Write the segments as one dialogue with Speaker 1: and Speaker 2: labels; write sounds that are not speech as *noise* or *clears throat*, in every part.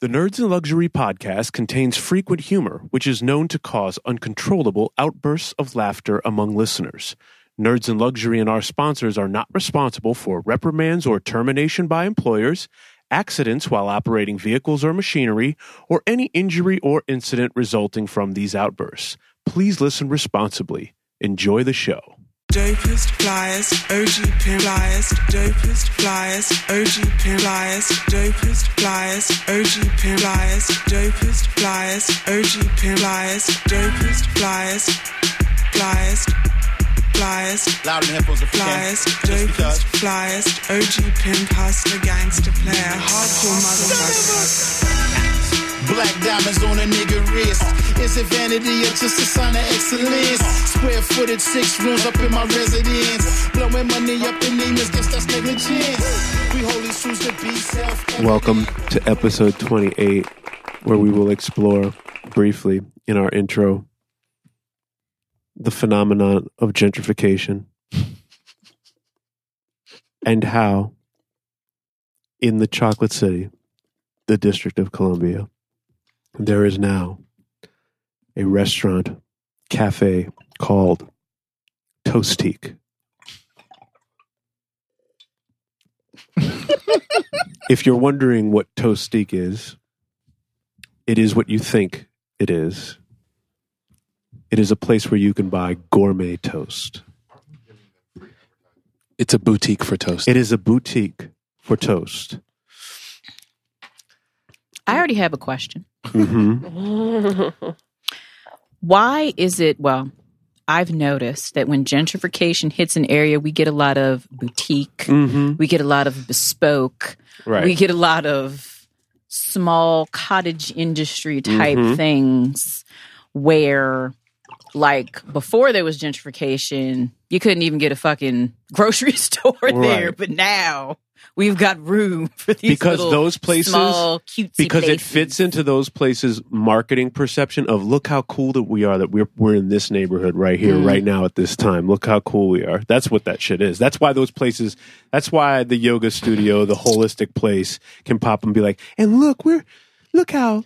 Speaker 1: The Nerds in Luxury podcast contains frequent humor, which is known to cause uncontrollable outbursts of laughter among listeners. Nerds in Luxury and our sponsors are not responsible for reprimands or termination by employers, accidents while operating vehicles or machinery, or any injury or incident resulting from these outbursts. Please listen responsibly. Enjoy the show.
Speaker 2: Dopest flyers, OG pin flyers, dopest flyers, OG pin flyers, dopest flyers, OG pin flyers, dopest flyers, OG pin flyers, dopest flyers, flyers, flyers,
Speaker 3: Loud in the headphones if you can.
Speaker 2: flyers,
Speaker 3: Just
Speaker 2: dopest
Speaker 3: because.
Speaker 2: flyers, OG pin pasta gangster player, hardcore motherfucker.
Speaker 3: Black diamonds on a nigga wrist. Is it vanity or just a sign of excellence? Square footed, six rooms up in my residence. Blowing money up in demons, guess that's negligence. We hold these truths to be
Speaker 1: *laughs*
Speaker 3: self.
Speaker 1: Welcome to episode 28, where we will explore briefly in our intro the phenomenon of gentrification and how, in the chocolate city, the District of Columbia, there is now a restaurant, cafe called Toastique. if you're wondering what toastique is, it is what you think it is. It is a place where you can buy gourmet toast.
Speaker 4: It's a boutique for toast.
Speaker 1: It is a boutique for toast.
Speaker 5: I already have a question.
Speaker 4: Mm-hmm.
Speaker 1: hmm
Speaker 5: Why is it, well, I've noticed that when gentrification hits an area, we get a lot of boutique,
Speaker 1: hmm
Speaker 5: we get a lot of bespoke,
Speaker 1: Right.
Speaker 5: we get a lot of small cottage industry type
Speaker 1: Mhm.
Speaker 5: things where, like, before there was gentrification, you couldn't even get a fucking grocery *laughs* store there,
Speaker 1: Right.
Speaker 5: but now. We've got room for these
Speaker 1: Because
Speaker 5: little,
Speaker 1: those places-
Speaker 5: small, cutesy
Speaker 1: because it
Speaker 5: places.
Speaker 1: fits into those places marketing perception of look how cool that we are that we're we're in this neighborhood right
Speaker 5: Mm.
Speaker 1: here right now at this time look how cool we are that's what that shit is that's why those places that's why the yoga studio the holistic place can pop and be like and look we're look how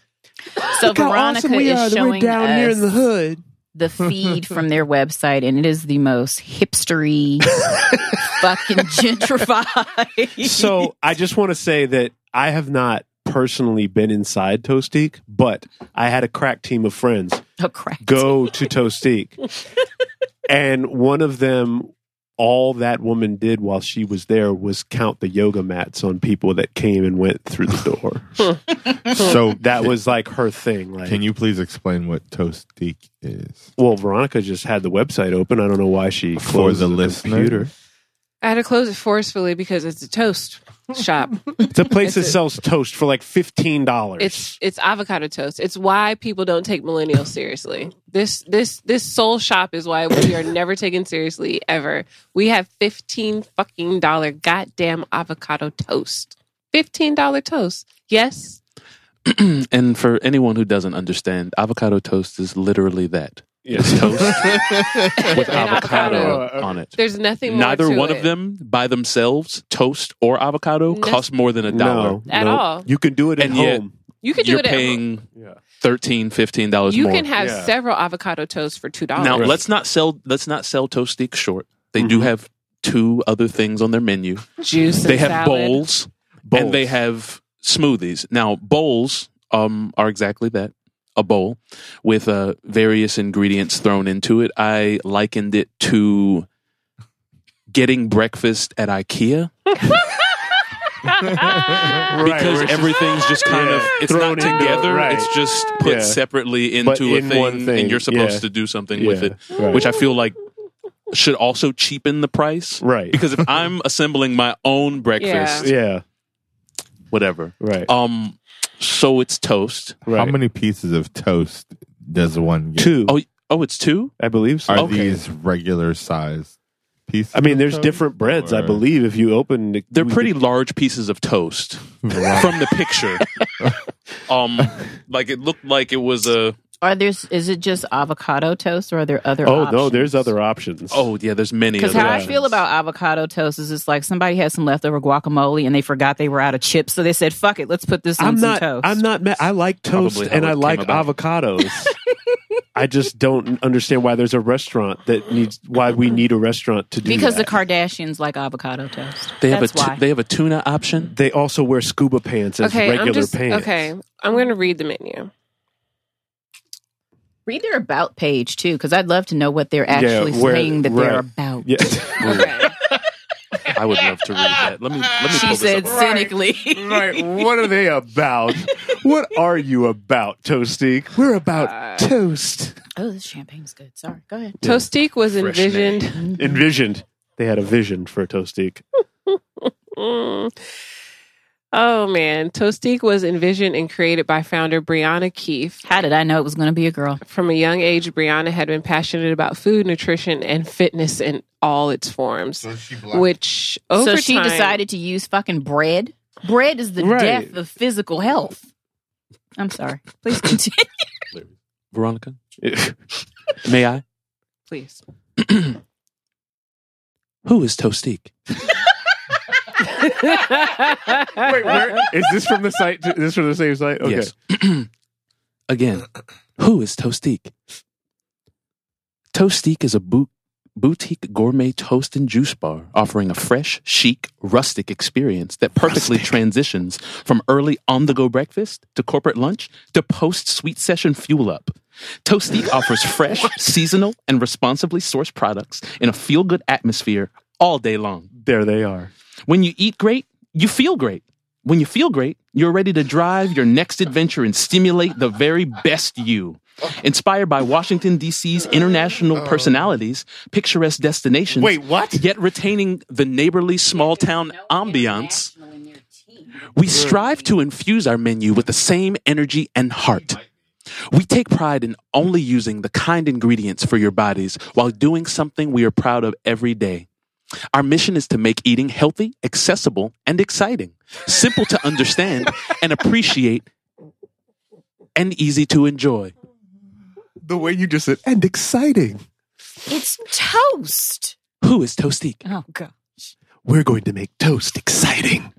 Speaker 5: So
Speaker 1: look how
Speaker 5: Veronica
Speaker 1: awesome we are
Speaker 5: is
Speaker 1: that we're
Speaker 5: showing
Speaker 1: down here
Speaker 5: us
Speaker 1: in the
Speaker 5: *laughs*
Speaker 1: hood
Speaker 5: the feed from their website, and it is the most hipstery,
Speaker 1: *laughs* *laughs*
Speaker 5: fucking gentrified.
Speaker 1: so I just want to say that I have not personally been inside Toastique, but I had a crack team of friends
Speaker 5: oh, crack.
Speaker 1: go to Toastique. and one of them, all that woman did while she was there was count the yoga mats on people that came and went through the
Speaker 4: *laughs*
Speaker 1: door. *laughs*
Speaker 6: So
Speaker 1: that was like her thing. Like,
Speaker 6: Can you please explain what Toastique is
Speaker 1: well, Veronica just had the website open. I don't know why she
Speaker 6: for
Speaker 1: closed
Speaker 6: the
Speaker 1: listener.
Speaker 7: *laughs*
Speaker 6: listener?
Speaker 7: I had to close it forcefully because it's a toast shop.
Speaker 1: It's a place that
Speaker 7: It's a-
Speaker 1: sells toast for like fifteen dollars.
Speaker 7: it's it's avocado toast. It's why people don't take millennials seriously. This this this soul shop is why we are never taken seriously ever. We have fifteen fucking dollar goddamn avocado toast. Fifteen dollar toast. Yes.
Speaker 4: and for anyone who doesn't understand, avocado toast is
Speaker 7: *laughs*
Speaker 4: literally that. It's toast with
Speaker 7: And
Speaker 4: avocado,
Speaker 7: avocado.
Speaker 4: on it.
Speaker 7: There's nothing. more
Speaker 4: Neither
Speaker 7: to
Speaker 4: one
Speaker 7: it.
Speaker 4: of them by themselves, toast or avocado,
Speaker 7: No.
Speaker 4: costs more than a *laughs* dollar.
Speaker 1: no,
Speaker 7: At
Speaker 1: no.
Speaker 7: all.
Speaker 1: You can do it at
Speaker 4: And yet-
Speaker 1: home.
Speaker 7: You can do
Speaker 4: You're
Speaker 7: it.
Speaker 4: paying
Speaker 1: Yeah.
Speaker 4: thirteen, fifteen dollars
Speaker 7: at, you
Speaker 4: more.
Speaker 7: can have
Speaker 1: Yeah.
Speaker 7: several avocado toasts for two dollars.
Speaker 4: now
Speaker 1: Right. Mm-hmm.
Speaker 4: let's not sell let's not sell toastique short. They do have two other things on their menu.
Speaker 7: Juice. And
Speaker 4: they have
Speaker 7: salad.
Speaker 4: *laughs* bowls,
Speaker 1: Bowls.
Speaker 4: and they have smoothies. Now bowls um, are exactly that. A bowl with uh, various ingredients thrown into it. I likened it to getting breakfast at IKEA because
Speaker 1: where it's just-
Speaker 4: everything's just kind of
Speaker 1: Yeah.
Speaker 4: it's
Speaker 1: Thrown
Speaker 4: not
Speaker 1: into it,
Speaker 4: together.
Speaker 1: right.
Speaker 4: It's just put
Speaker 1: Yeah.
Speaker 4: separately
Speaker 1: But
Speaker 4: into
Speaker 1: in
Speaker 4: a
Speaker 1: one
Speaker 4: thing,
Speaker 1: thing,
Speaker 4: and you're supposed
Speaker 1: yeah.
Speaker 4: to do something
Speaker 1: Yeah,
Speaker 4: with it,
Speaker 1: right.
Speaker 4: which I feel like should also cheapen the price.
Speaker 1: Right.
Speaker 4: Because if I'm assembling my own breakfast,
Speaker 1: yeah,
Speaker 4: whatever.
Speaker 1: right.
Speaker 4: Um, so it's toast.
Speaker 1: right.
Speaker 6: How many pieces of toast does one get?
Speaker 1: Two,
Speaker 4: Oh, oh, it's two.
Speaker 1: I believe. So.
Speaker 6: Are
Speaker 4: okay.
Speaker 6: these regular sized pieces?
Speaker 1: I mean,
Speaker 6: of
Speaker 1: there's
Speaker 6: toast?
Speaker 1: different breads, I
Speaker 6: Or-
Speaker 1: believe. If you open, the-
Speaker 4: They're
Speaker 1: we
Speaker 4: pretty
Speaker 1: could-
Speaker 4: large pieces of toast
Speaker 1: *laughs*
Speaker 6: Right.
Speaker 4: from the picture. um, like it looked like it was a
Speaker 5: Are there's is it just avocado toast or are there other?
Speaker 1: Oh
Speaker 5: options?
Speaker 1: no, there's other options.
Speaker 4: Oh yeah, there's many.
Speaker 5: Because
Speaker 4: Because
Speaker 5: how I feel about avocado toast is it's like somebody had some leftover guacamole and they forgot they were out of chips, so they said, "Fuck it, let's put this on
Speaker 1: I'm
Speaker 5: some
Speaker 1: not.
Speaker 5: toast."
Speaker 1: I'm not. Mad. I like toast
Speaker 4: Probably how
Speaker 1: and
Speaker 4: it
Speaker 1: I like
Speaker 4: came about.
Speaker 1: avocados. I just don't understand why there's a restaurant that needs why we need a restaurant to do
Speaker 5: because
Speaker 1: that.
Speaker 5: the Kardashians like avocado toast.
Speaker 4: they have a
Speaker 5: That's
Speaker 4: tu-
Speaker 5: why.
Speaker 4: they have a tuna option.
Speaker 1: they also wear scuba pants as
Speaker 7: *laughs* Okay,
Speaker 1: regular
Speaker 7: I'm just
Speaker 1: pants.
Speaker 7: okay. I'm going to read the menu.
Speaker 5: Read their about page too, because I'd love to know what they're actually
Speaker 1: where-
Speaker 5: saying that
Speaker 1: right.
Speaker 5: they're about.
Speaker 1: *laughs* Yeah.
Speaker 7: Okay.
Speaker 4: I would love to read that. Let me let me.
Speaker 5: She
Speaker 4: pull
Speaker 5: said
Speaker 4: this up.
Speaker 5: cynically.
Speaker 1: *laughs* right. What are they about? What are you about, Toastique? We're about toast.
Speaker 5: oh, this champagne's good. Sorry, go ahead.
Speaker 7: Toastique was
Speaker 4: Fresh
Speaker 7: envisioned.
Speaker 1: Envisioned. They had a vision for Toastique. *laughs*
Speaker 7: Mm. Oh man, Toastique was envisioned and created by founder Brianna Keefe.
Speaker 5: How did I know it was going to be a girl?
Speaker 7: From a young age, Brianna had been passionate about food, nutrition, and fitness in all its forms.
Speaker 6: she
Speaker 7: Which over
Speaker 5: so she
Speaker 7: time-
Speaker 5: decided to use fucking bread. Bread is the
Speaker 1: Right.
Speaker 5: death of physical health. I'm sorry. Please continue.
Speaker 4: Veronica, may I?
Speaker 7: Please,
Speaker 4: Who is Toastique?
Speaker 1: Wait, where *laughs* is this from the site? Is this from the same site? Okay.
Speaker 4: Yes. *clears throat* Again, who is Toastique? Toastique is a boot, boutique gourmet toast and juice bar offering a fresh, chic, rustic experience that perfectly transitions from early on the go breakfast to corporate lunch to post sweet session fuel up. Toastique offers fresh, seasonal, and responsibly sourced products in a feel good atmosphere all day long.
Speaker 1: There they are.
Speaker 4: When you eat great, you feel great. When you feel great, you're ready to drive your next adventure and stimulate the very best you. Inspired by Washington, D.C.'s international personalities, picturesque destinations.
Speaker 1: Wait, what?
Speaker 4: Yet retaining the neighborly small town ambiance, we strive to infuse our menu with the same energy and heart. We take pride in only using the kind ingredients for your bodies while doing something we are proud of every day. Our mission is to make eating healthy, accessible, and exciting, simple to understand and appreciate, and easy to enjoy.
Speaker 1: The way you just said, and exciting.
Speaker 5: It's toast.
Speaker 4: Who is Toastique?
Speaker 5: Oh god.
Speaker 1: We're going to make toast exciting.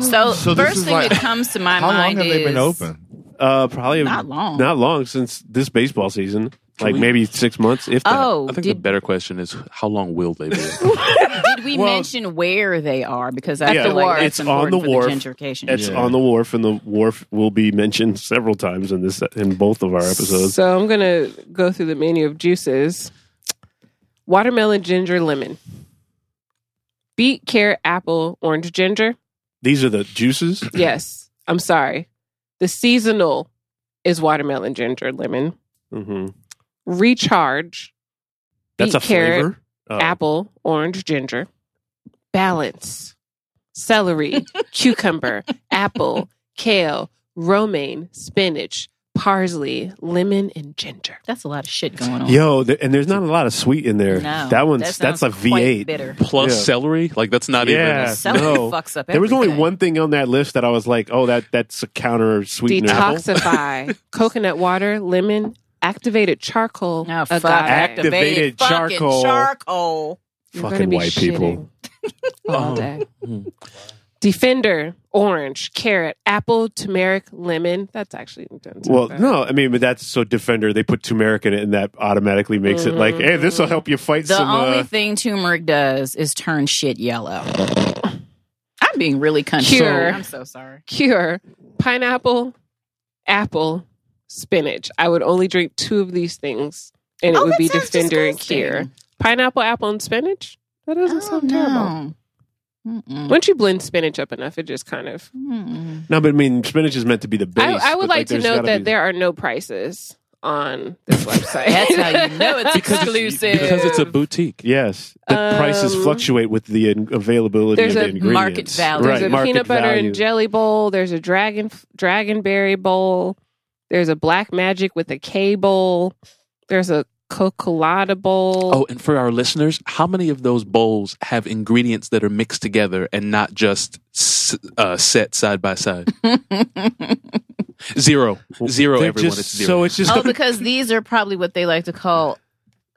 Speaker 5: So,
Speaker 6: So this
Speaker 5: first
Speaker 6: is
Speaker 5: thing
Speaker 6: like-
Speaker 5: that comes to my
Speaker 6: *laughs* How long
Speaker 5: mind
Speaker 6: have
Speaker 5: is
Speaker 6: they been open?
Speaker 1: Uh, probably
Speaker 5: Not long.
Speaker 1: Not long since this baseball season. like
Speaker 4: we-
Speaker 1: maybe six months, if that.
Speaker 5: Oh,
Speaker 4: I think the
Speaker 5: did,
Speaker 4: better question is how long will they be? *laughs*
Speaker 5: did we
Speaker 1: Well-
Speaker 5: mention where they are? Because I
Speaker 1: Yeah,
Speaker 5: feel like
Speaker 1: it's
Speaker 5: that's
Speaker 1: on the
Speaker 5: important for
Speaker 1: wharf.
Speaker 5: the gentrification.
Speaker 1: It's
Speaker 4: Yeah.
Speaker 1: on the wharf, and the wharf will be mentioned several times in this in both of our episodes.
Speaker 7: so I'm gonna go through the menu of juices: watermelon, ginger, lemon, beet, carrot, apple, orange, ginger.
Speaker 1: These are the juices.
Speaker 7: Yes. I'm sorry. The seasonal is watermelon, ginger, lemon.
Speaker 1: hmm
Speaker 7: Recharge,
Speaker 1: That's a
Speaker 7: beet, carrot,
Speaker 1: flavor. Oh.
Speaker 7: apple, orange, ginger. Balance, celery, cucumber, apple, kale, romaine, spinach, parsley, lemon, and ginger.
Speaker 5: That's a lot of shit going on.
Speaker 1: Yo, th- and there's not a lot of sweet in there.
Speaker 5: No,
Speaker 1: that one's
Speaker 5: that
Speaker 1: that's a
Speaker 5: sounds quite
Speaker 1: V8.
Speaker 5: Bitter.
Speaker 4: Plus
Speaker 1: Yeah.
Speaker 4: celery? Like that's not
Speaker 1: Yeah.
Speaker 4: even.
Speaker 5: Celery
Speaker 1: no.
Speaker 5: fucks up.
Speaker 1: There was only
Speaker 5: everything.
Speaker 1: one thing on that list that I was like, oh, that that's a counter sweetener.
Speaker 7: Detoxify, coconut water, lemon, activated charcoal,
Speaker 5: Oh, fuck.
Speaker 7: agave.
Speaker 1: Activate- Activated
Speaker 5: fucking
Speaker 1: charcoal.
Speaker 5: charcoal.
Speaker 7: You're gonna
Speaker 1: Fucking
Speaker 7: be
Speaker 1: white people.
Speaker 5: *laughs*
Speaker 7: shitting all
Speaker 4: Oh.
Speaker 7: day.
Speaker 4: Mm.
Speaker 7: Defender, orange, carrot, apple, turmeric, lemon. That's actually doesn't sound
Speaker 1: Well,
Speaker 7: bad.
Speaker 1: no, I mean, but that's so Defender. They put turmeric in it, and that automatically makes it like, hey, this will
Speaker 7: Mm-hmm.
Speaker 1: help you fight
Speaker 5: The
Speaker 1: some.
Speaker 5: only
Speaker 1: uh,
Speaker 5: thing turmeric does is turn shit yellow. I'm being really country.
Speaker 7: Cure.
Speaker 5: I'm so sorry.
Speaker 7: Cure, pineapple, apple, spinach. I would only drink two of these things, and
Speaker 5: Oh,
Speaker 7: it would
Speaker 5: that
Speaker 7: be
Speaker 5: sounds
Speaker 7: Defender and
Speaker 5: disgusting.
Speaker 7: Cure. Pineapple, apple, and spinach. That doesn't
Speaker 5: Oh,
Speaker 7: sound terrible.
Speaker 5: no. Mm-mm.
Speaker 7: Once you blend spinach up enough, it just kind of.
Speaker 5: Mm-mm.
Speaker 1: no, but I mean, spinach is meant to be the base.
Speaker 7: I, I
Speaker 1: but,
Speaker 7: would like, to
Speaker 1: there's
Speaker 7: note
Speaker 1: gotta
Speaker 7: that
Speaker 1: be-
Speaker 7: there are no prices on
Speaker 1: *laughs*
Speaker 7: this website.
Speaker 5: That's how you know
Speaker 7: *laughs*
Speaker 5: it's
Speaker 4: Because
Speaker 5: exclusive.
Speaker 4: it's, because it's a boutique.
Speaker 1: Yes, the prices
Speaker 7: Um,
Speaker 1: fluctuate with the in- availability
Speaker 7: there's
Speaker 1: of the
Speaker 7: a
Speaker 1: ingredients.
Speaker 5: market value.
Speaker 1: Right,
Speaker 7: There's a
Speaker 1: market
Speaker 7: peanut butter
Speaker 1: value.
Speaker 7: and jelly bowl. There's a dragon dragonberry bowl. There's a black magic with a K bowl. There's a cocolada bowl.
Speaker 4: Oh, and for our listeners, how many of those bowls have ingredients that are mixed together and not just s- uh, set side by side? Zero. Zero,
Speaker 1: They're
Speaker 4: everyone.
Speaker 1: just-
Speaker 4: it's zero.
Speaker 1: So it's just
Speaker 5: Oh, because these are probably what they like to call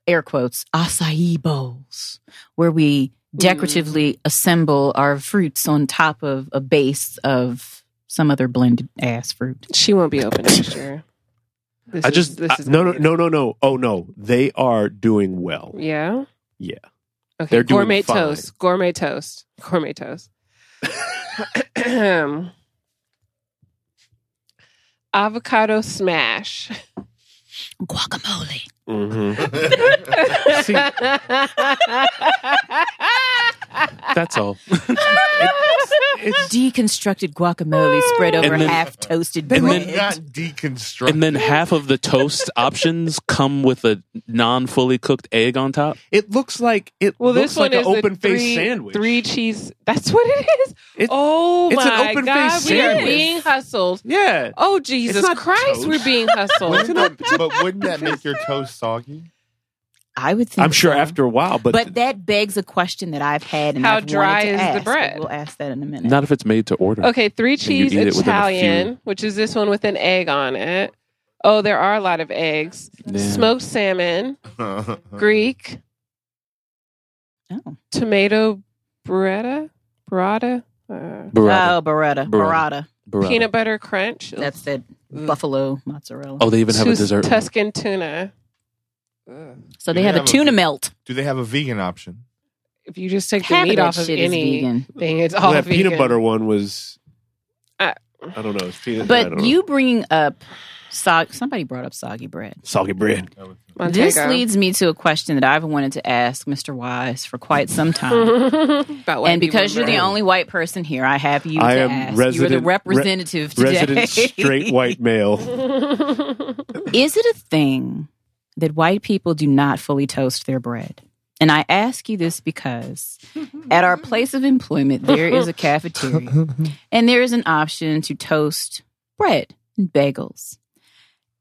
Speaker 5: air quotes acai bowls, where we decoratively assemble our fruits on top of a base of some other blended ass fruit.
Speaker 7: She won't be open next year.
Speaker 1: *coughs*
Speaker 7: This
Speaker 1: I
Speaker 7: is-
Speaker 1: just
Speaker 7: this
Speaker 1: I-
Speaker 7: is
Speaker 1: no no
Speaker 7: gonna be-
Speaker 1: no no no. Oh no, they are doing well.
Speaker 7: Yeah.
Speaker 1: Yeah.
Speaker 7: Okay.
Speaker 4: They're doing
Speaker 7: gourmet
Speaker 4: fine.
Speaker 7: toast. Gourmet toast. Gourmet toast. *coughs*
Speaker 1: *laughs*
Speaker 7: Avocado smash.
Speaker 5: Guacamole.
Speaker 4: Mm-hmm.
Speaker 7: *laughs*
Speaker 4: That's all.
Speaker 7: *laughs*
Speaker 5: Deconstructed guacamole spread over
Speaker 4: And then-
Speaker 5: half toasted bread.
Speaker 4: and
Speaker 6: But
Speaker 4: then-
Speaker 6: not deconstruct.
Speaker 4: *laughs* and then half of the toast options come with a non fully cooked egg on top.
Speaker 1: It looks like it
Speaker 7: *laughs* well,
Speaker 1: looks
Speaker 7: this one
Speaker 1: like an
Speaker 7: is the
Speaker 1: open
Speaker 7: three-
Speaker 1: faced sandwich.
Speaker 7: Three cheese. That's what it is.
Speaker 1: It's-
Speaker 7: oh
Speaker 1: it's an
Speaker 7: my
Speaker 1: open-faced
Speaker 7: god, we are
Speaker 1: sandwich.
Speaker 7: being hustled.
Speaker 1: yeah.
Speaker 7: Oh Jesus
Speaker 1: not
Speaker 7: Christ,
Speaker 1: toast.
Speaker 7: we're being hustled.
Speaker 6: Wouldn't that, *laughs* but wouldn't that make your toast
Speaker 5: *laughs*
Speaker 6: soggy?
Speaker 5: I would think.
Speaker 1: I'm sure
Speaker 5: so.
Speaker 1: after a while, but,
Speaker 5: But, that begs a question that I've had. And
Speaker 7: How
Speaker 5: I've wanted
Speaker 7: dry
Speaker 5: to
Speaker 7: is the
Speaker 5: ask, but
Speaker 7: bread?
Speaker 5: We'll ask that in a minute.
Speaker 4: Not if it's made to order.
Speaker 7: Okay, three
Speaker 4: you
Speaker 7: cheese
Speaker 4: eat it within a few-
Speaker 7: Italian, which is this one with an egg on it. Oh, there are a lot of eggs.
Speaker 4: Yeah.
Speaker 7: Smoked salmon,
Speaker 1: Oh.
Speaker 6: Great.
Speaker 7: Greek,
Speaker 5: oh.
Speaker 7: tomato burrata, burrata, uh,
Speaker 4: Burrata.
Speaker 5: Oh, Beretta.
Speaker 4: Burrata.
Speaker 5: Beretta.
Speaker 4: Burrata.
Speaker 7: peanut butter crunch.
Speaker 5: That's that
Speaker 7: Ugh.
Speaker 5: buffalo mozzarella.
Speaker 4: Oh, they even have a
Speaker 7: Tus-
Speaker 4: dessert.
Speaker 7: Tuscan tuna.
Speaker 5: so they
Speaker 6: Do
Speaker 5: have
Speaker 6: they
Speaker 5: a
Speaker 6: have a-
Speaker 5: tuna melt.
Speaker 6: Do they have a vegan option?
Speaker 7: If you just take the
Speaker 5: Half of
Speaker 7: meat
Speaker 5: that
Speaker 7: off of
Speaker 5: shit is
Speaker 7: anything,
Speaker 5: vegan.
Speaker 7: it's
Speaker 1: Well,
Speaker 7: all
Speaker 1: that
Speaker 7: vegan.
Speaker 1: peanut butter one was.
Speaker 7: Uh,
Speaker 1: I don't know. It's peanut, I don't
Speaker 5: But
Speaker 1: know.
Speaker 5: you bringing up sog- somebody brought up soggy bread.
Speaker 1: soggy bread.
Speaker 5: This
Speaker 7: Montego. *laughs*
Speaker 5: leads me to a question that I've wanted to ask Mr. Wise for quite
Speaker 7: *laughs*
Speaker 5: some time.
Speaker 7: About white
Speaker 5: and because you're
Speaker 7: people
Speaker 5: the
Speaker 7: in
Speaker 5: only white person here, I have you.
Speaker 1: I
Speaker 5: to
Speaker 1: am
Speaker 5: ask. You're
Speaker 1: resident-
Speaker 5: the
Speaker 1: re-
Speaker 5: representative today.
Speaker 1: Resident straight white male.
Speaker 7: America.
Speaker 5: Is it a thing that white people do not fully toast their bread? And I ask you this because at our place of employment, there is a cafeteria and there is an option to toast bread and bagels.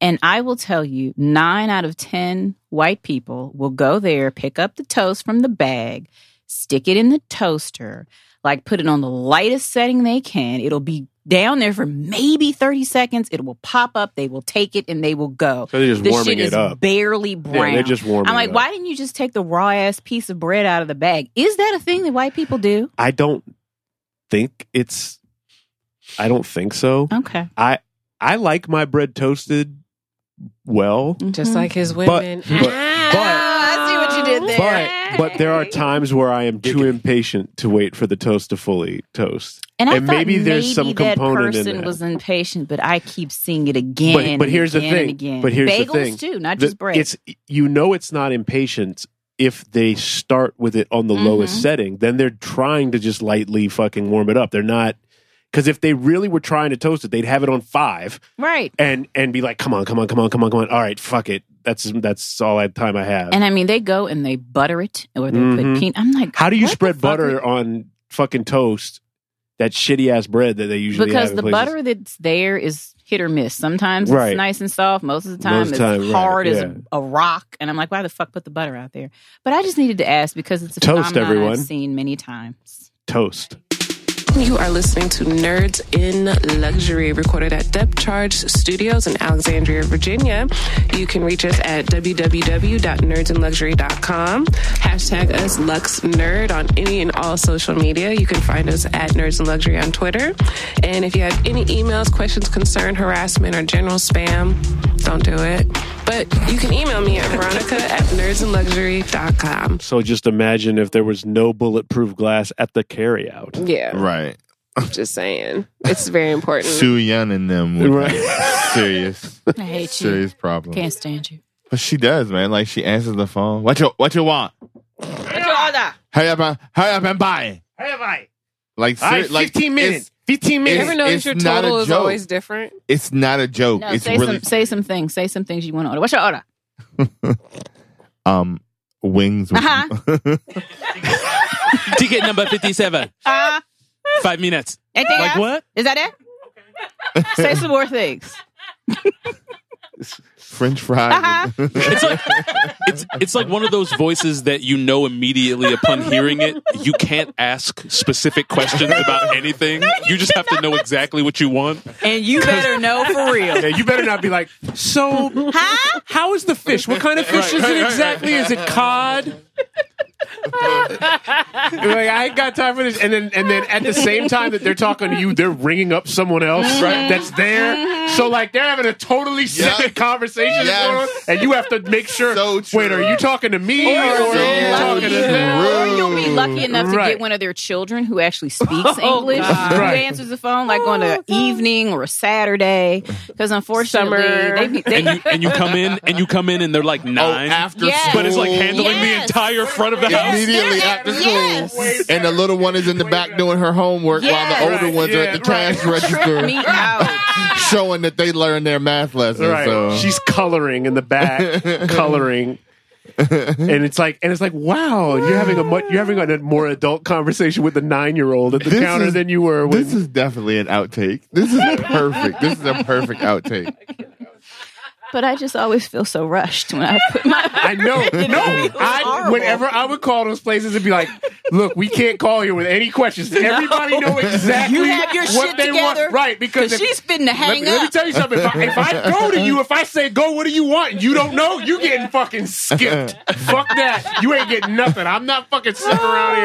Speaker 5: And I will tell you, nine out of 10 white people will go there, pick up the toast from the bag, stick it in the toaster, like put it on the lightest setting they can. It'll be down there for maybe 30 seconds. It will pop up. They will take it and they will go.
Speaker 1: So they're just
Speaker 5: This
Speaker 1: warming
Speaker 5: shit is
Speaker 1: it up.
Speaker 5: barely
Speaker 1: Yeah,
Speaker 5: brown.
Speaker 1: they're just warming.
Speaker 5: I'm like,
Speaker 1: it up.
Speaker 5: why didn't you just take the raw ass piece of bread out of the bag? Is that a thing that white people do?
Speaker 1: I don't think it's. I don't think so.
Speaker 5: Okay.
Speaker 1: I like my bread toasted well,
Speaker 5: Mm-hmm.
Speaker 7: Just like his women. Oh,
Speaker 1: but-
Speaker 7: *laughs*
Speaker 1: but-
Speaker 5: I see what you did there.
Speaker 1: but but there are times where I am too impatient to wait for the toast to fully toast.
Speaker 5: And, I
Speaker 1: And
Speaker 5: thought
Speaker 1: maybe there's some
Speaker 5: that
Speaker 1: component in
Speaker 5: person
Speaker 1: that.
Speaker 5: was impatient, but I keep seeing it again.
Speaker 1: But- but
Speaker 5: and
Speaker 1: here's the
Speaker 5: again and
Speaker 1: thing.
Speaker 5: again.
Speaker 1: But here's the
Speaker 5: bagels
Speaker 1: thing.
Speaker 5: too, not
Speaker 1: The-
Speaker 5: just bread.
Speaker 1: It's you know it's not impatience if they start with it on the
Speaker 5: Mm-hmm.
Speaker 1: lowest setting. Then they're trying to just lightly fucking warm it up. They're not because if they really were trying to toast it, they'd have it on five
Speaker 5: right.
Speaker 1: and and be like, come on, come on, come on, come on, come on. All right, fuck it. That's that's all that time I have.
Speaker 5: And I mean, they go and they butter it, or they
Speaker 1: Mhm.
Speaker 5: put peanut. I'm like,
Speaker 1: How do you
Speaker 5: what the
Speaker 1: spread
Speaker 5: fuck
Speaker 1: butter
Speaker 5: are-
Speaker 1: on fucking toast? That shitty ass bread that they usually have
Speaker 5: Because
Speaker 1: in
Speaker 5: the
Speaker 1: places?
Speaker 5: butter that's there is hit or miss. Sometimes
Speaker 1: Right.
Speaker 5: it's nice and soft. Most of the time,
Speaker 1: Most
Speaker 5: it's
Speaker 1: time, right,
Speaker 5: hard as
Speaker 1: yeah.
Speaker 5: a, a rock. And I'm like, why the fuck put the butter out there? But I just needed to ask because it's a
Speaker 1: Toast,
Speaker 5: phenomenon
Speaker 1: everyone.
Speaker 5: I've seen many times.
Speaker 1: toast.
Speaker 8: You are listening to Nerds in Luxury, recorded at Depth Charge Studios in Alexandria, Virginia. You can reach us at www.nerdsinluxury.com. Hashtag us LuxNerd on any and all social media. You can find us at Nerds in Luxury on Twitter. And if you have any emails, questions, concern, harassment, or general spam, don't do it. But you can email me at veronica at nerdsinluxury.com.
Speaker 1: So just imagine if there was no bulletproof glass at the carryout.
Speaker 7: yeah,
Speaker 6: Right.
Speaker 7: just saying. It's very important.
Speaker 6: Su Yun and them would
Speaker 1: *laughs* Right.
Speaker 6: have
Speaker 1: *laughs*
Speaker 6: serious
Speaker 5: I hate you.
Speaker 6: serious problem.
Speaker 5: Can't stand you.
Speaker 6: But she does, man. Like she answers the phone. What you what you want? Hurry up and hurry up and buy. Hurry up buy. Like, ser- like it's-
Speaker 1: Fifteen
Speaker 7: you
Speaker 6: minutes.
Speaker 7: ever notice
Speaker 6: it's
Speaker 7: your
Speaker 6: not a
Speaker 7: total is
Speaker 6: joke.
Speaker 7: always different? *laughs*
Speaker 6: It's not a joke.
Speaker 5: No,
Speaker 6: it's
Speaker 5: say
Speaker 6: really
Speaker 5: some say some things. Say some things you want to order. What's your order?
Speaker 6: um wings. with-
Speaker 5: Uh-huh.
Speaker 4: Ticket number 57.
Speaker 5: Uh,
Speaker 4: Five minutes.
Speaker 5: anything
Speaker 4: Like
Speaker 5: else?
Speaker 4: what?
Speaker 5: Is that it?
Speaker 1: *laughs*
Speaker 5: say some more things.
Speaker 6: *laughs* French fries.
Speaker 5: Uh-huh.
Speaker 6: with-
Speaker 4: It's like It's it's like one of those voices that you know immediately upon hearing it. You can't ask specific questions about anything. You just have to know exactly what you want.
Speaker 5: And you better know for real.
Speaker 1: Yeah, you better not be like, so
Speaker 5: Huh?
Speaker 1: how is the fish? What kind of fish is it exactly? Is it cod? like, I ain't got time for this. And then, and then at the same time that they're talking to you, they're ringing up someone else that's there. So like they're having a totally separate conversation that's
Speaker 6: Mm-hmm. Yes.
Speaker 1: going on, and you have to make sure.
Speaker 6: So true.
Speaker 1: wait, are you talking to me or,
Speaker 5: Or
Speaker 1: are you
Speaker 5: you'll
Speaker 1: talking to
Speaker 5: be
Speaker 1: them?
Speaker 5: lucky- or you'll be lucky enough to
Speaker 1: Right.
Speaker 5: get one of their children who
Speaker 1: *laughs*
Speaker 5: actually speaks
Speaker 1: Oh,
Speaker 5: English, who
Speaker 1: Right.
Speaker 5: answers the phone like on
Speaker 1: Oh,
Speaker 5: an evening or a Saturday. Because unfortunately,
Speaker 7: Summer.
Speaker 5: they, be- they
Speaker 4: And you and you come in and you come in and they're like
Speaker 6: Oh,
Speaker 4: nine.
Speaker 6: after
Speaker 5: Yes.
Speaker 6: school.
Speaker 4: but it's like handling the
Speaker 5: Yes.
Speaker 4: entire front of the house.
Speaker 6: Immediately
Speaker 5: Yes.
Speaker 6: after school.
Speaker 5: Yes.
Speaker 6: And the little one is in the back doing her homework
Speaker 5: Yes.
Speaker 6: while the older
Speaker 1: Right,
Speaker 6: ones are at the
Speaker 1: yeah, right.
Speaker 6: cash register.
Speaker 5: trip me out.
Speaker 6: showing that they learned their math lesson.
Speaker 1: Right.
Speaker 6: So
Speaker 1: She's coloring in the back,
Speaker 5: *laughs*
Speaker 1: coloring. and it's like, and it's like, wow, you're having a much, you're having a more adult conversation with the nine year old at the
Speaker 6: This
Speaker 1: counter
Speaker 6: is-
Speaker 1: than you were. When,
Speaker 6: this is definitely an outtake. This is perfect. This is a perfect outtake.
Speaker 5: *laughs* But I just always feel so rushed when I put my. *laughs*
Speaker 1: I know, no, I,
Speaker 5: horrible.
Speaker 1: whenever I would call those places and be like, look, we can't call you with any
Speaker 5: *laughs*
Speaker 1: questions. Everybody know exactly
Speaker 5: You have your
Speaker 1: what
Speaker 5: shit
Speaker 1: they
Speaker 5: together.
Speaker 1: want, right? Because if-
Speaker 5: she's been to
Speaker 1: let,
Speaker 5: hang
Speaker 1: me- let me
Speaker 5: up.
Speaker 1: tell you something. If I, if
Speaker 5: *laughs*
Speaker 1: I go to you, if I say go, what do you want? And you don't know, you getting fucking
Speaker 5: *laughs*
Speaker 1: skipped. Fuck that. You ain't getting nothing. I'm not fucking sitting around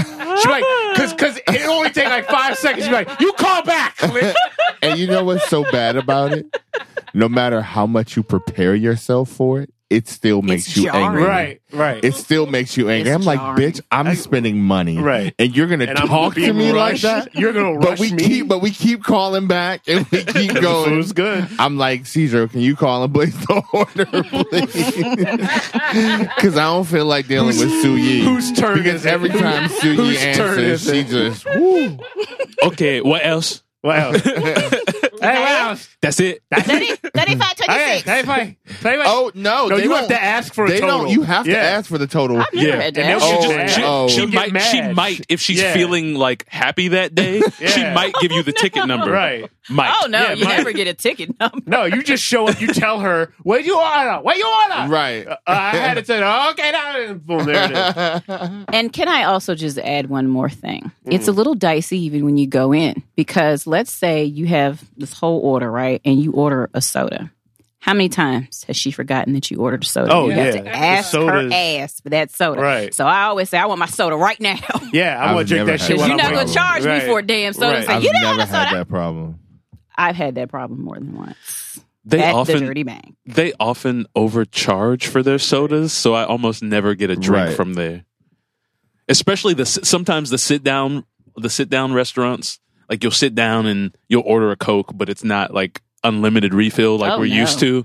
Speaker 1: here. She's like, cause cause it only take like five seconds. She's like, you call *laughs* back. Click.
Speaker 6: And you know what's so bad about it? No matter how much you prepare yourself for it, it still makes you
Speaker 5: jarring.
Speaker 6: angry.
Speaker 1: Right, right.
Speaker 6: It still makes you angry.
Speaker 5: It's
Speaker 6: I'm like,
Speaker 5: jarring.
Speaker 6: bitch, I'm spending money.
Speaker 1: Right.
Speaker 6: And you're gonna
Speaker 1: And I'm
Speaker 6: talk to
Speaker 1: being
Speaker 6: me
Speaker 1: rushed.
Speaker 6: like that.
Speaker 1: You're gonna
Speaker 6: But
Speaker 1: rush
Speaker 6: we
Speaker 1: me.
Speaker 6: keep but we keep calling back and
Speaker 1: *laughs*
Speaker 6: we keep
Speaker 1: The
Speaker 6: going.
Speaker 1: food's good.
Speaker 6: I'm like, Caesar, can you call and place the *laughs* order, please? *laughs* Because I don't feel like dealing with Su Yi.
Speaker 1: Whose turn
Speaker 6: Because
Speaker 1: is it? *laughs*
Speaker 6: every time Su Yi
Speaker 1: Whose turn
Speaker 6: answers,
Speaker 1: is
Speaker 6: she
Speaker 1: it?
Speaker 6: just, woo.
Speaker 4: Okay, what else?
Speaker 1: Wow. *laughs* hey, wow.
Speaker 4: That's it.
Speaker 5: Thirty-five,
Speaker 1: Hey,
Speaker 5: twenty-six.
Speaker 1: hey, hey, hey, hey.
Speaker 6: Oh, no.
Speaker 1: no,
Speaker 6: they
Speaker 1: you
Speaker 6: don't,
Speaker 1: have to ask for a
Speaker 6: They
Speaker 1: total.
Speaker 6: don't. You have to
Speaker 1: Yeah.
Speaker 6: ask for the total.
Speaker 5: Never had to
Speaker 1: And
Speaker 5: ask
Speaker 1: they'll get
Speaker 5: you that.
Speaker 1: mad.
Speaker 4: She,
Speaker 6: Oh.
Speaker 4: she
Speaker 1: She'll get
Speaker 4: might. She
Speaker 1: mad.
Speaker 4: might. If she's
Speaker 1: Yeah.
Speaker 4: feeling like happy that day, she
Speaker 1: Yeah.
Speaker 4: might give you the ticket number.
Speaker 1: Right.
Speaker 4: Might.
Speaker 5: Oh no,
Speaker 1: Yeah,
Speaker 5: you
Speaker 1: mine-
Speaker 5: never get a ticket number.
Speaker 1: No, you just show up. You tell her what you order. What you order.
Speaker 6: Right.
Speaker 1: Uh, I had it said okay. Now and boom, there it
Speaker 6: *laughs*
Speaker 1: is.
Speaker 5: And can I also just add one more thing? It's
Speaker 1: Mm.
Speaker 5: a little dicey even when you go in because let's say you have this whole order, right? And you order a soda. How many times has she forgotten that you ordered a soda?
Speaker 1: Oh,
Speaker 5: you have
Speaker 1: yeah.
Speaker 5: to
Speaker 1: The
Speaker 5: ask her
Speaker 1: sodas-
Speaker 5: ass for that soda.
Speaker 1: Right.
Speaker 5: So I always say, I want my soda right now. *laughs* Because
Speaker 1: Yeah, I'm gonna
Speaker 6: I've
Speaker 1: drink
Speaker 6: never
Speaker 1: that
Speaker 6: had
Speaker 1: shit.
Speaker 6: that.
Speaker 1: while
Speaker 5: you're
Speaker 1: I'm
Speaker 5: not going
Speaker 1: waiting.
Speaker 5: to charge
Speaker 1: Right.
Speaker 5: me for a damn soda.
Speaker 1: Right.
Speaker 5: It's like,
Speaker 6: I've
Speaker 5: you didn't want
Speaker 6: never
Speaker 5: a soda.
Speaker 6: had that problem.
Speaker 5: I've had that problem more than once.
Speaker 4: They
Speaker 5: at
Speaker 4: often.
Speaker 5: the dirty bank.
Speaker 4: they often overcharge for their sodas, so I almost never get a drink
Speaker 6: Right.
Speaker 4: from there. Especially the sometimes the sit down the sit down restaurants, like you'll sit down and you'll order a coke, but it's not like unlimited refill like
Speaker 5: Oh,
Speaker 4: we're
Speaker 5: no.
Speaker 4: used to.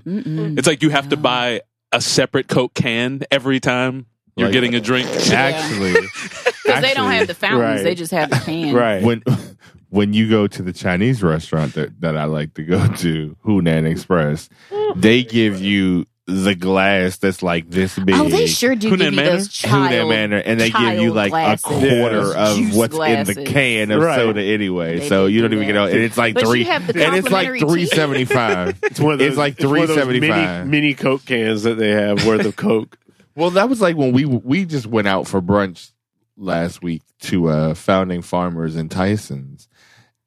Speaker 1: *laughs*
Speaker 5: Mm-mm.
Speaker 4: It's like you have to buy a separate coke can every time you're
Speaker 6: Like-
Speaker 4: getting a drink.
Speaker 6: Actually.
Speaker 5: Because they don't have the fountains,
Speaker 1: right.
Speaker 5: they just have the
Speaker 1: *laughs*
Speaker 5: cans.
Speaker 1: Right.
Speaker 6: when *laughs* when you go to the Chinese restaurant that, that I like to go to, Hunan Express,
Speaker 5: Mm.
Speaker 6: they give you the glass that's like this big.
Speaker 5: Oh, they sure do
Speaker 4: Hunan
Speaker 5: give you
Speaker 4: Manor?
Speaker 5: those
Speaker 6: Hunan
Speaker 5: child
Speaker 6: Manor, and they give you
Speaker 5: child
Speaker 6: like
Speaker 5: glasses.
Speaker 6: a quarter
Speaker 5: Yeah.
Speaker 6: of
Speaker 5: Juice
Speaker 6: what's in the
Speaker 5: glasses.
Speaker 6: can of
Speaker 1: Right.
Speaker 6: soda anyway.
Speaker 5: They
Speaker 6: so
Speaker 5: do
Speaker 6: you don't
Speaker 5: do
Speaker 6: even get
Speaker 5: that.
Speaker 6: out. And it's like
Speaker 5: But you
Speaker 6: three,
Speaker 5: have the
Speaker 6: and it's like
Speaker 5: complimentary
Speaker 6: three
Speaker 5: tea.
Speaker 6: seventy five.
Speaker 1: It's one of those.
Speaker 6: *laughs* It's like
Speaker 1: it's one of those mini,
Speaker 6: 375.
Speaker 1: mini Coke cans that they have worth of Coke.
Speaker 6: Well, that was like when we we just went out for brunch last week to uh, Founding Farmers and Tyson's,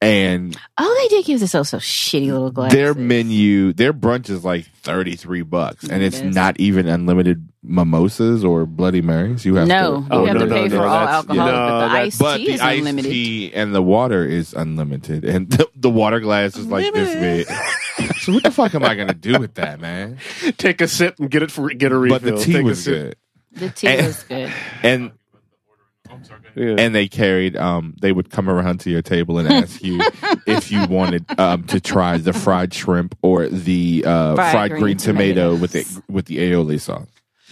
Speaker 6: and
Speaker 5: Oh, they did give us those so shitty little glasses.
Speaker 6: their menu their brunch is like 33 bucks and it's
Speaker 5: It is.
Speaker 6: not even unlimited mimosas or bloody marys you have
Speaker 5: no,
Speaker 6: to
Speaker 1: Oh,
Speaker 5: you have
Speaker 1: no,
Speaker 5: to
Speaker 1: no,
Speaker 5: pay
Speaker 1: no,
Speaker 5: for all
Speaker 1: that's-
Speaker 5: alcohol,
Speaker 1: yeah.
Speaker 5: but
Speaker 1: No,
Speaker 5: the
Speaker 1: that-
Speaker 5: iced
Speaker 6: but
Speaker 5: tea
Speaker 6: the
Speaker 5: is
Speaker 6: iced
Speaker 5: unlimited.
Speaker 6: tea and the water is unlimited and the, the water glass is like this big *laughs* so what the fuck am i gonna do with that man
Speaker 1: *laughs* Take a sip and get it for get a refill.
Speaker 6: but the
Speaker 1: Take
Speaker 6: tea
Speaker 1: a
Speaker 6: was
Speaker 1: sip.
Speaker 6: good
Speaker 5: The tea
Speaker 6: And-
Speaker 5: is
Speaker 6: *laughs*
Speaker 5: good.
Speaker 6: and
Speaker 1: Yeah.
Speaker 6: and they carried um they would come around to your table and
Speaker 5: *laughs*
Speaker 6: ask you if you wanted um to try the fried shrimp or the uh fried,
Speaker 5: Fried
Speaker 6: green,
Speaker 5: green
Speaker 6: tomato with
Speaker 5: tomatoes.
Speaker 6: the with the aioli sauce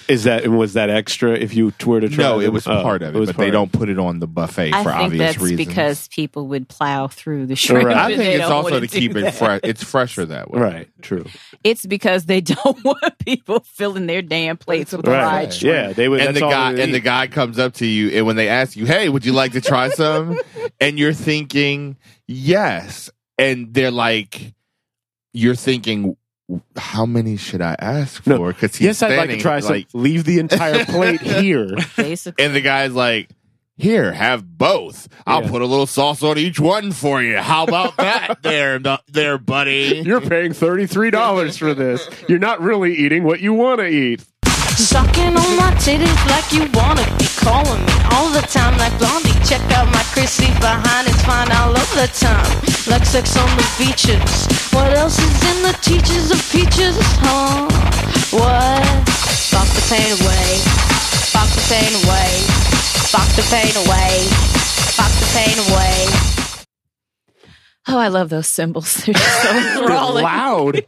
Speaker 1: Is that and was that extra? If you were to try,
Speaker 6: No,
Speaker 1: them?
Speaker 6: it was
Speaker 1: Oh,
Speaker 6: part of it,
Speaker 1: was
Speaker 6: but
Speaker 1: part
Speaker 6: they
Speaker 1: of
Speaker 6: don't put it on the buffet
Speaker 5: I
Speaker 6: for
Speaker 5: think
Speaker 6: obvious
Speaker 5: that's
Speaker 6: reasons.
Speaker 5: because people would plow through the shrimp.
Speaker 1: Right.
Speaker 5: if
Speaker 6: I
Speaker 5: they
Speaker 6: think it's
Speaker 5: don't
Speaker 6: also
Speaker 5: wanna
Speaker 6: to
Speaker 5: do
Speaker 6: keep it
Speaker 5: that.
Speaker 6: fresh. It's fresher that way.
Speaker 1: Right. True.
Speaker 5: It's because they *laughs* don't want people filling their damn plates with
Speaker 1: Right.
Speaker 5: fried shrimp.
Speaker 1: Yeah. They would.
Speaker 6: And the
Speaker 1: that's all
Speaker 6: guy
Speaker 1: they
Speaker 6: and the
Speaker 1: eat.
Speaker 6: guy comes up to you, and when they ask you, "Hey, would you like to
Speaker 1: *laughs*
Speaker 6: try some?" and you're thinking, "Yes," and they're like, "You're thinking." how many should I ask
Speaker 1: No.
Speaker 6: for? Because
Speaker 1: yes, I'd like to try some. leave the entire
Speaker 6: *laughs*
Speaker 1: plate here.
Speaker 5: Basically,
Speaker 6: and the guy's like, "Here, have both. I'll
Speaker 1: Yeah.
Speaker 6: put a little sauce on each one for you. How
Speaker 1: *laughs*
Speaker 6: about that, there, du- there, buddy?"
Speaker 1: You're paying thirty three dollars for this. You're not really eating what you want to eat.
Speaker 9: Sucking on my titties like you wanna be calling me all the time like Blondie. Check out my Chrissy behind, it's fine all of the time. Like sex on the beaches. What else is in the teachers of peaches, huh? What? Fuck the pain away. Fuck the pain away. Fuck the pain away. Fuck the pain away.
Speaker 5: oh, I love those symbols. *laughs* They're
Speaker 6: *laughs*
Speaker 5: so enthralling.
Speaker 1: loud.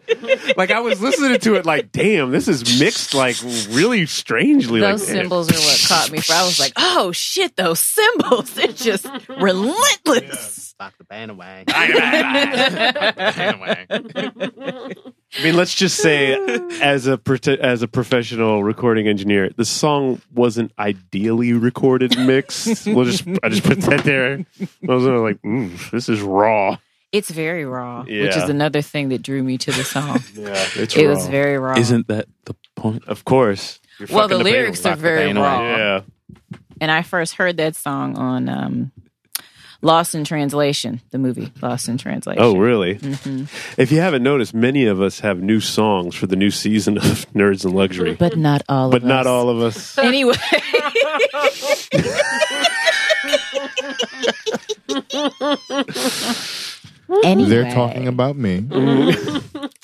Speaker 1: like I was listening to it, like, damn, this is mixed like really strangely.
Speaker 5: Those
Speaker 1: like, *laughs*
Speaker 5: symbols are what caught me. For I was like, oh shit, those symbols. *laughs* They're just relentless. *laughs*
Speaker 1: I mean, let's just say, as a prote- as a professional recording engineer, the song wasn't ideally recorded
Speaker 5: *laughs*
Speaker 1: mixed. we'll just I just put that there. I was uh, like, mm, this is raw.
Speaker 5: It's very raw, which
Speaker 1: Yeah.
Speaker 5: is another thing that drew me to the song.
Speaker 1: Yeah, *laughs* it's
Speaker 5: it was very raw.
Speaker 4: Isn't that the point?
Speaker 1: of course. You're
Speaker 5: Well, the
Speaker 1: fucking
Speaker 4: pain-
Speaker 5: lyrics are
Speaker 4: fuck the
Speaker 5: very
Speaker 4: pain away.
Speaker 5: raw.
Speaker 1: yeah.
Speaker 5: And I first heard that song on um, Lost in Translation, the movie Lost in Translation.
Speaker 1: Oh, really?
Speaker 5: Mm-hmm.
Speaker 1: If you haven't noticed, many of us have new songs for the new season of *laughs* Nerds and Luxury,
Speaker 5: But not all
Speaker 1: but
Speaker 5: of
Speaker 1: not
Speaker 5: us.
Speaker 1: all of us.
Speaker 5: *laughs* Anyway. anyway.
Speaker 6: They're talking about me.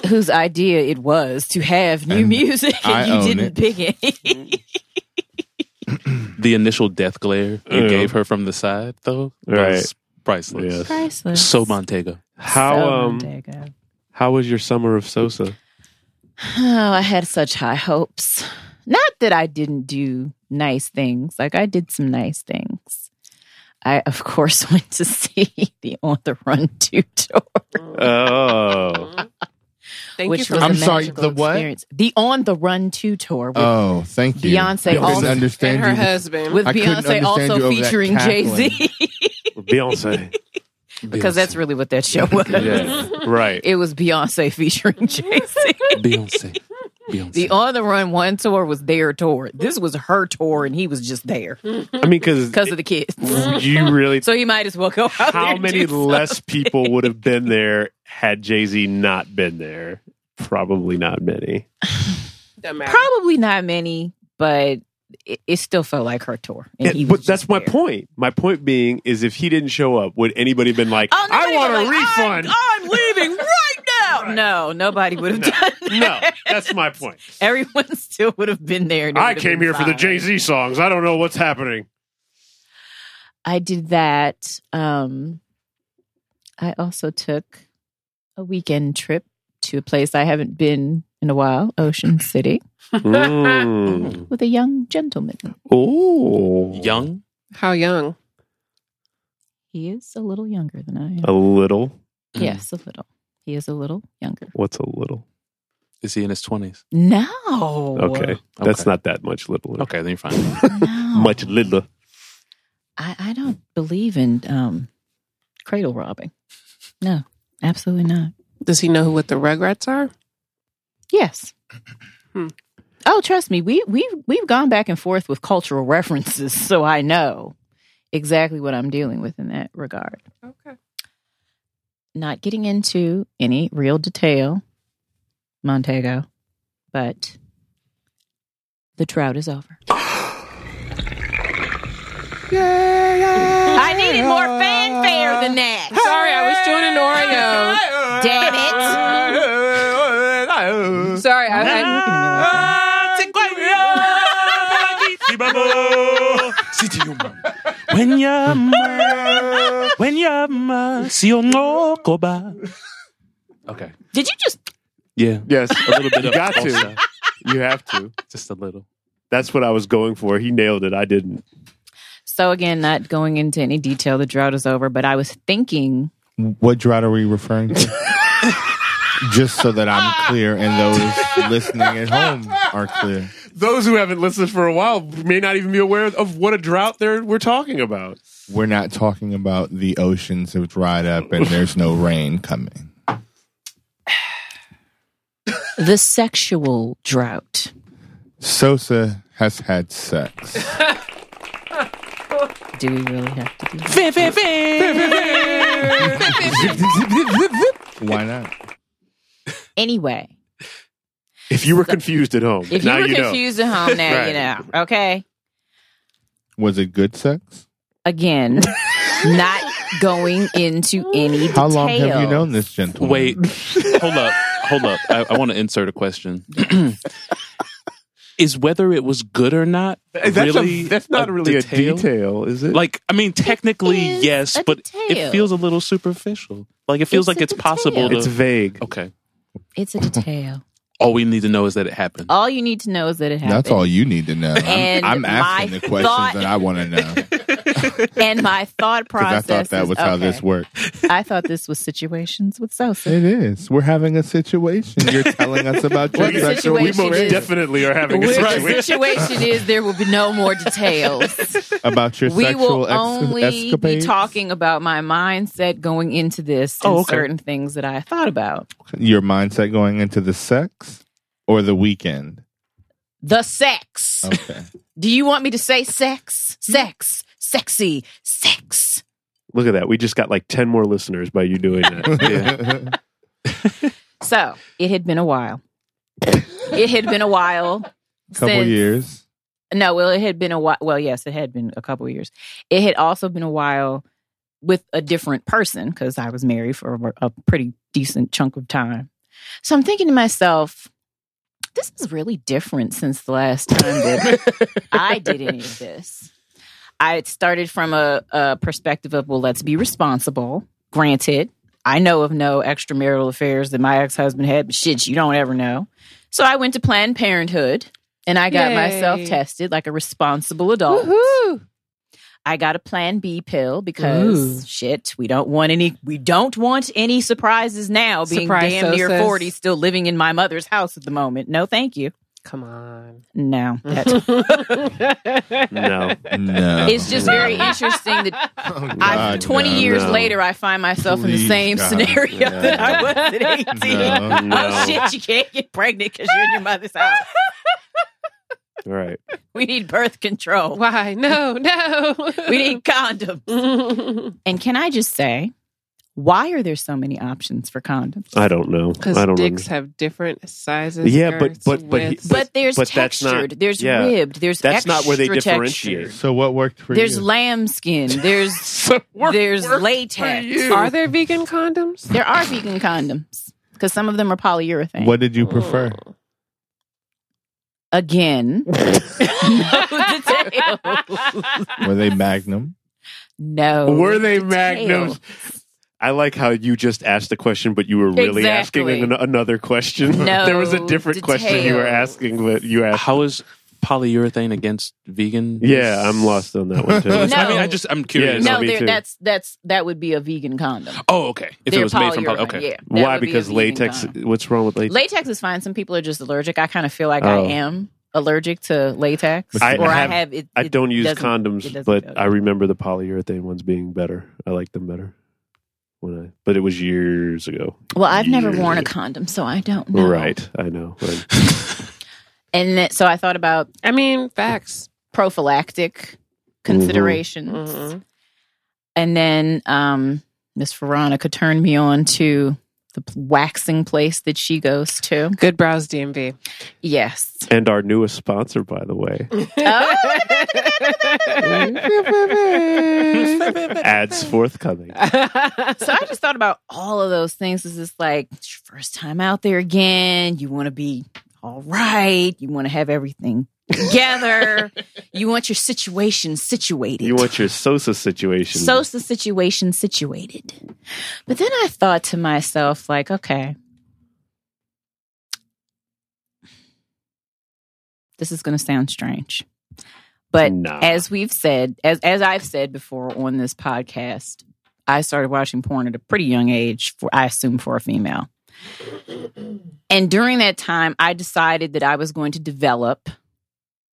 Speaker 5: whose idea it was to have new
Speaker 6: And
Speaker 5: music *laughs* and
Speaker 6: I
Speaker 5: you
Speaker 6: own
Speaker 5: didn't pick it.
Speaker 4: The initial death glare you
Speaker 1: Yeah.
Speaker 4: gave her from the side, though, was priceless.
Speaker 1: Yes.
Speaker 5: Priceless.
Speaker 4: So
Speaker 5: *laughs*
Speaker 4: Montego.
Speaker 1: How um
Speaker 5: Montego.
Speaker 1: how was your summer of Sosa?
Speaker 5: Oh, I had such high hopes. Not that I didn't do nice things. Like I did some nice things. I of course *laughs* went to see the On the Run 2 tour.
Speaker 1: Oh,
Speaker 7: Thank you
Speaker 5: which
Speaker 7: for
Speaker 5: was a
Speaker 7: that.
Speaker 6: I'm sorry,
Speaker 5: magical
Speaker 6: the what?
Speaker 5: Experience. The On the Run 2 tour with,
Speaker 6: Oh, thank you,
Speaker 5: Beyonce
Speaker 6: I
Speaker 5: also-
Speaker 6: couldn't
Speaker 7: and
Speaker 6: understand
Speaker 7: her
Speaker 6: you.
Speaker 7: husband.
Speaker 5: with
Speaker 6: I couldn't
Speaker 5: Beyonce
Speaker 6: understand you
Speaker 5: also
Speaker 6: over that
Speaker 5: featuring Jay
Speaker 6: cackling.
Speaker 5: Z.
Speaker 1: Beyonce.
Speaker 5: because that's really what that show was.
Speaker 1: Right.
Speaker 5: It was Beyonce featuring
Speaker 6: *laughs*
Speaker 5: Jay Z.
Speaker 4: Beyonce.
Speaker 5: *laughs*
Speaker 4: Beyonce.
Speaker 5: The On the Run 1 tour was their tour. This was her tour and he was just there
Speaker 1: I mean,
Speaker 5: *laughs*
Speaker 1: because
Speaker 5: because of the kids.
Speaker 6: Mm.
Speaker 1: you really.
Speaker 5: So you might as well go out there
Speaker 1: how
Speaker 5: and
Speaker 1: many
Speaker 5: do something.
Speaker 1: less people would have been there had Jay Z not been there? Probably not many.
Speaker 7: Doesn't matter.
Speaker 5: Probably not many, but it, it still felt like her tour. And he
Speaker 1: Yeah,
Speaker 5: was
Speaker 1: but that's
Speaker 5: just
Speaker 1: my
Speaker 5: there.
Speaker 1: point. My point being is, if he didn't show up, would anybody been like,
Speaker 5: Oh,
Speaker 1: "I
Speaker 5: nobody
Speaker 1: want a
Speaker 5: was like,
Speaker 1: refund"?
Speaker 5: I'm, I'm
Speaker 1: *laughs*
Speaker 5: leaving right now. No, nobody would have done that.
Speaker 1: no, that's my *laughs* point.
Speaker 5: *laughs* Everyone still would have been there. and it
Speaker 1: I
Speaker 5: would have
Speaker 1: came
Speaker 5: been
Speaker 1: here for the
Speaker 5: fine.
Speaker 1: Jay Z songs. I don't know what's happening.
Speaker 5: I did that. Um, I also took a weekend trip to a place I haven't been in a while,
Speaker 1: *clears throat*
Speaker 5: Ocean City,
Speaker 1: Mm.
Speaker 5: with a young gentleman.
Speaker 1: Oh,
Speaker 4: Young?
Speaker 7: How young?
Speaker 5: He is a little younger than I am.
Speaker 1: A little.
Speaker 4: Mm.
Speaker 5: Yes, a little. He is a little younger.
Speaker 1: What's a little?
Speaker 4: Is he in his 20s?
Speaker 5: No.
Speaker 1: Okay, that's not that much littler.
Speaker 4: Okay, then you're
Speaker 1: *laughs*
Speaker 4: fine.
Speaker 5: No.
Speaker 1: Much littler.
Speaker 5: I, I don't believe in um, cradle robbing. No, absolutely not.
Speaker 7: Does he know who what the Rugrats are?
Speaker 5: Yes.
Speaker 7: Hmm.
Speaker 5: Oh, trust me, we we we've gone back and forth with cultural references, *laughs* so I know exactly what I'm dealing with in that regard.
Speaker 7: Okay.
Speaker 5: Not getting into any real detail, Montego, but the drought is over. I needed more fanfare than that.
Speaker 7: Sorry, I
Speaker 5: Damn it.
Speaker 7: was doing an Oreo. Sorry, I,
Speaker 5: Why are you
Speaker 7: I,
Speaker 5: looking at me like that?
Speaker 4: When you're my- when you're my- si yo no coba. Okay.
Speaker 5: Did you just
Speaker 4: Yeah.
Speaker 1: *laughs* Yes,
Speaker 4: A little bit
Speaker 1: You
Speaker 4: of
Speaker 1: got to.
Speaker 4: salsa.
Speaker 1: you have to.
Speaker 4: Just a little.
Speaker 1: That's what I was going for. He nailed it. I didn't.
Speaker 5: So again, not going into any detail, the drought is over, but I was thinking
Speaker 6: What drought are we referring to? Just so that I'm clear and those listening at home are clear.
Speaker 1: Those who haven't listened for a while may not even be aware of what a drought there we're talking about.
Speaker 6: We're not talking about the oceans have dried up and there's no rain coming.
Speaker 5: The sexual drought.
Speaker 6: Sosa has had sex.
Speaker 5: Do we really have to do that?
Speaker 6: Why not?
Speaker 5: Anyway,
Speaker 1: If you were confused at home,
Speaker 5: if you
Speaker 1: now
Speaker 5: were
Speaker 1: you know.
Speaker 5: confused at
Speaker 1: *laughs*
Speaker 5: home, now you know. Okay.
Speaker 6: Was it good sex?
Speaker 5: Again, *laughs* not going into any detail.
Speaker 6: *laughs* How long have you known this gentleman?
Speaker 4: Wait, *laughs* hold up, hold up. I, I want to insert a question. *clears throat* Is whether it was good or not
Speaker 1: That's, a-
Speaker 4: really
Speaker 1: that's not really a detail, is it?
Speaker 4: Like, I mean, technically,
Speaker 5: is
Speaker 4: yes,
Speaker 5: a
Speaker 4: but
Speaker 5: detail.
Speaker 4: it feels a little superficial. Like, it feels
Speaker 5: It's
Speaker 4: like
Speaker 5: a
Speaker 4: it's possible. To,
Speaker 5: detail.
Speaker 1: it's vague.
Speaker 4: okay.
Speaker 5: It's a detail.
Speaker 4: All we need to know is that it happened.
Speaker 5: All you need to know is that it happened.
Speaker 6: That's all you need to know. I'm,
Speaker 5: And
Speaker 6: I'm asking
Speaker 5: my
Speaker 6: the questions
Speaker 5: thought-
Speaker 6: that I want to know because
Speaker 5: And my
Speaker 6: *laughs*
Speaker 5: thought
Speaker 6: I
Speaker 5: process.
Speaker 6: thought that
Speaker 5: is-
Speaker 6: was how
Speaker 5: okay.
Speaker 6: this worked.
Speaker 5: I thought this was situations with Sosa.
Speaker 6: It is. We're having a situation. You're telling us about your
Speaker 5: Well, the
Speaker 6: sexual.
Speaker 1: we
Speaker 5: situation
Speaker 1: most
Speaker 5: is-
Speaker 1: definitely are having a
Speaker 5: Where the
Speaker 1: situation.
Speaker 5: situation is, there will be no
Speaker 1: *laughs*
Speaker 5: more details.
Speaker 6: about your
Speaker 5: we
Speaker 6: sexual
Speaker 5: will
Speaker 6: ex-
Speaker 5: only
Speaker 6: escapades.
Speaker 5: be talking about my mindset going into this and
Speaker 4: Oh, okay.
Speaker 5: certain things that I thought about.
Speaker 6: Your mindset going into the sex or the weekend.
Speaker 5: The sex.
Speaker 1: *laughs*
Speaker 6: Okay.
Speaker 5: Do you want me to say sex?
Speaker 6: Hmm?
Speaker 5: Sex. Sexy. Sex.
Speaker 1: Look at that. We just got like 10 more listeners by you doing that. *laughs*
Speaker 6: *laughs*
Speaker 5: So it had been a while. it had been a while.
Speaker 6: Couple
Speaker 5: since-
Speaker 6: years.
Speaker 5: No, well, it had been a while. Well, yes, it had been a couple of years. It had also been a while with a different person because I was married for a, a pretty decent chunk of time. So I'm thinking to myself, this is really different since the last time that I did any of this. I had started from a, a perspective of, well, let's be responsible. Granted, I know of no extramarital affairs that my ex husband had, but shit, you don't ever know. So I went to Planned Parenthood and I got
Speaker 7: Yay.
Speaker 5: myself tested like a responsible adult. I got a plan B pill because shit, we don't want any we don't want any surprises now being
Speaker 7: Surprise
Speaker 5: damn near
Speaker 7: sosas.
Speaker 5: 40 still living in my mother's house at the moment. No, thank you.
Speaker 7: Come on.
Speaker 5: No. That's,
Speaker 6: *laughs*
Speaker 1: no.
Speaker 6: No.
Speaker 5: it's just very interesting that
Speaker 6: *laughs* Oh,
Speaker 5: I,
Speaker 6: God,
Speaker 5: 20
Speaker 6: no,
Speaker 5: years
Speaker 1: no.
Speaker 5: later I find myself in the
Speaker 6: Please,
Speaker 5: same
Speaker 6: God,
Speaker 5: scenario
Speaker 6: no.
Speaker 5: that I was at 18.
Speaker 6: No,
Speaker 1: no.
Speaker 5: *laughs* Oh shit, you can't get pregnant cuz you're in your mother's house.
Speaker 1: All right.
Speaker 5: We need birth control.
Speaker 7: Why? No, *laughs* no.
Speaker 5: We need condoms.
Speaker 7: Because
Speaker 5: And can I just say, why are there so many options for condoms?
Speaker 1: I don't know. I don't
Speaker 7: dicks
Speaker 1: know.
Speaker 7: have different sizes.
Speaker 1: Yeah, but-
Speaker 7: girths,
Speaker 1: but- but he-
Speaker 7: widths.
Speaker 5: But there's
Speaker 1: but that's
Speaker 5: textured,
Speaker 1: not-
Speaker 5: there's
Speaker 1: yeah.
Speaker 5: ribbed, there's
Speaker 1: That's not where they
Speaker 5: extra
Speaker 1: differentiate.
Speaker 5: textured.
Speaker 6: So what worked for
Speaker 5: There's
Speaker 6: you?
Speaker 5: lamb skin, there's there's latex.
Speaker 7: are there vegan condoms?
Speaker 5: There are vegan condoms because some of them are polyurethane.
Speaker 6: what did you prefer?
Speaker 1: *laughs*
Speaker 5: Again, *laughs* no details.
Speaker 6: Were they Magnum?
Speaker 5: No,
Speaker 1: Were they
Speaker 5: details.
Speaker 1: magnums? I like how you just asked the question, but you were really
Speaker 5: Exactly.
Speaker 1: asking an- another question.
Speaker 5: No
Speaker 1: *laughs* there was a different question you were
Speaker 5: details.
Speaker 1: asking, but you asked.
Speaker 4: How is polyurethane against vegan?
Speaker 1: yeah, I'm lost on that one too.
Speaker 5: *laughs* No.
Speaker 4: I mean, I just, I'm curious.
Speaker 1: Yeah,
Speaker 5: No,
Speaker 1: me
Speaker 5: there-
Speaker 1: too.
Speaker 5: that's that's that would be a vegan condom.
Speaker 4: Oh, okay. If
Speaker 5: They're
Speaker 4: it was made from poly,
Speaker 5: polyurethane,
Speaker 4: okay.
Speaker 5: yeah, that
Speaker 1: Why?
Speaker 5: would be a
Speaker 1: Because
Speaker 5: vegan
Speaker 1: latex.
Speaker 5: condom.
Speaker 1: What's wrong with latex?
Speaker 5: Latex is fine. Some people are just allergic. I kind of feel like
Speaker 1: Oh.
Speaker 5: I am allergic to latex,
Speaker 1: I
Speaker 5: or
Speaker 1: have-
Speaker 5: I have it.
Speaker 1: I
Speaker 5: it
Speaker 1: don't use
Speaker 5: doesn't- it
Speaker 1: condoms,
Speaker 5: doesn't
Speaker 1: but
Speaker 5: go.
Speaker 1: I remember the polyurethane ones being better. I like them better. When I, but it was years ago.
Speaker 5: well, I've never
Speaker 1: Yeah.
Speaker 5: worn a condom, so I don't know.
Speaker 1: Right, I know. Like,
Speaker 5: And that, so I thought about
Speaker 7: I mean, facts.
Speaker 5: prophylactic
Speaker 1: Mm-hmm.
Speaker 5: considerations,
Speaker 7: Mhm.
Speaker 5: and then um, Miss Veronica turned me on to the p- waxing place that she goes to.
Speaker 7: Good brows DMV.
Speaker 5: Yes.
Speaker 1: and our newest sponsor, by the way,
Speaker 5: *laughs* Oh,
Speaker 1: ads forthcoming.
Speaker 5: so I just thought about all of those things. Is this like it's your first time out there again? You want to be all right. You want to have everything together. you want your situation situated.
Speaker 1: You want your Sosa situation?
Speaker 5: so's the situation situated. But then I thought to myself, like, okay, this is going to sound strange, but
Speaker 1: Nah.
Speaker 5: as we've said, as as I've said before on this podcast, I started watching porn at a pretty young age. For I assume for a female. And during that time, I decided that I was going to develop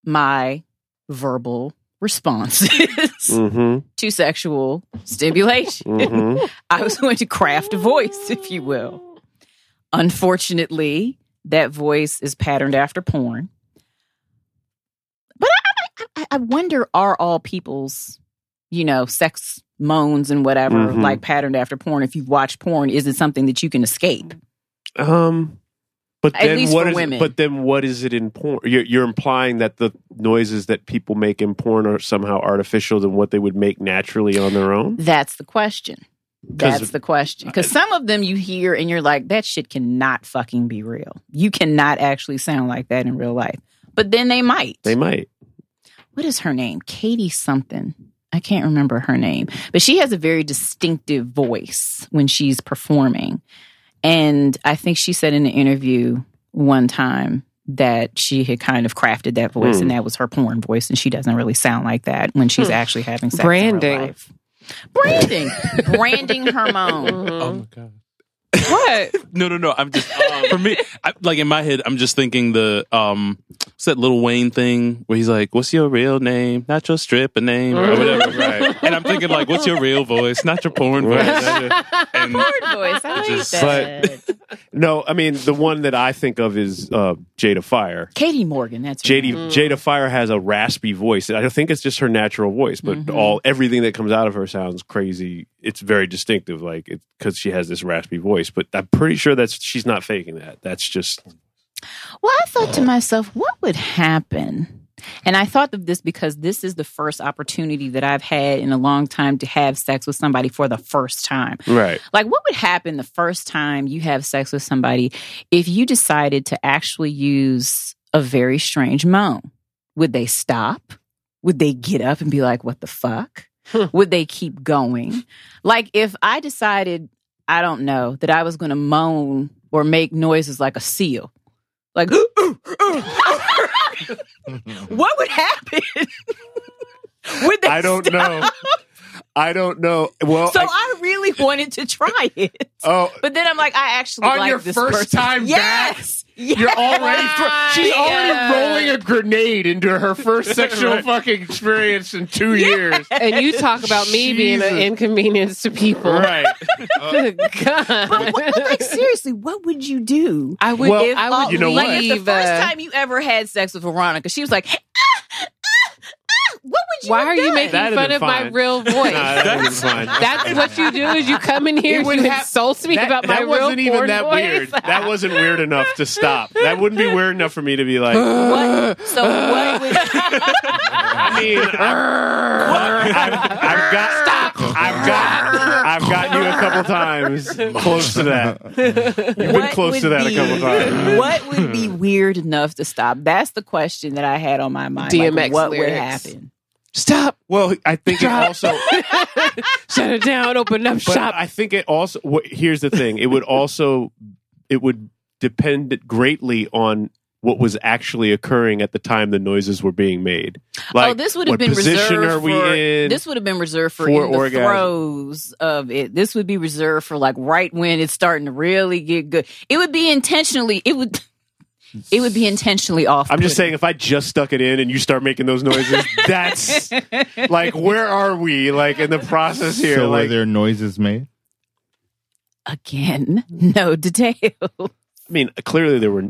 Speaker 5: my verbal responses *laughs*
Speaker 1: Mm-hmm.
Speaker 5: to sexual stimulation. *laughs*
Speaker 1: Mm-hmm.
Speaker 5: I was going to craft a voice, if you will. Unfortunately, that voice is patterned after porn. But I, I- I, I wonder are all people's, you know, sex moans and whatever
Speaker 1: Mhm.
Speaker 5: like patterned after porn? If you watch porn, is it something that you can escape?
Speaker 1: Um, but
Speaker 5: At
Speaker 1: then
Speaker 5: least
Speaker 1: what
Speaker 5: for
Speaker 1: is-
Speaker 5: women.
Speaker 1: But then what is it in porn? You're, you're implying that the noises that people make in porn are somehow artificial than what they would make naturally on their own.
Speaker 5: That's the question.
Speaker 1: 'Cause-
Speaker 5: That's the question. Because some of them you hear and you're like, that shit cannot fucking be real. You cannot actually sound like that in real life. But then they might.
Speaker 1: They might.
Speaker 5: what is her name? Katie something. I can't remember her name, but she has a very distinctive voice when she's performing. And I think she said in an interview one time that she had kind of crafted that voice and that was her porn voice and she doesn't really sound like that when she's actually having sex in real
Speaker 7: Branding.
Speaker 5: life. *laughs* Branding. Branding her moan.
Speaker 4: Oh
Speaker 6: Mm.
Speaker 4: my god.
Speaker 7: What?
Speaker 4: No, no, no.
Speaker 5: *laughs*
Speaker 4: I'm just for me. I, like in my head, I'm just thinking the um, what's that Little Wayne thing where he's like, "What's your real name? Not your stripper name or
Speaker 5: *laughs*
Speaker 4: whatever." right. And I'm thinking like, "What's your real voice? Not your porn voice."
Speaker 5: Porn
Speaker 4: And
Speaker 5: voice. I like
Speaker 4: Just-
Speaker 5: that.
Speaker 1: No, I mean the one that I think of is uh, Jada Fire.
Speaker 5: Katie Morgan, that's her
Speaker 1: Jada
Speaker 5: name.
Speaker 1: Jada Fire has a raspy voice. I think it's just her natural voice, but all everything that comes out of her sounds crazy. It's very distinctive, like because she has this raspy voice. But I'm pretty sure that's she's not faking that. That's just
Speaker 5: Well, I thought to myself, what would happen? And I thought of this because this is the first opportunity that I've had in a long time to have sex with somebody for the first time.
Speaker 1: right.
Speaker 5: Like, what would happen the first time you have sex with somebody if you decided to actually use a very strange moan? Would they stop? Would they get up and be like, what the fuck? Would they keep going? Like, if I decided, I don't know, that I was going to moan or make noises like a seal, like, *gasps* what would happen? *laughs* would they
Speaker 1: I don't
Speaker 5: *laughs*
Speaker 1: know. I don't know. Well,
Speaker 5: So
Speaker 1: I-
Speaker 5: I really wanted to try it.
Speaker 1: oh,
Speaker 5: But then I'm like, I actually
Speaker 6: On
Speaker 5: like
Speaker 6: your
Speaker 5: this
Speaker 6: first
Speaker 5: person.
Speaker 6: time back?
Speaker 5: yes, yes.
Speaker 6: You're already thro- she's
Speaker 7: Yeah.
Speaker 6: already rolling a grenade into her first sexual fucking experience in two years.
Speaker 7: And you talk about me being an
Speaker 6: Jesus.
Speaker 7: inconvenience to people.
Speaker 6: Right.
Speaker 7: *laughs* Good
Speaker 5: But what,
Speaker 7: God.
Speaker 5: but, like seriously, what would you do?
Speaker 7: I would,
Speaker 5: if,
Speaker 7: I would
Speaker 5: uh,
Speaker 6: you know what?
Speaker 5: like, if
Speaker 7: leave.
Speaker 5: the first
Speaker 7: uh,
Speaker 5: time you ever had sex with Veronica, she was like, "Ah, ah, ah," what would you?
Speaker 7: why
Speaker 5: have
Speaker 7: are you
Speaker 5: done?
Speaker 7: making
Speaker 1: That'd
Speaker 7: fun
Speaker 1: been
Speaker 7: of my
Speaker 1: fine.
Speaker 7: real voice?
Speaker 1: nah, that would've been fine.
Speaker 7: That's what you do
Speaker 6: *laughs*
Speaker 7: is you come in here
Speaker 6: It
Speaker 7: and
Speaker 6: would
Speaker 7: you
Speaker 6: have-
Speaker 7: insult me
Speaker 6: that-
Speaker 7: about my
Speaker 6: that
Speaker 7: real
Speaker 6: wasn't even
Speaker 7: porn
Speaker 6: that
Speaker 7: voice.
Speaker 6: weird.
Speaker 1: that wasn't weird enough to stop. That wouldn't be weird enough for me to be like.
Speaker 5: What? So what
Speaker 6: *laughs*
Speaker 5: would?
Speaker 1: I mean,
Speaker 7: *laughs*
Speaker 1: I've, I've got I've got I've gotten you a couple times close to
Speaker 7: *laughs*
Speaker 1: that. You've been
Speaker 5: what
Speaker 1: close to
Speaker 5: would
Speaker 1: that
Speaker 5: be-
Speaker 1: a couple times.
Speaker 5: *laughs* What would
Speaker 6: *laughs*
Speaker 5: be weird enough to stop? That's the question that I had on my mind.
Speaker 7: DMX
Speaker 5: like, what would
Speaker 7: lyrics.
Speaker 5: happen?
Speaker 7: Stop.
Speaker 1: Well, I think it also
Speaker 7: *laughs* Shut it down. Open up
Speaker 1: But
Speaker 7: shop.
Speaker 1: I think it also. What, here's the thing: it would also, it would depend greatly on what was actually occurring at the time the noises were being made. Like,
Speaker 5: oh, this would have
Speaker 1: what
Speaker 5: been
Speaker 1: position
Speaker 5: reserved
Speaker 1: are we
Speaker 5: for,
Speaker 1: in?
Speaker 5: This would have been reserved for,
Speaker 1: for
Speaker 5: in the
Speaker 1: orgasm.
Speaker 5: throes of it. This would be reserved for like right when it's starting to really get good. It would be intentionally. It would. *laughs* It would be intentionally off.
Speaker 1: I'm just saying, if I just stuck it in and you start making those
Speaker 5: *laughs*
Speaker 1: noises, that's like, where are we? Like in the process here?
Speaker 6: so
Speaker 1: like,
Speaker 6: are there noises made?
Speaker 5: again. *laughs* No detail.
Speaker 1: I mean, clearly there were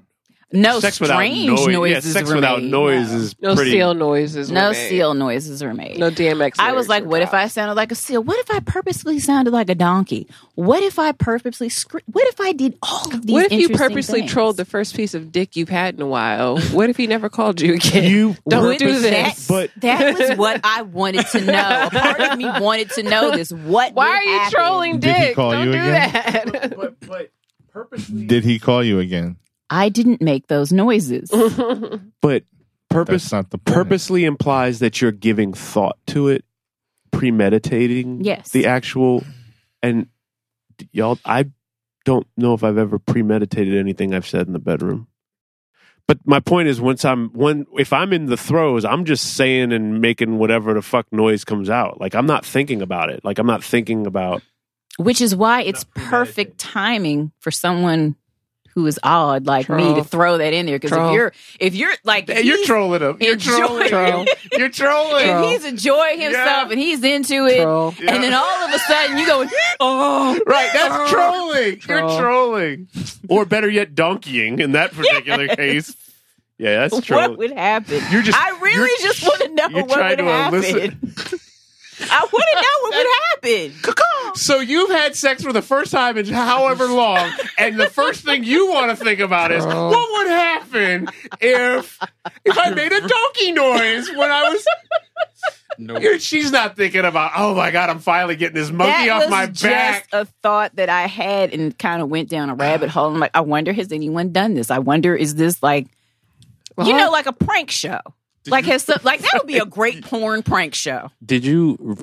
Speaker 5: No
Speaker 1: sex without
Speaker 5: strange
Speaker 1: noise. Yeah,
Speaker 5: noises.
Speaker 1: sex
Speaker 5: were
Speaker 1: without
Speaker 5: made.
Speaker 1: noise is
Speaker 7: No
Speaker 1: pretty.
Speaker 7: seal noises.
Speaker 5: No,
Speaker 7: were
Speaker 5: no
Speaker 7: made.
Speaker 5: seal noises are made.
Speaker 7: No DMX.
Speaker 5: I was
Speaker 7: lyrics
Speaker 5: like,
Speaker 7: were
Speaker 5: what if
Speaker 7: dropped.
Speaker 5: I sounded like a seal? What if I purposely sounded like a donkey? What if I purposely scre- What if I did all of these?
Speaker 7: What if you
Speaker 5: interesting
Speaker 7: purposely
Speaker 5: things?
Speaker 7: trolled the first piece of dick you've had in a while? What if he never called you again?
Speaker 5: *laughs*
Speaker 1: You
Speaker 7: don't
Speaker 5: Would
Speaker 7: do
Speaker 5: that-
Speaker 7: this.
Speaker 1: But-
Speaker 5: that
Speaker 7: *laughs*
Speaker 5: was what I wanted to know. A part of me wanted to know this. What?
Speaker 7: Why
Speaker 5: would
Speaker 7: are you
Speaker 5: happen?
Speaker 7: trolling
Speaker 6: Did
Speaker 7: dick?
Speaker 6: he call
Speaker 7: don't
Speaker 6: you
Speaker 7: do
Speaker 6: again?
Speaker 7: that.
Speaker 1: but, but purposely.
Speaker 6: Did he call you again?
Speaker 5: I didn't make those
Speaker 7: *laughs*
Speaker 5: noises.
Speaker 1: But purpose
Speaker 6: That's not the point.
Speaker 1: purposely implies that you're giving thought to it, premeditating
Speaker 5: Yes.
Speaker 1: the actual and d- y'all I don't know if I've ever premeditated anything I've said in the bedroom. But my point is once I'm when if I'm in the throes, I'm just saying and making whatever the fuck noise comes out. Like I'm not thinking about it. Like I'm not thinking about
Speaker 5: Which is why it's perfect timing for someone who is odd like me
Speaker 7: Troll.
Speaker 5: to throw that in there because if
Speaker 7: Troll.
Speaker 5: you're if you're like
Speaker 1: Hey, You're
Speaker 5: he's-
Speaker 1: trolling him. You're trolling.
Speaker 5: Troll.
Speaker 1: You're trolling.
Speaker 5: if he's enjoying himself
Speaker 1: Yeah.
Speaker 5: and he's into it,
Speaker 7: *laughs* Troll.
Speaker 5: and then all of a sudden
Speaker 7: *laughs*
Speaker 5: you go, oh,
Speaker 1: Right, that's trolling. You're
Speaker 7: Troll.
Speaker 1: trolling. Or better yet, donkeying in that particular case. Yeah, that's true.
Speaker 5: what would happen?
Speaker 1: You're just-
Speaker 5: I really
Speaker 1: you're-
Speaker 5: just want to know
Speaker 1: you're
Speaker 5: what
Speaker 1: trying
Speaker 5: would
Speaker 1: to
Speaker 5: happen. I want to know what
Speaker 7: *laughs*
Speaker 5: would happen.
Speaker 1: so you've had sex for the first time in however long, and the first thing you want to think about is what would happen if if I made a donkey noise when I was.
Speaker 4: No.
Speaker 1: You're- she's not thinking about. Oh my god, I'm finally getting this monkey
Speaker 5: that
Speaker 1: off
Speaker 5: was
Speaker 1: my
Speaker 5: just
Speaker 1: back.
Speaker 5: a thought that I had and kind of went down a rabbit hole. I'm like, I wonder has anyone done this? I wonder is this like, you know, like a prank show? Like has
Speaker 1: *laughs*
Speaker 5: some, like that would be a great porn prank show.
Speaker 4: Did you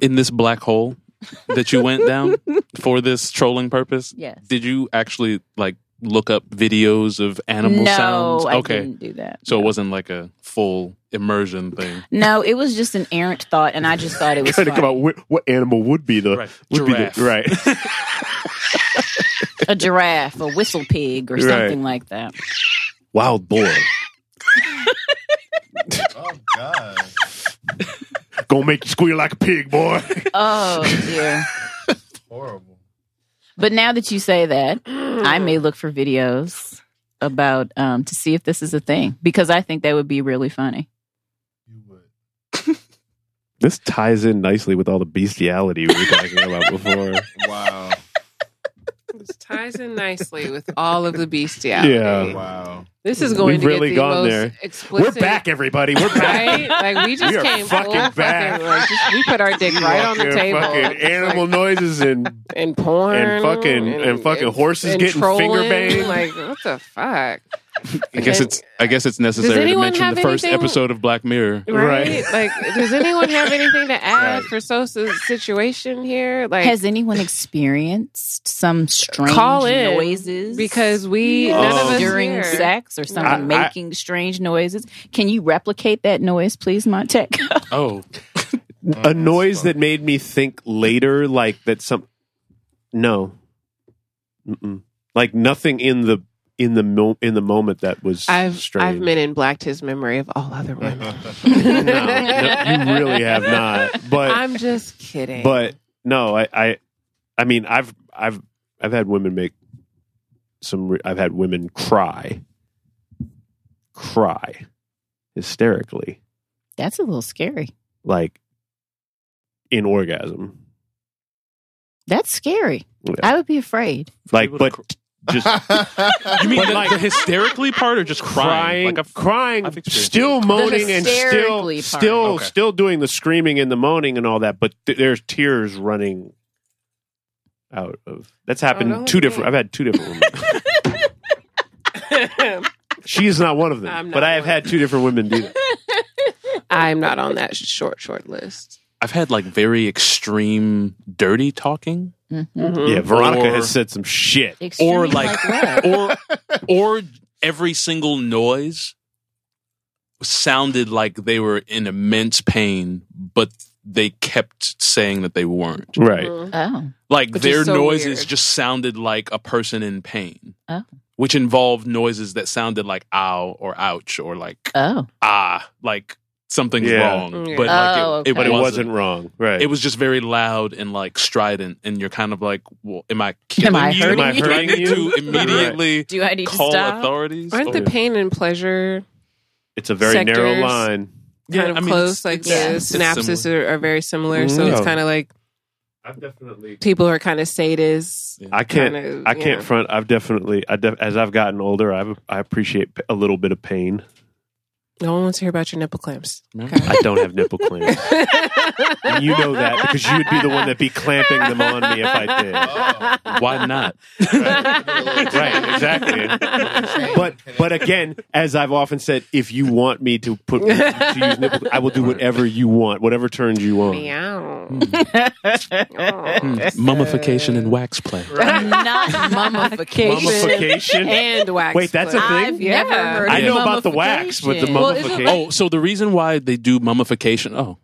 Speaker 4: in this black hole that you went down for this trolling purpose?
Speaker 5: Yes.
Speaker 4: Did you actually like look up videos of animal
Speaker 5: no,
Speaker 4: sounds?
Speaker 5: I
Speaker 4: okay.
Speaker 5: didn't do that.
Speaker 4: So it wasn't like a full immersion thing.
Speaker 5: No, it was just an errant thought, and I just thought it was
Speaker 1: Trying to come
Speaker 5: fun.
Speaker 1: out. What, what animal would be the
Speaker 4: Right.
Speaker 1: would
Speaker 4: Giraffe.
Speaker 1: be the right?
Speaker 5: a giraffe, a whistle pig, or something like that.
Speaker 1: Wild boar.
Speaker 6: Oh God.
Speaker 1: Gonna make you squeal like a pig, boy.
Speaker 5: Oh dear.
Speaker 6: Horrible.
Speaker 5: But now that you say that, I may look for videos about um, to see if this is a thing because I think that would be really funny.
Speaker 6: You would.
Speaker 1: *laughs* This ties in nicely with all the bestiality we were
Speaker 7: *laughs*
Speaker 1: talking about before. *laughs*
Speaker 6: Wow.
Speaker 7: This ties in nicely with all of the bestiality.
Speaker 1: Yeah. *laughs*
Speaker 6: Wow.
Speaker 7: This is going
Speaker 1: We've
Speaker 7: to
Speaker 1: really
Speaker 7: get the
Speaker 1: gone
Speaker 7: most
Speaker 1: there.
Speaker 7: explicit.
Speaker 1: We're back, everybody. We're back.
Speaker 7: Right? Like we just
Speaker 1: We are
Speaker 7: came full
Speaker 1: fucking
Speaker 7: fucking
Speaker 1: back.
Speaker 7: like, just- we put our dick right on the
Speaker 1: Fucking-
Speaker 7: table.
Speaker 1: Fucking
Speaker 7: It's like-
Speaker 1: animal noises *laughs* and
Speaker 7: and porn
Speaker 1: And fucking- and fucking horses getting finger
Speaker 7: trolling.
Speaker 1: banged.
Speaker 7: Like what the fuck,
Speaker 4: *laughs* I guess it's I guess it's necessary to
Speaker 7: anyone
Speaker 4: mention
Speaker 7: have
Speaker 4: the first
Speaker 7: anything-
Speaker 4: episode of Black Mirror.
Speaker 1: *laughs* Right.
Speaker 7: right? Like, does anyone have anything to add
Speaker 6: Right.
Speaker 7: for Sosa's situation here? Like,
Speaker 5: Has anyone experienced some strange
Speaker 7: Call in,
Speaker 5: noises Oh.
Speaker 7: because we none of
Speaker 4: Um,
Speaker 7: us
Speaker 5: during
Speaker 7: here.
Speaker 5: sex or something
Speaker 1: I- I-
Speaker 5: making strange noises? Can you replicate that noise, please, Montec?
Speaker 4: Oh.
Speaker 1: a noise that made me think later, like that some. No. Mm-mm. Like nothing in the in the mo- in the moment that was
Speaker 7: I've I've
Speaker 1: strange.
Speaker 7: men in blacked his memory of all other
Speaker 1: *laughs*
Speaker 7: women.
Speaker 1: no, no, you really have
Speaker 7: *laughs*
Speaker 1: not. But
Speaker 7: I'm just kidding.
Speaker 1: but no, I, I, I mean, I've, I've, I've had women make some. Re- I've had women cry, cry, hysterically,
Speaker 5: *laughs* That's a little scary.
Speaker 1: like in orgasm,
Speaker 5: That's scary.
Speaker 1: Yeah.
Speaker 5: I would be afraid.
Speaker 1: like,
Speaker 4: People to
Speaker 1: but just
Speaker 4: You
Speaker 1: But
Speaker 4: mean
Speaker 1: like-
Speaker 4: *laughs* like the hysterically part or just crying?
Speaker 1: crying,
Speaker 4: Like I've-
Speaker 1: crying,
Speaker 4: I've experienced
Speaker 1: still moaning and still,
Speaker 5: hysterically part.
Speaker 1: still,
Speaker 4: Okay.
Speaker 1: still doing the screaming and the moaning and all that. But th- there's tears running out of. That's happened
Speaker 7: Oh, don't
Speaker 1: two
Speaker 7: look at
Speaker 1: different.
Speaker 7: me.
Speaker 1: I've had two different women.
Speaker 7: *laughs*
Speaker 1: She is not one of them,
Speaker 7: I'm not
Speaker 1: but I have
Speaker 7: one.
Speaker 1: had two different women do that.
Speaker 7: I'm not on that short short list.
Speaker 4: I've had like very extreme dirty talking.
Speaker 7: Mhm.
Speaker 1: yeah, Veronica
Speaker 4: Or-
Speaker 1: has said some shit.
Speaker 5: Extreme
Speaker 4: or like, *laughs*
Speaker 5: what?
Speaker 4: or or every single noise sounded like they were in immense pain, but they kept saying that they weren't.
Speaker 1: Right.
Speaker 5: Oh,
Speaker 4: Like
Speaker 7: Which is
Speaker 4: their
Speaker 7: so
Speaker 4: noises
Speaker 7: weird.
Speaker 4: just sounded like a person in pain.
Speaker 5: Oh.
Speaker 4: Which involved noises that sounded like ow or ouch or like
Speaker 5: oh,
Speaker 4: ah, like something's
Speaker 1: Yeah.
Speaker 4: wrong.
Speaker 7: Yeah.
Speaker 4: But like
Speaker 5: Oh,
Speaker 4: it,
Speaker 5: okay.
Speaker 1: But it
Speaker 4: wasn't.
Speaker 1: wasn't wrong. Right.
Speaker 4: It was just very loud and like strident, and you're kind of like, well, "Am I killing
Speaker 5: I
Speaker 4: you?
Speaker 5: hurting
Speaker 1: Am I you?
Speaker 4: Do *laughs* I need
Speaker 1: hurting you?
Speaker 4: to immediately
Speaker 5: do I need
Speaker 4: call
Speaker 5: to stop?
Speaker 7: *laughs*
Speaker 4: authorities?"
Speaker 7: Aren't
Speaker 1: Oh,
Speaker 7: the
Speaker 4: Or-
Speaker 7: pain and pleasure
Speaker 1: it's a very narrow
Speaker 7: sectors.
Speaker 1: line.
Speaker 7: kind of
Speaker 4: Oh, I mean,
Speaker 7: close?
Speaker 4: it's-
Speaker 7: like
Speaker 4: it's-
Speaker 7: the
Speaker 4: it's
Speaker 7: synapses
Speaker 4: similar.
Speaker 7: are, are very similar, so it's
Speaker 1: Yeah.
Speaker 7: kind of like
Speaker 1: I've definitely.
Speaker 7: people who are kind of sadists.
Speaker 1: I can't.
Speaker 7: Kinda,
Speaker 1: I can't
Speaker 7: yeah.
Speaker 1: front. I've definitely. I def, as I've gotten older, I've, I appreciate p- a little bit of pain.
Speaker 7: No one wants to hear about your nipple clamps.
Speaker 4: *laughs*
Speaker 1: I don't have nipple clamps. And you know that because you would be the one that'd be clamping them on me if I did.
Speaker 4: Why not?
Speaker 1: Right. Exactly. But but again, as I've often said, if you want me to put to use nipple, I will do whatever you want, whatever turns you on.
Speaker 7: Meow.
Speaker 4: Hmm.
Speaker 7: *laughs*
Speaker 4: Mummification and wax play.
Speaker 5: Not mummification.
Speaker 1: Mummification.
Speaker 7: and wax.
Speaker 1: Wait, that's a
Speaker 7: play.
Speaker 1: thing.
Speaker 5: I've never
Speaker 7: Yeah.
Speaker 5: heard
Speaker 1: I
Speaker 5: of
Speaker 1: know about the wax, but the
Speaker 5: mummification.
Speaker 7: Well, isn't
Speaker 1: mummification.
Speaker 7: like-
Speaker 4: Oh, so the reason why they do mummification? Oh,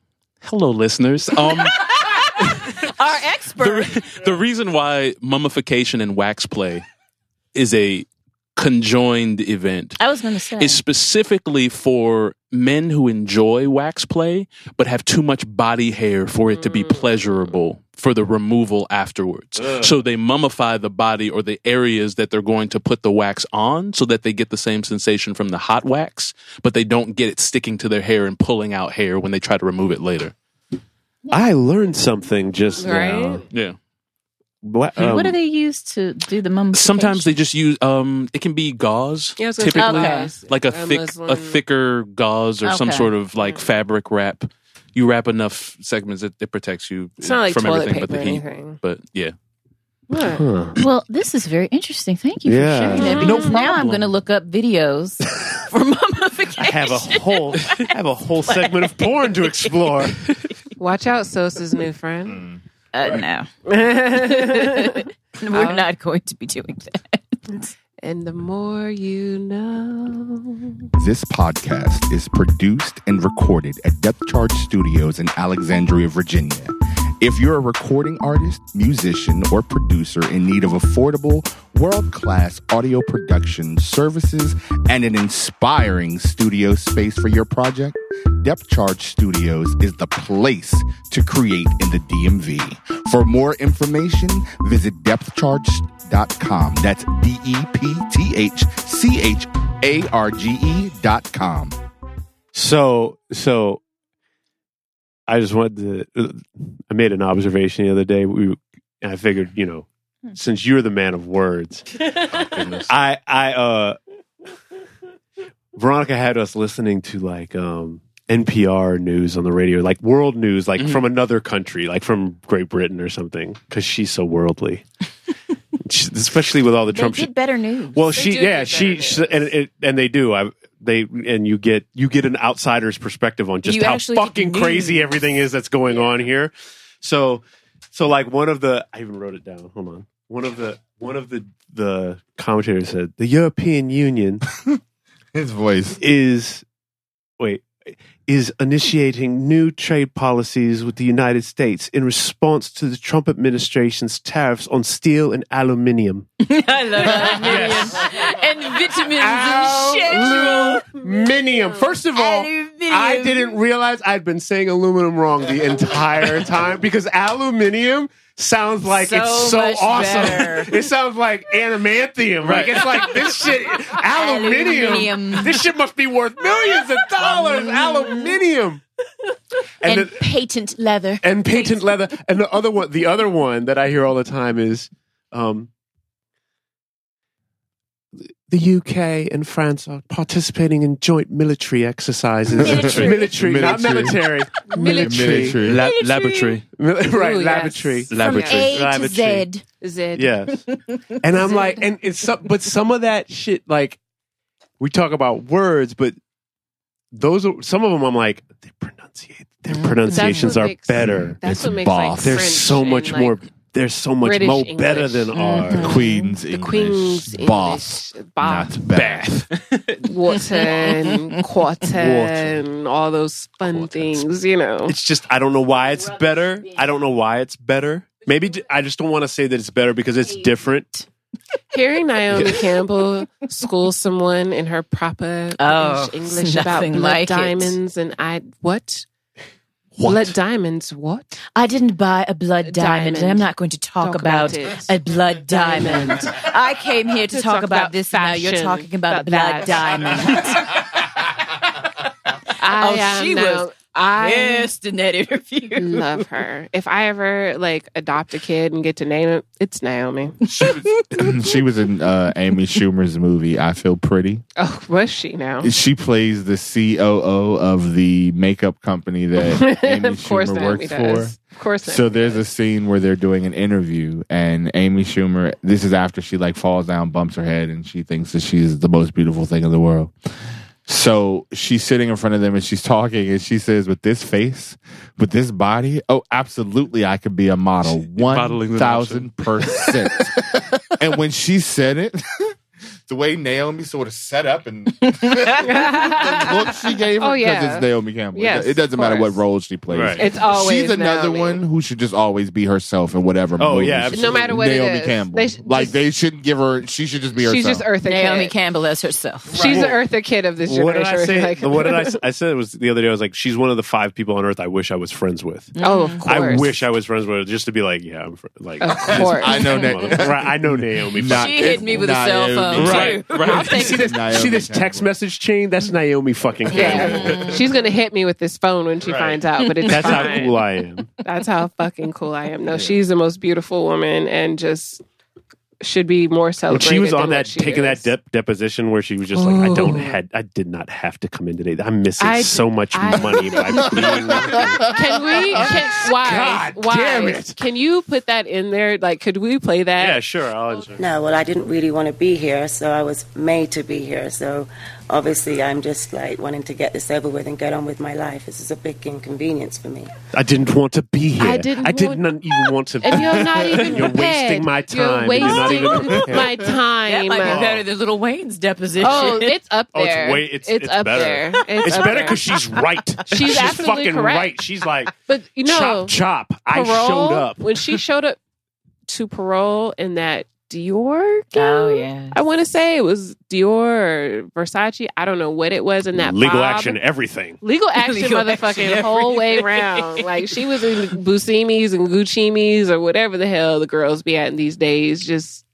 Speaker 7: *laughs*
Speaker 4: hello, listeners. Um,
Speaker 5: Our expert.
Speaker 4: the, re- the reason why mummification and wax play is a conjoined event.
Speaker 5: I was going to say.
Speaker 4: It's specifically for men who enjoy wax play but have too much body hair for it to
Speaker 7: Hmm.
Speaker 4: be pleasurable for the removal afterwards. So they mummify the body or the areas that they're going to put the wax on so that they get the same sensation from the hot wax, but they don't get it sticking to their hair and pulling out hair when they try to remove it later.
Speaker 1: Oh, I learned something just now.
Speaker 7: Right?
Speaker 4: Yeah.
Speaker 1: Wha- um,
Speaker 5: what do they use to do the mummification?
Speaker 4: Sometimes they just use um it can be gauze.
Speaker 7: Yeah, I was gonna say
Speaker 4: typically
Speaker 7: gauze.
Speaker 4: like a
Speaker 7: Um,
Speaker 4: thick a
Speaker 7: muslin.
Speaker 4: thicker gauze or some
Speaker 5: Okay.
Speaker 4: sort of
Speaker 7: Mm.
Speaker 4: like fabric wrap. You wrap enough segments it, it protects you
Speaker 7: It's not like
Speaker 4: from
Speaker 7: toilet
Speaker 4: everything
Speaker 7: paper
Speaker 4: but the
Speaker 7: or
Speaker 4: heat.
Speaker 7: anything.
Speaker 4: But yeah.
Speaker 7: Right.
Speaker 1: huh.
Speaker 5: Well, this is very interesting. Thank you
Speaker 1: Yeah.
Speaker 5: for sharing that.
Speaker 4: No
Speaker 5: because Now I'm
Speaker 4: problem.
Speaker 5: going to look up
Speaker 1: *laughs*
Speaker 5: videos for mummification.
Speaker 1: I have a whole I have a whole segment of porn to explore.
Speaker 7: Watch out, Sosa's new friend.
Speaker 5: Uh, no,
Speaker 4: Mm.
Speaker 5: Uh,
Speaker 7: *laughs*
Speaker 5: we're
Speaker 7: I'll-
Speaker 5: not going to be doing that.
Speaker 7: and the more you know.
Speaker 6: This podcast is produced and recorded at Depth Charge Studios in Alexandria, Virginia. If you're a recording artist, musician, or producer in need of affordable, world class audio production services and an inspiring studio space for your project, Depth Charge Studios is the place to create in the DMV. For more information, visit depthcharge.com. That's D E P T H C H A R G E dot com.
Speaker 1: So so I just wanted to I made an observation the other day. We and I figured, you know,
Speaker 5: Hmm.
Speaker 1: since you're the man of words,
Speaker 4: *laughs*
Speaker 1: I I uh Veronica had us listening to like um NPR news on the radio, like world news, like from another country, like from Great Britain or something, because she's so
Speaker 5: *laughs*
Speaker 1: worldly. She- Especially with all the Trump
Speaker 5: they
Speaker 1: shit.
Speaker 5: did better news.
Speaker 1: Well,
Speaker 7: They
Speaker 1: she,
Speaker 7: do
Speaker 1: yeah,
Speaker 7: get
Speaker 1: she,
Speaker 7: better
Speaker 1: she and it, and they do. I they and you get you get an outsider's perspective on just
Speaker 5: You
Speaker 1: how
Speaker 5: actually get
Speaker 1: fucking crazy
Speaker 5: news.
Speaker 1: everything is that's going on here. So, so like one of the I even wrote it down. Hold on. One of the one of the the commentators said the European Union
Speaker 6: His voice.
Speaker 1: is wait is initiating new trade policies with the United States in response to the Trump administration's tariffs on steel and aluminium.
Speaker 5: I
Speaker 1: *laughs*
Speaker 5: love that. and vitamins and shit.
Speaker 1: Aluminium. First of all,
Speaker 5: Aluminium.
Speaker 1: I didn't realize I'd been saying aluminum wrong the entire
Speaker 5: *laughs*
Speaker 1: time because aluminium sounds like
Speaker 5: So
Speaker 1: it's so
Speaker 5: much
Speaker 1: awesome.
Speaker 5: better.
Speaker 1: It sounds like animanthium. Like it's like this shit aluminium.
Speaker 5: Aluminium.
Speaker 1: This shit must be worth millions of dollars. aluminium. And,
Speaker 5: and
Speaker 1: the-
Speaker 5: patent leather.
Speaker 1: and patent leather. And the other one the other one that I hear all the time is um the UK and France are participating in joint military exercises.
Speaker 5: Military.
Speaker 1: military, not military.
Speaker 4: *laughs*
Speaker 1: military.
Speaker 6: Military.
Speaker 4: La- *laughs* laboratory.
Speaker 1: Mil- right,
Speaker 7: Ooh, yes.
Speaker 1: laboratory.
Speaker 4: Laboratory.
Speaker 5: A to
Speaker 1: Lavatory.
Speaker 5: Z.
Speaker 7: Zed.
Speaker 1: Yes. And I'm like, and it's some, but some of that shit, like, we talk about words, but those are some of them. I'm like, they pronunciate their pronunciations
Speaker 7: what
Speaker 1: are
Speaker 7: makes-
Speaker 1: better.
Speaker 7: That's
Speaker 6: It's
Speaker 7: what makes like,
Speaker 6: boss.
Speaker 1: They're
Speaker 7: French
Speaker 1: so much
Speaker 7: and, like,
Speaker 1: more. They're so much
Speaker 7: British
Speaker 1: more
Speaker 7: English. Mm-hmm.
Speaker 1: better than
Speaker 6: The
Speaker 1: ours.
Speaker 6: Queen's
Speaker 7: the
Speaker 6: English.
Speaker 7: Queen's
Speaker 6: Boss.
Speaker 7: English, bath,
Speaker 6: Not Bath.
Speaker 5: *laughs*
Speaker 7: water, and quarter, and all those fun
Speaker 1: Quarter.
Speaker 7: things, you know.
Speaker 1: It's just I don't know why it's better. I don't know why it's better. Maybe j- I just don't want to say that it's better because it's different. *laughs*
Speaker 7: Hearing Naomi Campbell school someone in her proper
Speaker 5: Oh,
Speaker 7: British English
Speaker 5: it's
Speaker 7: about
Speaker 5: nothing
Speaker 7: blood
Speaker 5: like it.
Speaker 7: diamonds and I what?
Speaker 1: What?
Speaker 7: Blood diamonds, what?
Speaker 5: I didn't buy a blood diamond, and I'm
Speaker 7: diamond.
Speaker 5: not going to talk,
Speaker 7: Talk
Speaker 5: about,
Speaker 7: about it.
Speaker 5: a blood *laughs* diamond. I came here to, talk,
Speaker 7: talk
Speaker 5: about,
Speaker 7: about
Speaker 5: this. and Now you're
Speaker 7: fashion,
Speaker 5: talking about a
Speaker 7: about
Speaker 5: blood
Speaker 7: that.
Speaker 5: diamond.
Speaker 7: I
Speaker 5: Oh,
Speaker 7: am
Speaker 5: she
Speaker 7: now-
Speaker 5: was
Speaker 7: I
Speaker 5: in that interview.
Speaker 7: love her. If I ever like adopt a kid and get to name it, it's Naomi.
Speaker 6: *laughs* she was in uh, Amy Schumer's movie, I Feel Pretty.
Speaker 7: Oh, was she now?
Speaker 6: She plays the COO of the makeup company that Amy
Speaker 7: *laughs* of course,
Speaker 6: Schumer
Speaker 7: Naomi
Speaker 6: works
Speaker 7: does.
Speaker 6: for.
Speaker 7: Of course,
Speaker 6: So there's a scene where they're doing an interview, and Amy Schumer. This is after she like falls down, bumps her head, and she thinks that she's the most beautiful thing in the world. So she's sitting in front of them and she's talking, and she says, "With this face, with this body, oh, absolutely, I could be a model, one
Speaker 4: Modeling the
Speaker 6: thousand percent." and when she said it, *laughs* the way Naomi sort of set up
Speaker 7: *laughs*
Speaker 6: and the look she gave her
Speaker 7: Oh, yeah.
Speaker 6: it's Naomi Campbell. It
Speaker 7: Yes,
Speaker 6: do- it doesn't
Speaker 7: of
Speaker 6: matter what
Speaker 7: course.
Speaker 6: role she plays.
Speaker 1: Right.
Speaker 7: It's always
Speaker 6: She's another
Speaker 7: Naomi.
Speaker 6: one who should just always be herself in whatever.
Speaker 1: Oh,
Speaker 6: movie
Speaker 1: yeah,
Speaker 6: she's
Speaker 1: absolutely.
Speaker 6: in.
Speaker 7: No matter what it
Speaker 6: Naomi
Speaker 7: is.
Speaker 6: Campbell.
Speaker 7: They sh-
Speaker 6: like
Speaker 7: just-
Speaker 6: they shouldn't give her. She should just be herself.
Speaker 7: She's just Eartha
Speaker 5: Naomi
Speaker 7: Kitt.
Speaker 5: Campbell as herself.
Speaker 7: She's the Eartha Kid of this generation.
Speaker 1: What did I say?
Speaker 7: Like-
Speaker 1: what did I? s- I said it was the other day. I was like, she's one of the five people on Earth I wish I was friends with.
Speaker 7: *laughs* Oh, of course. Oh.
Speaker 1: I wish I was friends with her just to be like, yeah, I'm fr- like,
Speaker 7: Of
Speaker 1: *laughs*
Speaker 7: course.
Speaker 6: I know
Speaker 1: Motherfucker.
Speaker 6: that.
Speaker 1: right, I know Naomi.
Speaker 5: *laughs*
Speaker 6: Not-
Speaker 5: She hit me with a
Speaker 6: not
Speaker 5: cell phone,
Speaker 6: Naomi.
Speaker 1: Right,
Speaker 5: too.
Speaker 1: right.
Speaker 5: *laughs* I'll take
Speaker 1: see this,
Speaker 6: Naomi
Speaker 1: see this
Speaker 6: Campbell.
Speaker 1: text message chain? That's Naomi fucking Campbell.
Speaker 7: *laughs* Yeah. She's going to hit me with this phone when she
Speaker 1: Right.
Speaker 7: finds out, but it's
Speaker 1: That's how
Speaker 7: fine.
Speaker 1: cool I am.
Speaker 7: That's how fucking cool I am. No, she's the most beautiful woman and just should be more
Speaker 1: When
Speaker 7: celebrated.
Speaker 1: she was
Speaker 7: than
Speaker 1: on
Speaker 7: what
Speaker 1: that
Speaker 7: she
Speaker 1: taking
Speaker 7: is.
Speaker 1: that dep- deposition where she was just like, I don't had, I did not have to come in today. I'm missing
Speaker 7: I-
Speaker 1: so much
Speaker 7: I-
Speaker 1: money by
Speaker 7: *laughs*
Speaker 1: being.
Speaker 7: Can
Speaker 1: *laughs*
Speaker 7: we? Can, why?
Speaker 1: Oh God
Speaker 7: why?
Speaker 1: damn it.
Speaker 7: Can you put that in there? Like, could we play that?
Speaker 1: yeah, sure. I'll answer.
Speaker 10: No, well, I didn't really want to be here, so I was made to be here. So obviously, I'm just like wanting to get this over with and get on with my life. This is a big inconvenience for me.
Speaker 1: I didn't want to be here.
Speaker 7: I didn't
Speaker 1: I did
Speaker 7: want-
Speaker 1: not even want to.
Speaker 7: And
Speaker 1: *laughs*
Speaker 7: you're not even
Speaker 1: You're
Speaker 7: prepared.
Speaker 1: wasting my time.
Speaker 7: You're
Speaker 1: You're not
Speaker 7: wasting
Speaker 1: even prepared.
Speaker 7: my
Speaker 5: That
Speaker 7: time.
Speaker 5: might be better than Little Wayne's deposition. *laughs*
Speaker 7: Oh, it's up
Speaker 1: Oh, it's
Speaker 7: there.
Speaker 1: way- it's- it's
Speaker 7: up
Speaker 1: better.
Speaker 7: there.
Speaker 1: it's
Speaker 7: up
Speaker 1: better
Speaker 7: there.
Speaker 1: because she's right.
Speaker 7: *laughs* She's absolutely
Speaker 1: fucking
Speaker 7: correct.
Speaker 1: right. She's like,
Speaker 7: But you know,
Speaker 1: chop, chop. I
Speaker 7: parole,
Speaker 1: showed up.
Speaker 7: when she showed up to parole in that Dior.
Speaker 5: Oh,
Speaker 7: gown,
Speaker 5: yeah.
Speaker 7: I want to say it was Dior or Versace. I don't know what it was in that
Speaker 1: Legal
Speaker 7: bob.
Speaker 1: action, everything.
Speaker 7: Legal action,
Speaker 5: Legal
Speaker 7: motherfucking
Speaker 5: action,
Speaker 7: whole way
Speaker 5: everything.
Speaker 7: round.
Speaker 1: *laughs*
Speaker 7: Like she was in Busimis and Guccimis or whatever the hell the girls be at in these days, just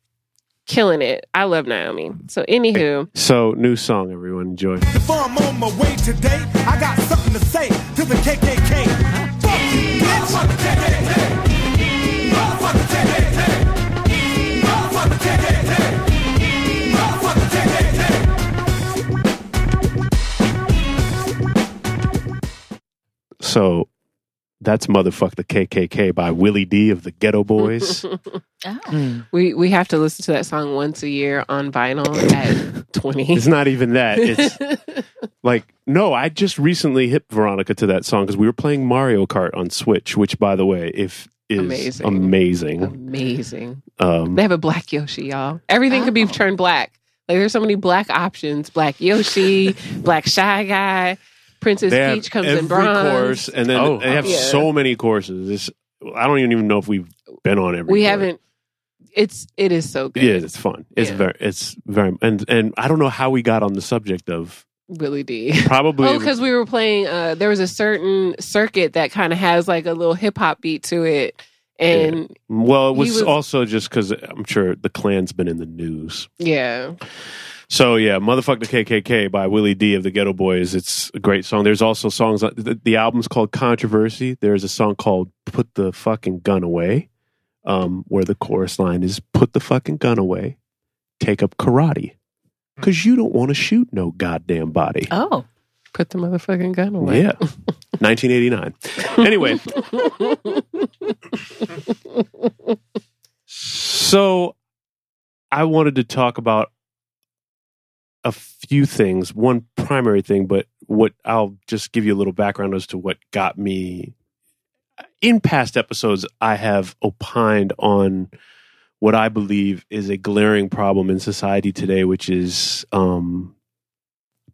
Speaker 7: killing it. I love Naomi. So anywho,
Speaker 1: So, new song, everyone. Enjoy.
Speaker 11: If I'm on my way today, I got something to say to the KKK. Fuck you, motherfucker KKK. Motherfucker KKK. Motherfucker KKK. Motherfucker KKK.
Speaker 1: So, that's Motherfuck the KKK by Willie D of the Ghetto
Speaker 7: *laughs*
Speaker 1: Boys.
Speaker 5: Oh.
Speaker 7: we we have to listen to that song once a year on vinyl
Speaker 1: *laughs*
Speaker 7: at twenty.
Speaker 1: it's not even that. It's like, no, I just recently hit Veronica to that song because we were playing Mario Kart on Switch, which, by the way, if is
Speaker 7: Amazing.
Speaker 1: amazing. amazing.
Speaker 7: *laughs* Amazing.
Speaker 1: Um,
Speaker 7: They have a black Yoshi, y'all. Everything
Speaker 1: Oh.
Speaker 7: could be turned black. Like there's so many black options:
Speaker 1: *laughs*
Speaker 7: black Yoshi, black shy guy, Princess
Speaker 1: have
Speaker 7: Peach comes in bronze.
Speaker 1: course, and then
Speaker 4: Oh,
Speaker 1: they have
Speaker 7: yeah.
Speaker 1: so many courses. It's, I don't even know if we've been on every.
Speaker 7: we
Speaker 1: course.
Speaker 7: haven't. It's it is so good.
Speaker 1: It is. It's fun. It's
Speaker 7: Yeah.
Speaker 1: very. It's very. And and I don't know how we got on the subject of
Speaker 7: Willie D.
Speaker 1: *laughs* probably.
Speaker 7: Oh, because we were playing. Uh, there was a certain circuit that kind of has like a little hip hop beat to it, and
Speaker 1: well, it
Speaker 7: he
Speaker 1: was,
Speaker 7: was-
Speaker 1: also just because I'm sure the Klan's been in the news.
Speaker 7: yeah,
Speaker 1: So yeah, "Motherfuck the KKK" by Willie D of the Ghetto Boys. It's a great song. There's also songs. on- The, the album's called "Controversy." There's a song called "Put the Fucking Gun Away," um, where the chorus line is "Put the fucking gun away, take up karate, cause you don't want to shoot no goddamn body."
Speaker 5: oh.
Speaker 7: put the motherfucking gun away. *laughs*
Speaker 1: Yeah. *laughs* 1989. Anyway. so I wanted to talk about a few things. One primary thing, but what I'll just give you a little background as to what got me. uh, In past episodes, I have opined on what I believe is a glaring problem in society today, which is um,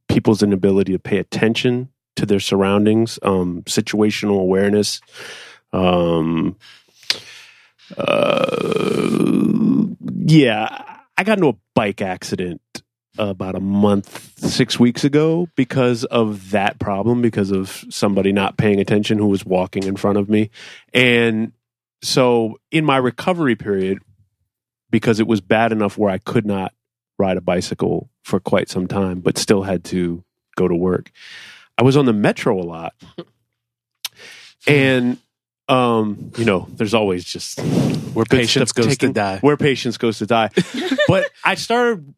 Speaker 1: people's inability to pay attention to their surroundings, um, situational awareness, um, uh, yeah, I got into a bike accident about a month, six weeks ago because of that problem, because of somebody not paying attention who was walking in front of me. And so in my recovery period, because it was bad enough where I could not ride a bicycle for quite some time, but still had to go to work, I was on the metro a lot. And um, you know, there's always just where
Speaker 4: Good
Speaker 1: patience
Speaker 4: stuff goes to
Speaker 1: taking-
Speaker 4: die.
Speaker 1: Where patience goes to
Speaker 4: *laughs*
Speaker 1: die. but I started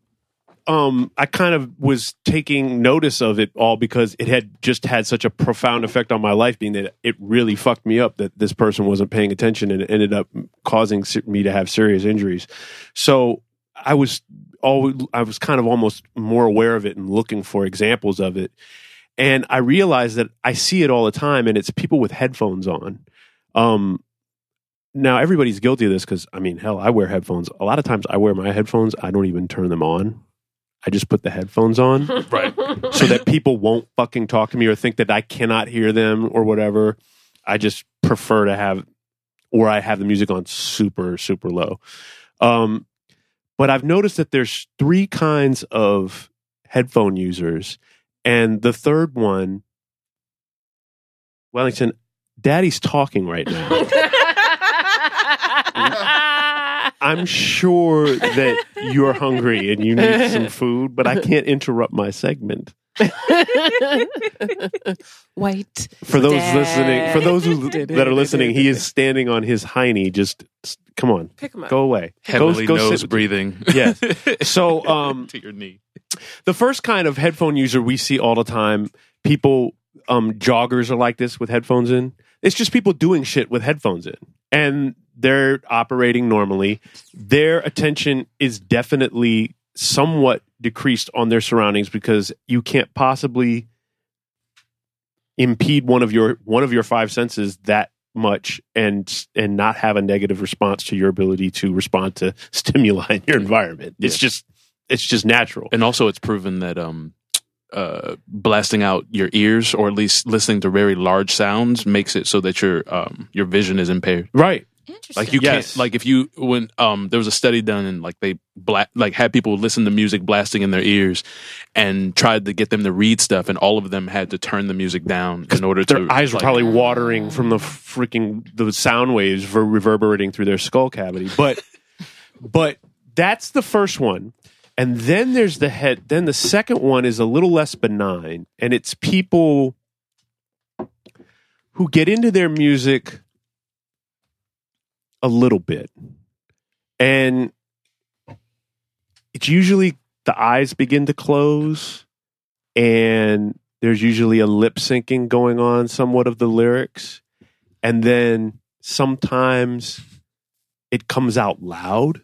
Speaker 1: um I kind of was taking notice of it all because it had just had such a profound effect on my life being that it really fucked me up that this person wasn't paying attention and it ended up causing se- me to have serious injuries. So I was always I was kind of almost more aware of it and looking for examples of it. And I realized that I see it all the time and it's people with headphones on. Um now everybody's guilty of this because I mean, hell, I wear headphones. A lot of times I wear my headphones, I don't even turn them on. I just put the headphones on
Speaker 4: Right.
Speaker 1: so that people won't fucking talk to me or think that I cannot hear them or whatever. I just prefer to have or I have the music on super super low. Um but I've noticed that there's three kinds of headphone users and the third one Wellington daddy's talking right now. I'm sure that you're hungry and you need some food, but I can't interrupt my segment.
Speaker 7: White.
Speaker 1: For those
Speaker 7: Dad.
Speaker 1: listening, for those who, that are listening, he is standing on his hiney. Just s- come on,
Speaker 7: *laughs* Pick him up.
Speaker 1: go away.
Speaker 4: *laughs* Heavily
Speaker 1: go, go
Speaker 4: nose
Speaker 1: sit-
Speaker 4: *laughs* breathing.
Speaker 1: Yes. So, um,
Speaker 4: to your knee.
Speaker 1: the first kind of headphone user we see all the time, people, um, joggers are like this with headphones in. It's just people doing shit with headphones in, and they're operating normally. Their attention is definitely somewhat decreased on their surroundings because you can't possibly impede one of your one of your five senses that much and and not have a negative response to your ability to respond to *laughs* stimuli in your environment. It's just it's just natural.
Speaker 4: And also, it's proven that um, uh, blasting out your ears, or at least listening to very large sounds, makes it so that your um, your vision is impaired.
Speaker 1: Right.
Speaker 5: Interesting.
Speaker 4: Like you
Speaker 1: Yes.
Speaker 4: can't like if you when um there was a study done and like they bla- like had people listen to music blasting in their ears and tried to get them to read stuff and all of them had to turn the music down in order to
Speaker 1: Their eyes were
Speaker 4: like-
Speaker 1: probably watering from the freaking the sound waves ver- reverberating through their skull cavity. But *laughs* but that's the first one. And then there's the head then the second one is a little less benign and it's people who get into their music a little bit. And it's usually the eyes begin to close and there's usually a lip syncing going on somewhat of the lyrics and then sometimes it comes out loud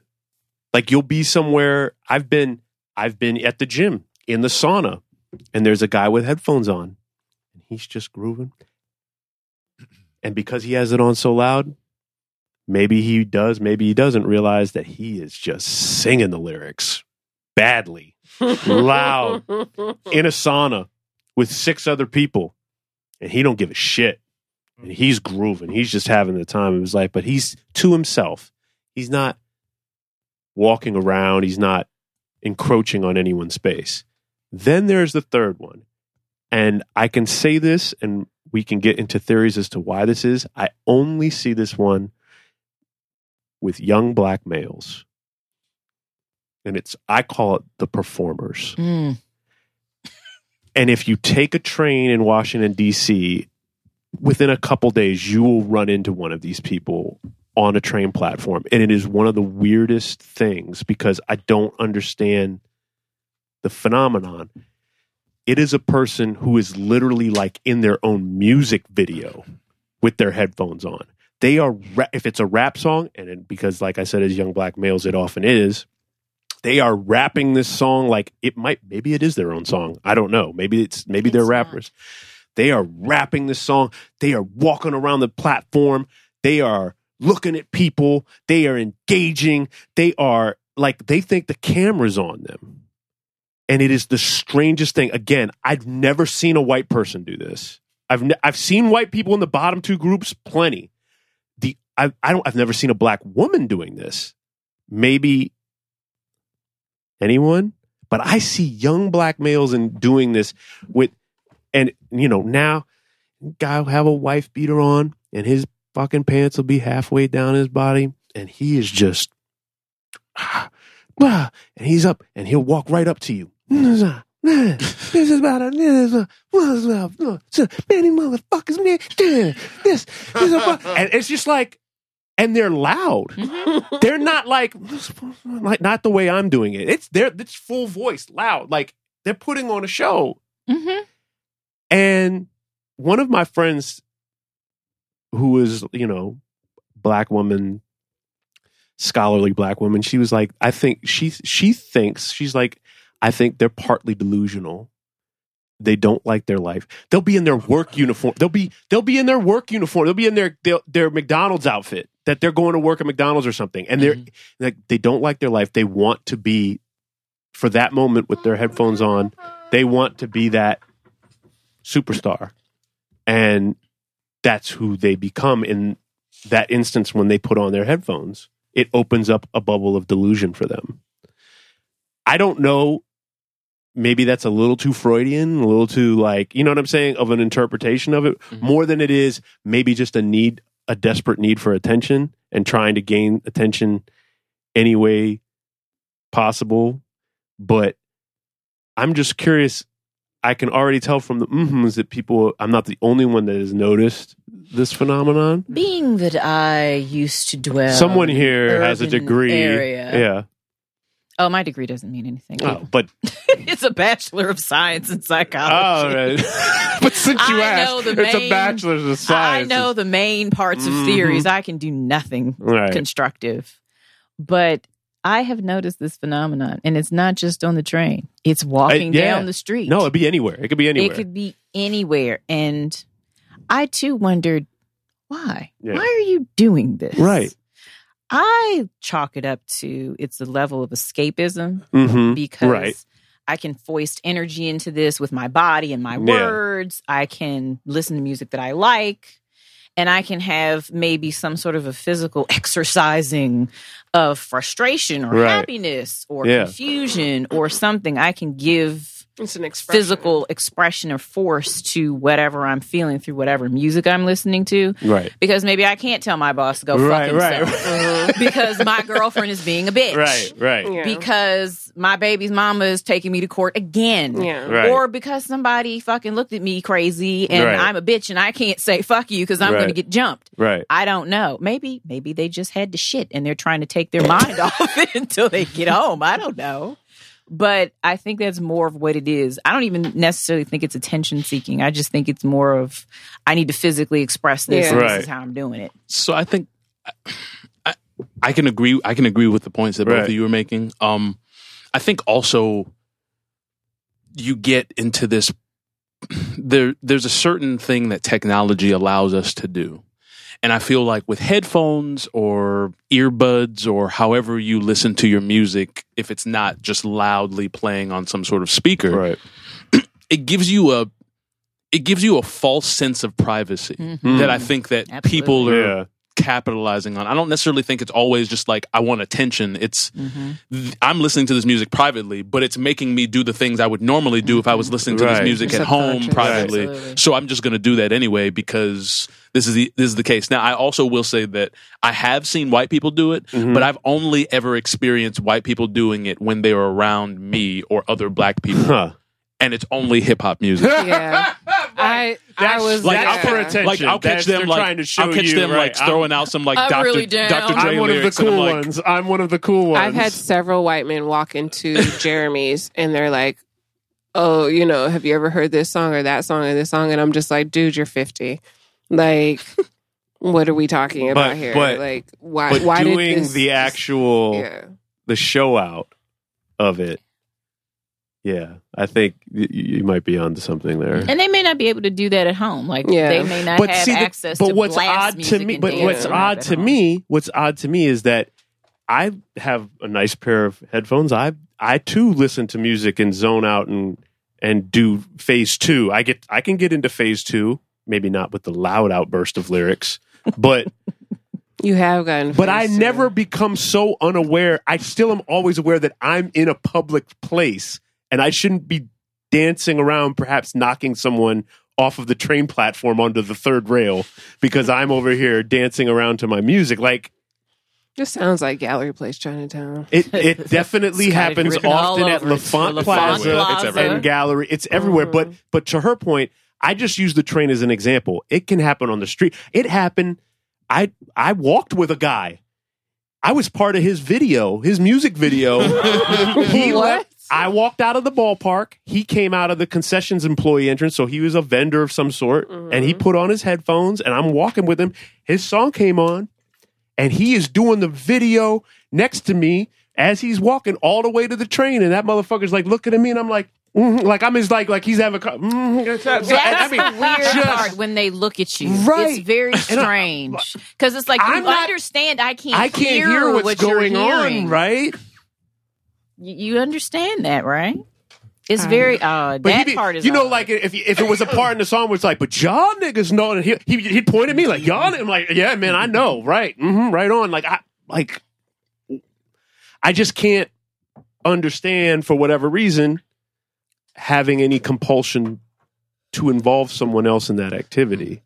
Speaker 1: like you'll be somewhere i've been i've been at the gym in the sauna and there's a guy with headphones on and he's just grooving and because he has it on so loud maybe he does maybe he doesn't realize that he is just singing the lyrics badly
Speaker 7: *laughs*
Speaker 1: loud *laughs* in a sauna with six other people and he don't give a shit and he's grooving he's just having the time of his life but he's to himself he's not walking around he's not encroaching on anyone's space then there's the third one and i can say this and we can get into theories as to why this is i only see this one with young black males and it's i call it the performers
Speaker 5: Mm.
Speaker 1: and if you take a train in Washington, D.C., within a couple days, you will run into one of these people on a train platform. And it is one of the weirdest things because I don't understand the phenomenon. It is a person who is literally like in their own music video with their headphones on. They are, ra- if it's a rap song, and it, because, like I said, as young black males, it often is, they are rapping this song like it might maybe it is their own song i don't know maybe it's maybe they're
Speaker 5: It's not.
Speaker 1: rappers they are rapping this song they are walking around the platform they are looking at people they are engaging they are like they think the camera's on them and it is the strangest thing again i've never seen a white person do this i've ne- i've seen white people in the bottom two groups plenty the I, I don't i've never seen a black woman doing this maybe anyone, but I see young black males and doing this with, and you know now, guy will have a wife beater on, and his fucking pants will be halfway down his body, and he is just, *sighs* ah, ah, and he's up, and he'll walk right up to you. This is about a this is a- this is a- this is a- many motherfuckers, man. This, this is a, fu- and it's just like, and they're loud. They're not like like not the way I'm doing it. It's they're it's full voice, loud. Like they're putting on a show.
Speaker 5: Mhm.
Speaker 1: And one of my friends who was, you know, black woman, scholarly black woman, she was like, I think she she thinks, she's like, I think they're partly delusional. They don't like their life. They'll be in their work uniform. They'll be they'll be in their work uniform. They'll be in their their, their McDonald's outfit that they're going to work at McDonald's or something. And they're like they don't like their life. They want to be for that moment with their headphones on. They want to be that superstar. And that's who they become in that instance when they put on their headphones. It opens up a bubble of delusion for them. I don't know. Maybe that's a little too Freudian, a little too like, you know what I'm saying, of an interpretation of it more than it is maybe just a need, a desperate need for attention and trying to gain attention any way possible. But I'm just curious. I can already tell from the mm that people, I'm not the only one that has noticed this phenomenon.
Speaker 12: Being that I used to dwell.
Speaker 1: Someone here has a
Speaker 12: urban
Speaker 1: degree.
Speaker 12: Area.
Speaker 1: Yeah.
Speaker 5: Oh, my degree doesn't mean anything.
Speaker 1: Oh, but
Speaker 5: *laughs* it's a Bachelor of Science in
Speaker 1: oh,
Speaker 5: Psychology.
Speaker 1: right.
Speaker 5: *laughs*
Speaker 1: but since you
Speaker 5: I know
Speaker 1: asked,
Speaker 5: the
Speaker 1: it's a
Speaker 5: main-
Speaker 1: bachelor's of science.
Speaker 5: I know the main parts
Speaker 1: Mhm.
Speaker 5: of theories. I can do nothing
Speaker 1: Right.
Speaker 5: constructive. But I have noticed this phenomenon, and it's not just on the train, it's walking
Speaker 1: yeah.
Speaker 5: down the street.
Speaker 1: No, it'd be anywhere. It could be anywhere.
Speaker 5: It could be anywhere. And I too wondered why?
Speaker 1: Yeah.
Speaker 5: Why are you doing this?
Speaker 1: Right.
Speaker 5: I chalk it up to it's a level of escapism
Speaker 1: Mhm.
Speaker 5: because
Speaker 1: Right.
Speaker 5: I can foist energy into this with my body and my
Speaker 1: Yeah.
Speaker 5: words. I can listen to music that I like. And I can have maybe some sort of a physical *laughs* exercising of frustration or
Speaker 1: Right.
Speaker 5: happiness or
Speaker 1: Yeah.
Speaker 5: confusion or something. I can give
Speaker 7: It's an expression.
Speaker 5: physical expression or force to whatever I'm feeling through whatever music I'm listening to.
Speaker 1: Right.
Speaker 5: Because maybe I can't tell my boss to go
Speaker 1: Right,
Speaker 5: fuck
Speaker 1: right, Uh-huh.
Speaker 5: himself *laughs* because my girlfriend is being a bitch.
Speaker 1: Right, right.
Speaker 7: Yeah.
Speaker 5: Because my baby's mama is taking me to court again.
Speaker 7: Yeah.
Speaker 1: Right.
Speaker 5: Or because somebody fucking looked at me crazy and
Speaker 1: Right.
Speaker 5: I'm a bitch and I can't say fuck you because I'm
Speaker 1: Right.
Speaker 5: going to get jumped.
Speaker 1: Right.
Speaker 5: I don't know. Maybe maybe they just had to shit and they're trying to take their mind *laughs* off it until they get home. I don't know. But I think that's more of what it is. I don't even necessarily think it's attention seeking. I just think it's more of I need to physically express this
Speaker 7: Yeah.
Speaker 5: and
Speaker 1: Right.
Speaker 5: this is how I'm doing it.
Speaker 4: so I think I, I can agree. I can agree with the points that both
Speaker 1: Right.
Speaker 4: of you were making. Um, I think also you get into this. There, there's a certain thing that technology allows us to do, and I feel like with headphones or earbuds or however you listen to your music, if it's not just loudly playing on some sort of speaker,
Speaker 1: Right.
Speaker 4: it gives you a it gives you a false sense of privacy that I think that
Speaker 5: Absolutely.
Speaker 4: people are
Speaker 1: Yeah.
Speaker 4: capitalizing on. I don't necessarily think it's always just like I want attention. It's th- I'm listening to this music privately, but it's making me do the things I would normally do if I was listening to
Speaker 1: Right.
Speaker 4: this music
Speaker 5: Your
Speaker 4: at home
Speaker 5: subconscious.
Speaker 4: privately.
Speaker 5: Absolutely.
Speaker 4: So I'm just going to do that anyway because this is the this is the case. Now I also will say that I have seen white people do it,
Speaker 1: Mm-hmm.
Speaker 4: but I've only ever experienced white people doing it when they are around me or other black people.
Speaker 1: Huh.
Speaker 4: And it's only hip hop music.
Speaker 7: *laughs* Yeah. I, I was
Speaker 4: like,
Speaker 7: there.
Speaker 1: That's
Speaker 4: I'll,
Speaker 1: for attention.
Speaker 4: like I'll
Speaker 1: That's-
Speaker 4: catch them
Speaker 1: they're
Speaker 4: like
Speaker 1: trying to show
Speaker 4: I'll catch
Speaker 1: you,
Speaker 4: them
Speaker 1: right,
Speaker 4: like throwing out some like
Speaker 5: I'm
Speaker 4: Dr.
Speaker 5: really down.
Speaker 4: Dr. Dre
Speaker 1: I'm one of the
Speaker 4: lyrics,
Speaker 1: cool
Speaker 4: and I'm like,
Speaker 1: ones. I'm one of the cool ones.
Speaker 7: I've had several white men
Speaker 1: *laughs*
Speaker 7: walk into Jeremy's and they're like, "Oh, you know, have you ever heard this song or that song or this song?" And I'm just like, "Dude, you're 50.
Speaker 1: *laughs*
Speaker 7: Like, what are we talking about
Speaker 1: But-
Speaker 7: here?
Speaker 1: but-
Speaker 7: like, why?
Speaker 1: but
Speaker 7: why
Speaker 1: doing
Speaker 7: did this,
Speaker 1: the actual
Speaker 7: Yeah,
Speaker 1: the show out of it. Yeah, I think y- y- you might be onto something there.
Speaker 5: And they may not be able to do that at home. Like
Speaker 7: Yeah.
Speaker 5: they may not have
Speaker 1: the-
Speaker 5: access
Speaker 1: but
Speaker 5: to
Speaker 1: what's
Speaker 5: blast
Speaker 1: odd
Speaker 5: music
Speaker 1: to me
Speaker 5: and
Speaker 1: but
Speaker 5: dance
Speaker 1: what's
Speaker 5: around
Speaker 1: odd
Speaker 5: at
Speaker 1: to
Speaker 5: home.
Speaker 1: me what's odd to me is that i have a nice pair of headphones i i too listen to music and zone out and and do phase two i get i can get into phase two maybe not with the loud outburst of lyrics but
Speaker 7: you have gotten.
Speaker 1: but i
Speaker 7: faced,
Speaker 1: never become so unaware i still am always aware that i'm in a public place and i shouldn't be dancing around perhaps knocking someone off of the train platform onto the third rail because i'm over here dancing around to my music like
Speaker 7: yeah. This sounds like Gallery Place Chinatown.
Speaker 1: it,
Speaker 5: *laughs*
Speaker 1: it definitely
Speaker 5: It's got it
Speaker 1: happens
Speaker 5: written all
Speaker 1: often at
Speaker 5: over it.
Speaker 1: Lafont
Speaker 5: Lafont
Speaker 1: Plaza,
Speaker 5: Plaza. Mm-hmm. It's everywhere.
Speaker 1: and Gallery. It's everywhere. But but to her point, I just use the train as an example. It can happen on the street. It happened. I I walked with a guy. I was part of his video, his music
Speaker 5: *laughs*
Speaker 1: video. he left. I walked out of the ballpark. He came out of the concessions employee entrance, so he was a vendor of some sort,
Speaker 5: Mm-hmm.
Speaker 1: and he put on his headphones. And I'm walking with him. His song came on and he is doing the video next to me as he's walking all the way to the train, and that motherfucker's like looking at me, and I'm like, mhm, like I'm his like like he's having, co- mhm, so- so- and I
Speaker 5: That's
Speaker 1: mean,
Speaker 5: the weird
Speaker 1: just-
Speaker 5: part when they look at you.
Speaker 1: Right.
Speaker 5: It's very
Speaker 1: And I-
Speaker 5: strange because it's like you
Speaker 1: I'm not-
Speaker 5: understand. I can't.
Speaker 1: I can't hear, what's
Speaker 5: what you're
Speaker 1: going on,
Speaker 5: hearing.
Speaker 1: right?
Speaker 5: You, you understand that, right? It's very odd. that
Speaker 1: be-
Speaker 5: part is uh,
Speaker 1: you know,
Speaker 5: odd.
Speaker 1: like if if it was a part in the song where it's like, but y'all niggas know, and he he he'd point at me like y'all, I'm like, yeah, man, I know, right, hmm right on, like I like, I just can't understand for whatever reason having any compulsion to involve someone else in that activity.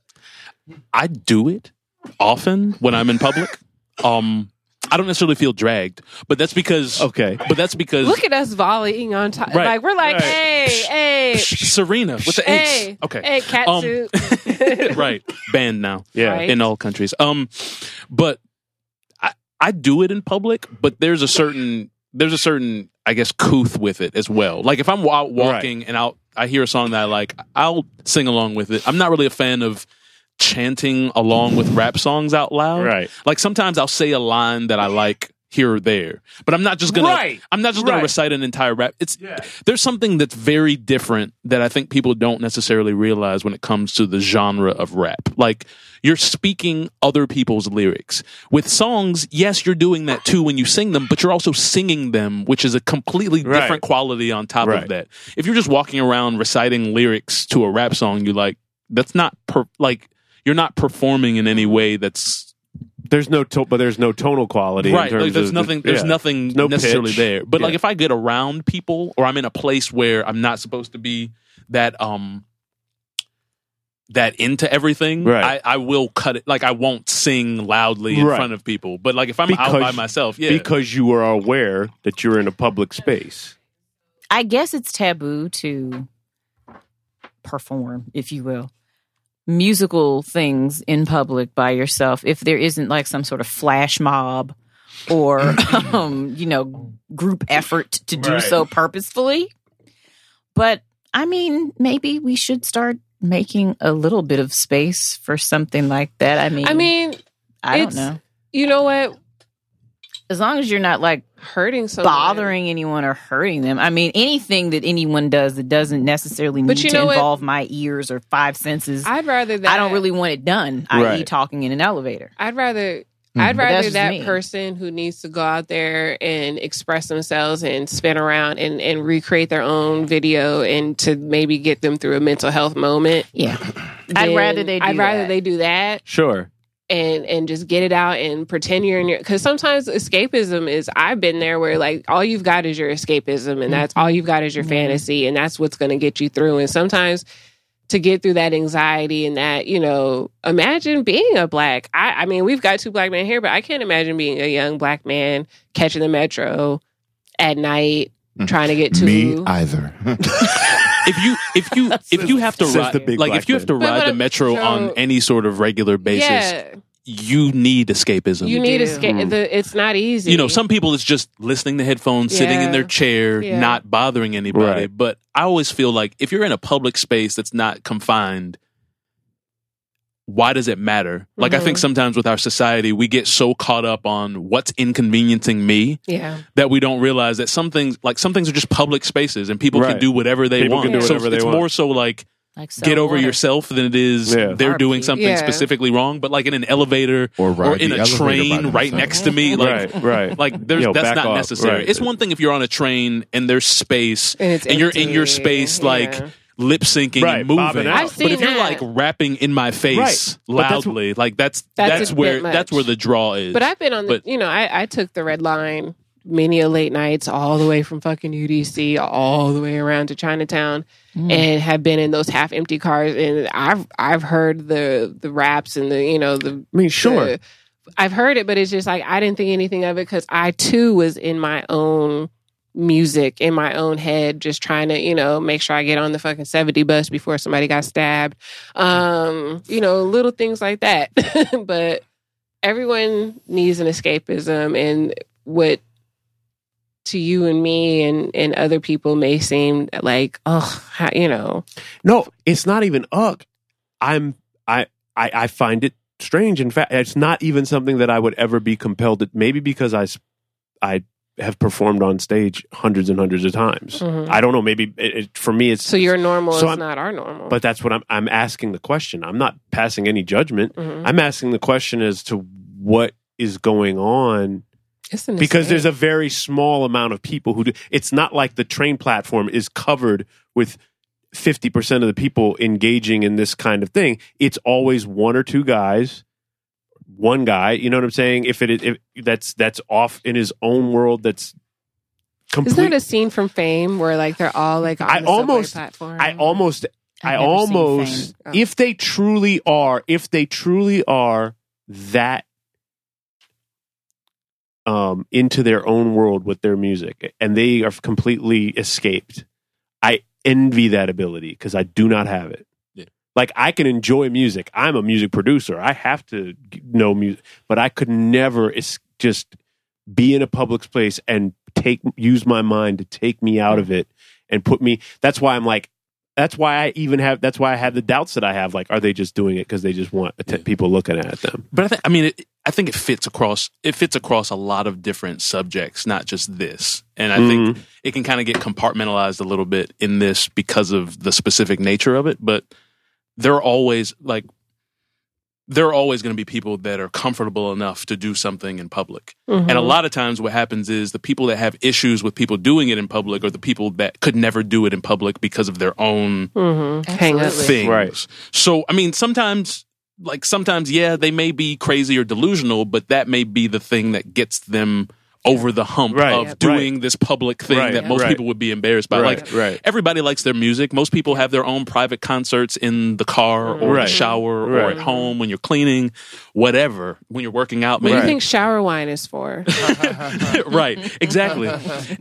Speaker 4: I do it often when I'm in public. *laughs* Um, I don't necessarily feel dragged, but that's because
Speaker 1: Okay,
Speaker 4: But that's because
Speaker 7: Look at us volleying on top.
Speaker 4: Right.
Speaker 7: Like we're like,
Speaker 1: Right.
Speaker 7: hey, hey,
Speaker 4: Serena with the
Speaker 7: hey,
Speaker 4: H. Okay,
Speaker 7: hey, cat
Speaker 4: Um,
Speaker 7: suit.
Speaker 1: *laughs*
Speaker 7: *laughs*
Speaker 4: right, banned now.
Speaker 1: yeah,
Speaker 7: Right.
Speaker 4: in all countries. Um, but I I do it in public, but there's a certain there's a certain I guess couth with it as well. Like if I'm out walking and I'll I hear a song that I like, I'll sing along with it. I'm not really a fan of chanting along with rap songs out loud.
Speaker 1: Right.
Speaker 4: Like sometimes I'll say a line that I like here or there, but I'm not just gonna
Speaker 1: Right.
Speaker 4: I'm not just gonna
Speaker 1: Right.
Speaker 4: recite an entire rap. It's
Speaker 1: Yeah.
Speaker 4: there's something that's very different that I think people don't necessarily realize when it comes to the genre of rap. Like you're speaking other people's lyrics. With songs, yes, you're doing that too when you sing them, but you're also singing them, which is a completely
Speaker 1: Right.
Speaker 4: different quality on top
Speaker 1: Right.
Speaker 4: of that. If you're just walking around reciting lyrics to a rap song, you like that's not per- like you're not performing in any way that's
Speaker 1: there's no to- but there's no tonal quality.
Speaker 4: right.
Speaker 1: in terms
Speaker 4: like, there's
Speaker 1: of the-
Speaker 4: nothing. There's
Speaker 1: yeah.
Speaker 4: nothing
Speaker 1: No
Speaker 4: necessarily
Speaker 1: pitch.
Speaker 4: there. But like
Speaker 1: Yeah.
Speaker 4: if I get around people or I'm in a place where I'm not supposed to be that um that into everything,
Speaker 1: Right.
Speaker 4: I, I will cut it. Like I won't sing loudly in
Speaker 1: Right.
Speaker 4: front of people. But like if I'm out
Speaker 1: Because-
Speaker 4: by myself, yeah,
Speaker 1: because you are aware that you're in a public space.
Speaker 5: I guess it's taboo to perform, if you will, musical things in public by yourself if there isn't like some sort of flash mob or,
Speaker 1: *coughs*
Speaker 5: um, you know, group effort to do
Speaker 1: Right.
Speaker 5: so purposefully. But I mean, maybe we should start making a little bit of space for something like that. I mean,
Speaker 7: I mean,
Speaker 5: I don't
Speaker 7: it's-
Speaker 5: know.
Speaker 7: you know what?
Speaker 5: As long as you're not like
Speaker 7: Hurting someone,
Speaker 5: bothering anyone or hurting them. I mean, anything that anyone does that doesn't necessarily
Speaker 7: But
Speaker 5: need
Speaker 7: you
Speaker 5: to
Speaker 7: know what?
Speaker 5: involve my ears or five senses. I,
Speaker 7: I'd rather that.
Speaker 5: don't really want it done, i.e.,
Speaker 1: Right.
Speaker 5: talking in an elevator.
Speaker 7: I'd rather.
Speaker 5: Mm, But
Speaker 7: I'd
Speaker 5: that's
Speaker 7: rather
Speaker 5: just
Speaker 7: that
Speaker 5: me.
Speaker 7: person who needs to go out there and express themselves and spin around and, and recreate their own video and to maybe get them through a mental health moment.
Speaker 5: Yeah, I'd
Speaker 7: than-
Speaker 5: rather they. Do
Speaker 7: I'd rather
Speaker 5: that.
Speaker 7: they do that
Speaker 1: Sure.
Speaker 7: and and just get it out and pretend you're in your because sometimes escapism is I've been there where like all you've got is your escapism and that's all you've got is your fantasy and that's what's going to get you through and sometimes to get through that anxiety and that you know imagine being a black I I mean we've got two black men here but I can't imagine being a young black man catching the metro at night trying to get
Speaker 6: *laughs*
Speaker 7: to
Speaker 6: Me either.
Speaker 4: if you if
Speaker 1: *laughs*
Speaker 4: you if you have to
Speaker 1: Says the
Speaker 4: ride
Speaker 1: big
Speaker 4: like
Speaker 1: black
Speaker 4: if you have to
Speaker 1: man.
Speaker 7: But-
Speaker 4: ride the
Speaker 7: but-
Speaker 4: metro
Speaker 7: so-
Speaker 4: on any sort of regular basis,
Speaker 7: yeah
Speaker 4: you need escapism.
Speaker 7: you need
Speaker 5: do.
Speaker 7: escape the it's not easy
Speaker 4: Hmm. you know, some people it's just listening to headphones, sitting in
Speaker 7: Yeah.
Speaker 4: their chair,
Speaker 7: Yeah.
Speaker 4: not bothering anybody.
Speaker 1: Right.
Speaker 4: But I always feel like if you're in a public space that's not confined, why does it matter? Like I think sometimes with our society, we get so caught up on what's inconveniencing me
Speaker 7: yeah
Speaker 4: that we don't realize that some things, like some things, are just public spaces and people can
Speaker 1: Right.
Speaker 4: do whatever they
Speaker 1: People
Speaker 4: want.
Speaker 1: can
Speaker 7: do
Speaker 4: So
Speaker 1: whatever they
Speaker 4: it's
Speaker 1: want.
Speaker 4: more so like
Speaker 5: like, so
Speaker 4: get over
Speaker 5: what?
Speaker 4: yourself than it is
Speaker 1: Yeah.
Speaker 4: they're doing
Speaker 5: Barbecue.
Speaker 4: something
Speaker 7: Yeah.
Speaker 4: specifically wrong. But like in an elevator
Speaker 6: Or
Speaker 4: or,
Speaker 6: ride
Speaker 4: in
Speaker 6: the
Speaker 4: a
Speaker 6: elevator by
Speaker 4: train right
Speaker 6: themselves.
Speaker 4: next to me, *laughs* like
Speaker 1: right. Right.
Speaker 4: like there's
Speaker 1: Yo,
Speaker 4: that's
Speaker 1: back
Speaker 4: not
Speaker 1: off.
Speaker 4: necessary.
Speaker 1: Right.
Speaker 4: It's one thing if you're on a train and there's space
Speaker 7: And it's
Speaker 4: you're in your
Speaker 7: empty.
Speaker 4: space like
Speaker 7: Yeah.
Speaker 4: lip syncing
Speaker 1: Right,
Speaker 4: and
Speaker 1: bobbing
Speaker 4: moving.
Speaker 1: out.
Speaker 7: I've
Speaker 4: but if
Speaker 7: seen
Speaker 4: you're like
Speaker 7: that.
Speaker 4: rapping in my
Speaker 1: Right.
Speaker 4: face
Speaker 1: But that's wh-
Speaker 4: loudly, like that's
Speaker 7: That's
Speaker 4: that's,
Speaker 7: a bit
Speaker 4: where
Speaker 7: much.
Speaker 4: that's where the draw is.
Speaker 7: But I've been on the,
Speaker 4: But-
Speaker 7: you know, I, I took the red line many a late nights all the way from fucking UDC all the way around to Chinatown
Speaker 5: Hmm.
Speaker 7: and have been in those half empty cars and I've I've heard the the raps and the you know the
Speaker 1: I mean, sure.
Speaker 7: the- I've heard it but it's just like I didn't think anything of it cuz I too was in my own music in my own head just trying to you know make sure I get on the fucking 70 bus before somebody got stabbed um you know little things like that *laughs* but everyone needs an escapism and what to you and me and and other people may seem like oh how, you know
Speaker 1: No, it's not even ugh. I'm I I, I find it strange. In fact, it's not even something that I would ever be compelled to. Maybe because I s- I have performed on stage hundreds and hundreds of times.
Speaker 7: Mhm.
Speaker 4: Mm-hmm.
Speaker 1: I don't know. Maybe it, it, for me, it's
Speaker 7: so your normal
Speaker 1: Mm-hmm. So
Speaker 7: is
Speaker 1: I'm-
Speaker 7: not our normal
Speaker 1: But that's what I'm I'm asking the question. I'm not
Speaker 4: Mm-hmm.
Speaker 1: passing any judgment.
Speaker 7: Mhm.
Speaker 1: I'm asking the question as to what is going on
Speaker 7: It's insane.
Speaker 1: because there's a very small amount of people who do. It's not like the train platform is covered with 50% of the people engaging in this kind of thing. It's always one or two guys, one guy, you know what I'm saying? If it if that's that's off in his own world that's
Speaker 7: Isn't that
Speaker 1: complete
Speaker 7: a scene from Fame where like they're all like on
Speaker 1: I
Speaker 7: the subway
Speaker 1: almost
Speaker 7: platform?
Speaker 1: I almost
Speaker 5: I've
Speaker 1: I
Speaker 5: never seen Oh.
Speaker 1: almost
Speaker 7: Fame.
Speaker 1: if they truly are if they truly are that um into their own world with their music and they are completely escaped. I envy that ability cuz I do not have it.
Speaker 4: Yeah.
Speaker 1: Like I can enjoy music. I'm a music producer. I have to g- know music, but I could never es- just be in a public place and take use my mind to take me out of it and put me that's why i'm like that's why i even have that's why i have the doubts that i have like are they just doing it because they just want atten- people looking at them
Speaker 4: but I, th- I mean, it, I think it fits across. It fits across a lot of different subjects, not just this. And I think it can kind of get compartmentalized a little bit in this because of the specific nature of it. But there are always like there are always going to be people that are comfortable enough to do something in public. And a lot of times, what happens is the people that have issues with people doing it in public are the people that could never do it in public because of their own
Speaker 7: hang up.
Speaker 4: things.
Speaker 1: Right.
Speaker 4: So I mean, sometimes, like sometimes, yeah, they may be crazy or delusional, but that may be the thing that gets them over the hump
Speaker 1: Right.
Speaker 4: of
Speaker 1: Yep.
Speaker 4: doing this public thing
Speaker 1: Right.
Speaker 4: that most
Speaker 1: Right.
Speaker 4: people would be embarrassed by.
Speaker 1: Right.
Speaker 4: Like
Speaker 1: Right.
Speaker 4: everybody likes their music. Most people have their own private concerts in the car or
Speaker 1: Right.
Speaker 4: the shower or
Speaker 1: Right.
Speaker 4: at home when you're cleaning, whatever. When you're working out,
Speaker 7: What
Speaker 4: maybe
Speaker 7: do you think shower wine
Speaker 1: *laughs*
Speaker 7: is for?
Speaker 4: *laughs* right. Exactly.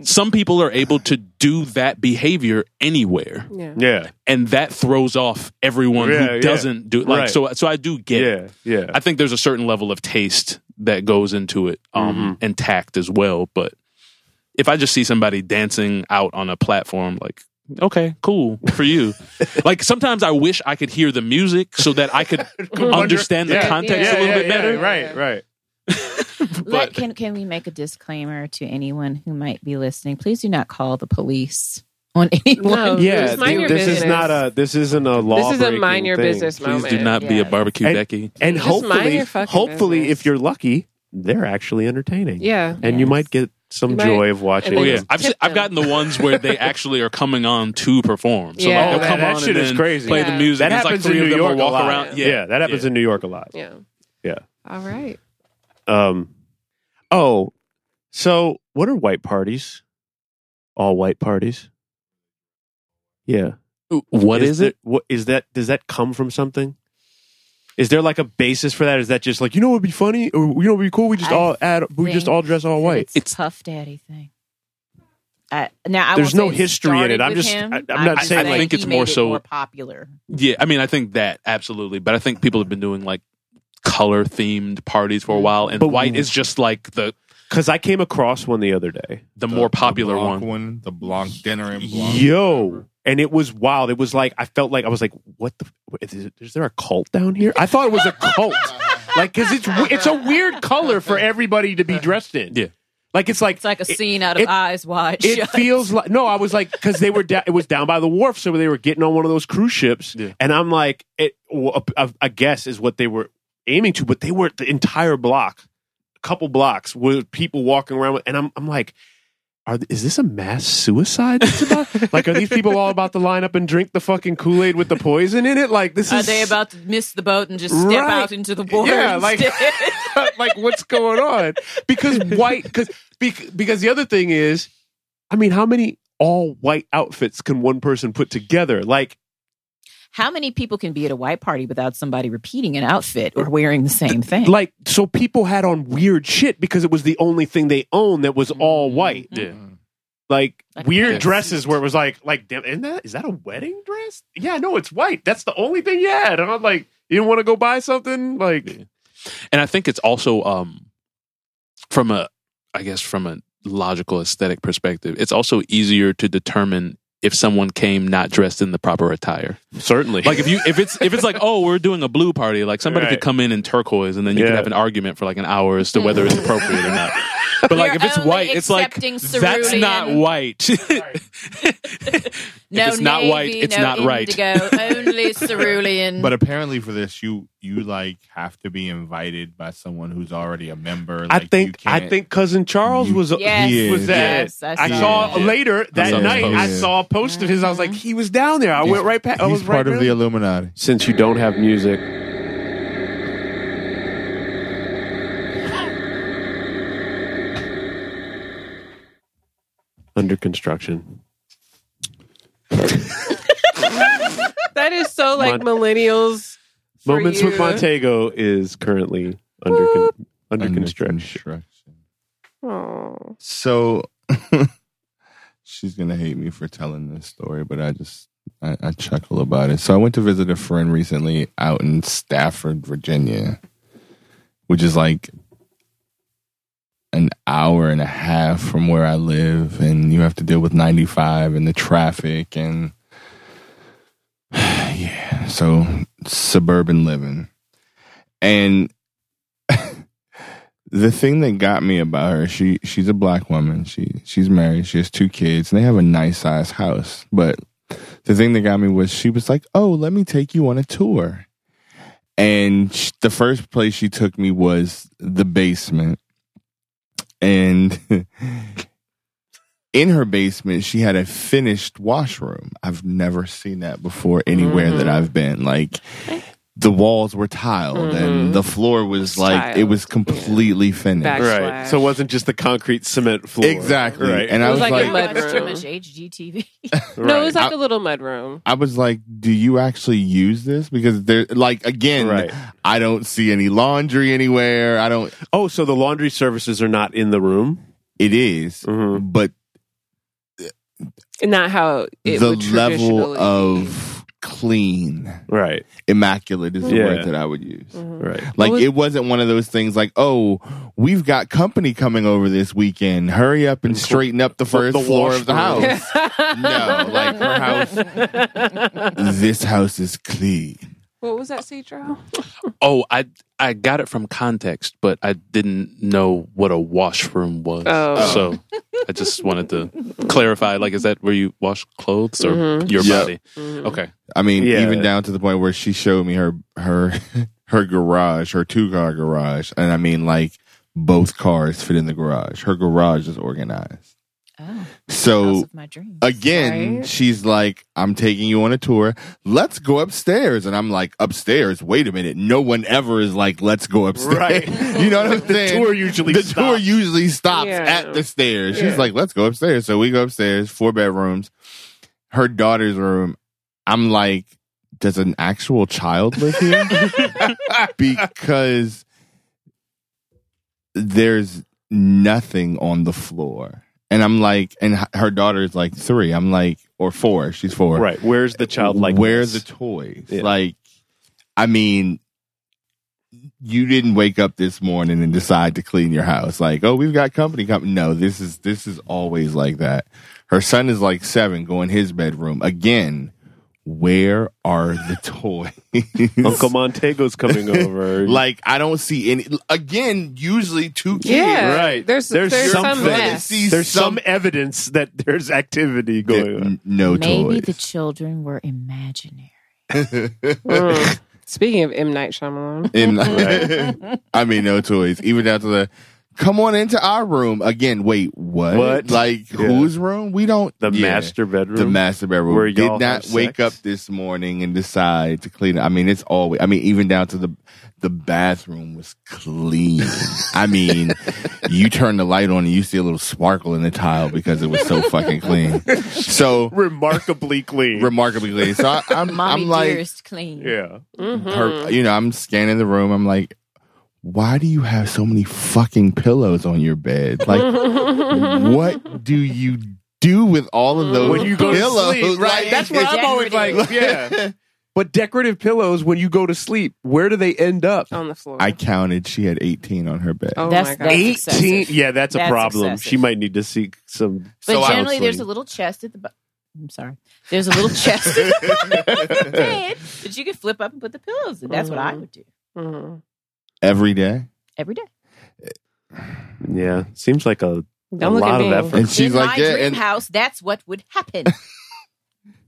Speaker 4: Some people are able to do that behavior anywhere
Speaker 7: yeah.
Speaker 1: yeah
Speaker 4: and that throws off everyone
Speaker 1: Yeah,
Speaker 4: who
Speaker 1: yeah.
Speaker 4: doesn't do like
Speaker 1: Right.
Speaker 4: so so I do get it.
Speaker 1: yeah yeah
Speaker 4: I think there's a certain level of taste that goes into it um
Speaker 1: Mm-hmm.
Speaker 4: and tact as well but if I just see somebody dancing out on a platform like okay cool
Speaker 1: *laughs*
Speaker 4: for you like sometimes I wish I could hear the music so that
Speaker 1: *laughs*
Speaker 4: I could understand the
Speaker 1: Yeah,
Speaker 4: context a
Speaker 7: yeah,
Speaker 4: little
Speaker 7: yeah,
Speaker 4: bit
Speaker 7: yeah,
Speaker 4: better
Speaker 1: right right
Speaker 4: but-
Speaker 5: Let, can can we make a disclaimer to anyone who might be listening? Please do not call the police on *laughs* anyone.
Speaker 7: No,
Speaker 1: yeah
Speaker 7: just mind your
Speaker 1: this
Speaker 7: business.
Speaker 1: is not a this isn't a law
Speaker 7: This is a mind your business
Speaker 4: please
Speaker 7: moment.
Speaker 4: do not be a
Speaker 5: Yeah.
Speaker 4: barbecue
Speaker 1: And-
Speaker 4: decky
Speaker 1: and
Speaker 7: Just mind
Speaker 1: hopefully
Speaker 7: your fucking
Speaker 1: hopefully
Speaker 7: business.
Speaker 1: if you're lucky they're actually entertaining
Speaker 7: Yeah.
Speaker 1: and you might get some
Speaker 7: You might-
Speaker 1: joy of watching
Speaker 7: and
Speaker 4: Oh
Speaker 7: They
Speaker 4: yeah,
Speaker 7: just
Speaker 4: I've
Speaker 7: tip
Speaker 4: se- I've
Speaker 7: them.
Speaker 4: gotten the ones
Speaker 1: *laughs*
Speaker 4: where they actually are coming on to perform. So
Speaker 7: Yeah.
Speaker 4: like
Speaker 7: Oh,
Speaker 4: they'll
Speaker 1: that-
Speaker 4: come
Speaker 1: that
Speaker 4: on
Speaker 1: shit
Speaker 4: and
Speaker 1: is
Speaker 4: then
Speaker 1: crazy.
Speaker 4: play the
Speaker 7: Yeah.
Speaker 4: music.
Speaker 1: that
Speaker 4: and it's like
Speaker 1: happens
Speaker 4: three
Speaker 1: in
Speaker 4: of
Speaker 1: New
Speaker 4: them will
Speaker 1: York a
Speaker 4: walk
Speaker 1: lot.
Speaker 4: around.
Speaker 1: yeah that happens in New York a lot
Speaker 7: Yeah.
Speaker 1: yeah
Speaker 7: All right.
Speaker 1: Um, oh, so what are white parties? All white parties? Yeah.
Speaker 4: Ooh, What is,
Speaker 1: that-
Speaker 4: it?
Speaker 1: What is that? Does that come from something? Is there like a basis for that? Is that just like you know what would be funny or you know what would be cool? We just
Speaker 5: I
Speaker 1: all add. We just
Speaker 5: think
Speaker 1: all dress all white.
Speaker 5: It's, Puff Daddy thing. I, now I
Speaker 1: There's
Speaker 5: won't
Speaker 1: no
Speaker 5: say
Speaker 1: history in
Speaker 5: started
Speaker 1: it. I'm
Speaker 5: with
Speaker 1: just-
Speaker 5: him.
Speaker 1: I- I'm not
Speaker 5: just
Speaker 1: saying,
Speaker 4: I think
Speaker 5: he
Speaker 4: it's
Speaker 5: made
Speaker 4: more
Speaker 5: it
Speaker 4: so-
Speaker 5: more popular.
Speaker 4: Yeah, I mean, I think that absolutely, but I think people have been doing like color themed parties for a while, and
Speaker 1: But-
Speaker 4: white is just like the
Speaker 1: Because I came across one the other day.
Speaker 4: the more popular
Speaker 6: the
Speaker 4: one.
Speaker 6: Blanc The Blanc dinner and Blanc.
Speaker 1: Yo. And it was wild. It was like I felt like I was like, "What the? what Is, it- is there a cult down here?" I thought it was a cult, like because it's w- it's a weird color for everybody to be dressed in.
Speaker 4: Yeah.
Speaker 1: like it's like
Speaker 5: It's like a
Speaker 1: it-
Speaker 5: scene out of
Speaker 1: it-
Speaker 5: Eyes Wide
Speaker 1: It *laughs*
Speaker 5: Shut.
Speaker 1: feels like no. I was like because they were da- it was down by the wharf, so they were getting on one of those cruise ships,
Speaker 4: Yeah.
Speaker 1: and I'm like, it. well, I, I guess is what they were aiming to, but they were the entire block, a couple blocks, with people walking around, with, and I'm I'm like. Are, is this a mass suicide? It's about? like, are these people all about to line up and drink the fucking Kool Aid with the poison in it? Like, this is
Speaker 5: Are Uh, they about to miss the boat and just step
Speaker 1: Right.
Speaker 5: out into the water?
Speaker 1: Yeah, like-
Speaker 5: *laughs* instead?
Speaker 1: *laughs* like what's going on because white because because the other thing is i mean how many all white outfits can one person put together like
Speaker 5: how many people can be at a white party without somebody repeating an outfit or wearing the same thing?
Speaker 1: like so people had on weird shit because it was the only thing they owned that was all white
Speaker 4: Yeah.
Speaker 1: like,
Speaker 5: Mm-hmm. Like a
Speaker 1: weird
Speaker 5: pantsuit.
Speaker 1: dresses where it was like like damn isn't that is that a wedding dress yeah no it's white that's the only thing you had and i'm like you didn't want to go buy something like
Speaker 4: and I think it's also um, from a, I guess from a logical aesthetic perspective, it's also easier to determine if someone came not dressed in the proper attire.
Speaker 1: certainly
Speaker 4: Like if you if it's if it's like oh we're doing a blue party like somebody
Speaker 1: Right.
Speaker 4: could come in in turquoise and then you
Speaker 1: Yeah.
Speaker 4: could have an argument for like an hour as to whether it's appropriate or not. But like if it's
Speaker 13: only
Speaker 4: white, it's like
Speaker 13: accepting
Speaker 4: that's not
Speaker 13: cerulean.
Speaker 4: white.
Speaker 13: No
Speaker 4: it's not
Speaker 13: navy,
Speaker 4: white, it's
Speaker 13: no
Speaker 4: not right.
Speaker 13: indigo, only cerulean.
Speaker 6: But apparently, for this, you you like have to be invited by someone who's already a member.
Speaker 1: I
Speaker 6: Like, you
Speaker 1: think I
Speaker 6: can't-
Speaker 1: think cousin Charles was a,
Speaker 13: Yes.
Speaker 6: Yeah.
Speaker 1: was that.
Speaker 13: Yes, I
Speaker 1: I
Speaker 13: saw
Speaker 1: saw
Speaker 6: that.
Speaker 1: later that
Speaker 6: saw his
Speaker 1: night. I
Speaker 6: post.
Speaker 1: saw a post Mm-hmm. of his. I was like, he was down there. I went right past. I
Speaker 6: He's
Speaker 1: was right
Speaker 6: part of the
Speaker 1: there.
Speaker 6: Illuminati.
Speaker 1: Since you don't have music, under construction.
Speaker 7: That is so like
Speaker 1: Mon-
Speaker 7: millennials. for
Speaker 1: Moments with
Speaker 7: you.
Speaker 1: Montego is currently under con- under, construction.
Speaker 6: construction.
Speaker 7: Aw.
Speaker 6: So *laughs* she's gonna hate me for telling this story, but I just I, I chuckle about it. So I went to visit a friend recently out in Stafford, Virginia, which is like an hour and a half from where I live, and you have to deal with ninety five and the traffic and *sighs* yeah, so suburban living. And *laughs* the thing that got me about her, she she's a black woman. She she's married. She has two kids, and they have a nice sized house. But the thing that got me was she was like, "Oh, let me take you on a tour." And sh the first place she took me was the basement, and *laughs* in her basement she had a finished washroom. I've never seen that before anywhere that I've been. Like the walls were tiled and the floor was like it
Speaker 7: Mm-hmm. tiled.
Speaker 6: was completely finished.
Speaker 7: Back-
Speaker 1: Right. So it wasn't just the concrete cement floor.
Speaker 6: Exactly.
Speaker 1: Right.
Speaker 6: And I was,
Speaker 7: was like
Speaker 6: like,
Speaker 7: a
Speaker 5: I watch too
Speaker 7: bedroom.
Speaker 5: *laughs* much HGTV.
Speaker 7: No, it was
Speaker 1: Uh,
Speaker 7: like
Speaker 6: I-
Speaker 7: a little mudroom.
Speaker 6: I was like, do you actually use this? Because there, like, again,
Speaker 1: Right.
Speaker 6: I don't see any laundry anywhere. I don't.
Speaker 1: oh, so the laundry services are not in the room.
Speaker 6: It is,
Speaker 1: Mhm.
Speaker 6: but
Speaker 7: Not how it
Speaker 6: the
Speaker 7: would
Speaker 6: level
Speaker 7: traditionally
Speaker 6: of clean,
Speaker 1: Right.
Speaker 6: immaculate is the
Speaker 1: Yeah.
Speaker 6: word that I would use.
Speaker 7: Mm-hmm.
Speaker 1: Right.
Speaker 6: Like,
Speaker 7: Well,
Speaker 6: it wasn't one of those things like, oh, we've got company coming over this weekend. Hurry up and straighten up the first
Speaker 1: the
Speaker 6: floor of the
Speaker 1: washroom.
Speaker 6: house. *laughs* no, like her house. *laughs* this house is clean.
Speaker 7: What was that, Cedro?
Speaker 4: oh, I I got it from context, but I didn't know what a washroom was.
Speaker 7: Oh.
Speaker 4: So I just wanted to clarify. Like, is that where you wash clothes or
Speaker 1: Mm-hmm.
Speaker 4: your
Speaker 6: Yep.
Speaker 4: body? Okay.
Speaker 6: I mean,
Speaker 1: Yeah.
Speaker 6: even down to the point where she showed me her her *laughs* her garage, her two car garage, and I mean like both cars fit in the garage. Her garage is organized.
Speaker 5: Oh, house
Speaker 6: So
Speaker 5: of my dreams.
Speaker 6: again, she's like, "I'm taking you on a tour. Let's go upstairs." And I'm like, "Upstairs? Wait a minute. No one ever is like, let's go upstairs."
Speaker 1: Right.
Speaker 6: *laughs* you know what I'm saying?
Speaker 1: Tour usually
Speaker 6: the
Speaker 1: stops.
Speaker 6: tour usually stops
Speaker 7: Yeah.
Speaker 6: at the stairs. She's
Speaker 1: Yeah.
Speaker 6: like, let's go upstairs. So we go upstairs, four bedrooms, her daughter's room. I'm like, does an actual child live
Speaker 1: *laughs*
Speaker 6: here? because there's nothing on the floor. And I'm like, and h- her daughter's like three. I'm like, or four. She's four.
Speaker 1: Right. Where's the child like?
Speaker 6: Where the toys?
Speaker 1: Yeah.
Speaker 6: Like, I mean, you didn't wake up this morning and decide to clean your house. Like, oh, we've got company coming. No, this is this is always like that. Her son is like seven, going his bedroom again. Where are the *laughs* toys?
Speaker 1: Uncle Montego's
Speaker 6: *laughs*
Speaker 1: coming over.
Speaker 6: like, I don't see any. Again, usually two kids.
Speaker 7: Yeah,
Speaker 1: Right.
Speaker 7: There's
Speaker 1: There's
Speaker 7: there's, some
Speaker 1: something.
Speaker 7: mess.
Speaker 1: *laughs*
Speaker 6: See
Speaker 1: there's some
Speaker 6: some-
Speaker 1: evidence that there's activity
Speaker 6: that-
Speaker 1: going on.
Speaker 6: no
Speaker 5: Maybe
Speaker 6: toys.
Speaker 5: the children were imaginary.
Speaker 7: Mm. Speaking of M Night Shyamalan,
Speaker 6: And *laughs* I mean, no toys. Even down to the, come on into our room again. Wait, what?
Speaker 1: What?
Speaker 6: Like
Speaker 1: Yeah.
Speaker 6: whose room? We don't.
Speaker 1: The
Speaker 6: Yeah.
Speaker 1: master bedroom.
Speaker 6: The master bedroom.
Speaker 1: Where y'all
Speaker 6: did not
Speaker 1: have
Speaker 6: wake up
Speaker 1: sex?
Speaker 6: this morning and decide to clean. it. I mean, it's always. I mean, even down to the the bathroom was clean.
Speaker 1: *laughs*
Speaker 6: I mean, you turn the light on and you see a little sparkle in the tile because it was so fucking clean. So *laughs*
Speaker 1: Remarkably clean.
Speaker 6: remarkably clean. So I, I'm,
Speaker 5: Mommy
Speaker 6: I'm like,
Speaker 5: dearest clean.
Speaker 1: yeah. Hmm.
Speaker 6: her you know i'm scanning the room i'm like why do you have so many fucking pillows on your
Speaker 1: *laughs*
Speaker 6: bed like what do you do with all of those
Speaker 1: When you go
Speaker 6: pillows
Speaker 1: to sleep, right?
Speaker 6: Like,
Speaker 1: That's where I'm always like,
Speaker 6: *laughs*
Speaker 1: yeah. But decorative pillows, when you go to sleep, where do they end up?
Speaker 5: Oh,
Speaker 7: on the floor.
Speaker 6: i counted she had 18 on her bed
Speaker 7: oh
Speaker 5: That's-
Speaker 7: my god.
Speaker 5: that's
Speaker 1: Eighteen.
Speaker 5: excessive.
Speaker 1: Yeah, that's a
Speaker 5: That's
Speaker 1: problem.
Speaker 5: excessive.
Speaker 1: She might need to seek some.
Speaker 5: But
Speaker 6: So I
Speaker 5: generally,
Speaker 6: would
Speaker 5: there's
Speaker 6: sleep.
Speaker 5: a little chest at the bottom. I'm sorry. There's a little chest at the bottom of the *laughs*
Speaker 6: *laughs*
Speaker 5: bed that you could flip
Speaker 7: Mm.
Speaker 5: up and put the pillows in. That's what I would do
Speaker 7: Mhm.
Speaker 6: every day
Speaker 5: every day.
Speaker 1: Yeah, seems like a, a
Speaker 5: Don't look
Speaker 1: lot
Speaker 5: at
Speaker 1: of
Speaker 5: me.
Speaker 1: effort.
Speaker 6: And she's
Speaker 5: in
Speaker 6: like,
Speaker 5: my
Speaker 6: yeah,
Speaker 5: dream
Speaker 6: and-
Speaker 5: house, that's what would
Speaker 6: *laughs*
Speaker 5: happen.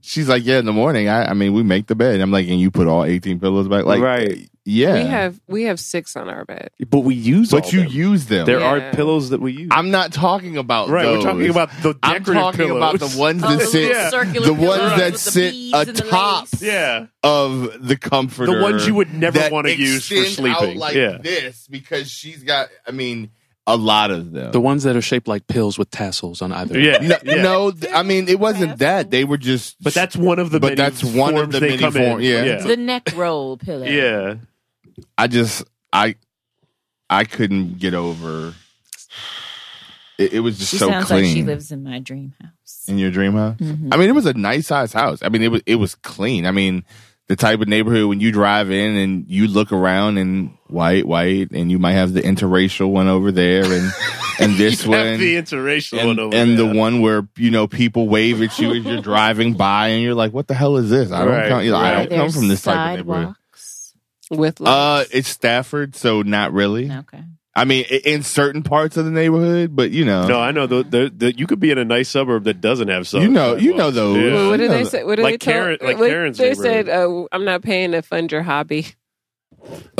Speaker 6: She's like, yeah, in the morning. I, I mean, we make the bed. I'm like, and you put all 18 pillows back, like,
Speaker 1: Right.
Speaker 6: Yeah,
Speaker 7: We have we have six on our bed.
Speaker 1: But we use. all
Speaker 6: but you
Speaker 1: them.
Speaker 6: use them.
Speaker 1: There
Speaker 7: Yeah.
Speaker 1: are pillows that we use.
Speaker 6: I'm not talking about
Speaker 1: Right, we're
Speaker 6: those.
Speaker 1: talking about the
Speaker 6: I'm
Speaker 1: decorative
Speaker 6: talking about
Speaker 1: pillows.
Speaker 6: the ones
Speaker 13: Oh,
Speaker 6: that
Speaker 13: the
Speaker 6: sit,
Speaker 13: little circular
Speaker 6: the ones
Speaker 13: pillows
Speaker 6: that
Speaker 13: with the
Speaker 6: sit
Speaker 13: bees and the
Speaker 6: atop
Speaker 13: lace.
Speaker 1: *laughs* yeah.
Speaker 6: of the comforter.
Speaker 1: The ones you would never
Speaker 6: that
Speaker 1: wanna use for
Speaker 6: extend out
Speaker 1: sleeping.
Speaker 6: like
Speaker 1: Yeah.
Speaker 6: this because she's got. I mean, a lot of them.
Speaker 4: The ones that are shaped like pills with tassels on either.
Speaker 1: Yeah.
Speaker 6: no,
Speaker 1: *laughs* yeah.
Speaker 6: no, th- I mean it wasn't that. They were just.
Speaker 1: But that's one of the many
Speaker 6: But that's one of
Speaker 1: forms
Speaker 6: the
Speaker 1: they
Speaker 6: many
Speaker 1: come in.
Speaker 6: form- yeah.
Speaker 1: Yeah.
Speaker 5: the neck roll pillow.
Speaker 1: Yeah.
Speaker 6: I just I I couldn't get over. It, it was just
Speaker 5: She
Speaker 6: so
Speaker 5: sounds
Speaker 6: clean
Speaker 5: like she lives in my dream house. Mm-hmm.
Speaker 6: in your dream house. I mean, it was a nice sized house. I mean, it was it was clean. I mean, the type of neighborhood when you drive in and you look around and white, white, and you might have the interracial one over there
Speaker 1: *laughs*
Speaker 6: and and this
Speaker 1: You have
Speaker 6: one
Speaker 1: the interracial
Speaker 6: and,
Speaker 1: one over
Speaker 6: and the
Speaker 1: there.
Speaker 6: one where you know people wave at you
Speaker 1: *laughs*
Speaker 6: as you're driving by and you're like, what the hell is this? I don't
Speaker 1: Right,
Speaker 6: come, you know, I
Speaker 1: right.
Speaker 6: don't come from this type of neighborhood.
Speaker 5: Sidewalks.
Speaker 7: With
Speaker 6: Uh,
Speaker 7: lights.
Speaker 6: it's Stafford, so not really.
Speaker 5: Okay.
Speaker 6: I mean, i- in certain parts of the neighborhood, but you know,
Speaker 1: No, I know the, the, the you could be in a nice suburb that doesn't have some.
Speaker 6: you know, you know those.
Speaker 1: Yeah.
Speaker 7: Well, what
Speaker 6: You
Speaker 7: did
Speaker 6: know
Speaker 7: they
Speaker 6: the-
Speaker 7: say? What did
Speaker 1: Like
Speaker 7: they tell?
Speaker 1: Karen- like
Speaker 7: what-
Speaker 1: Karen's
Speaker 7: they
Speaker 1: neighborhood.
Speaker 7: said, uh, "I'm not paying to fund your hobby." *laughs*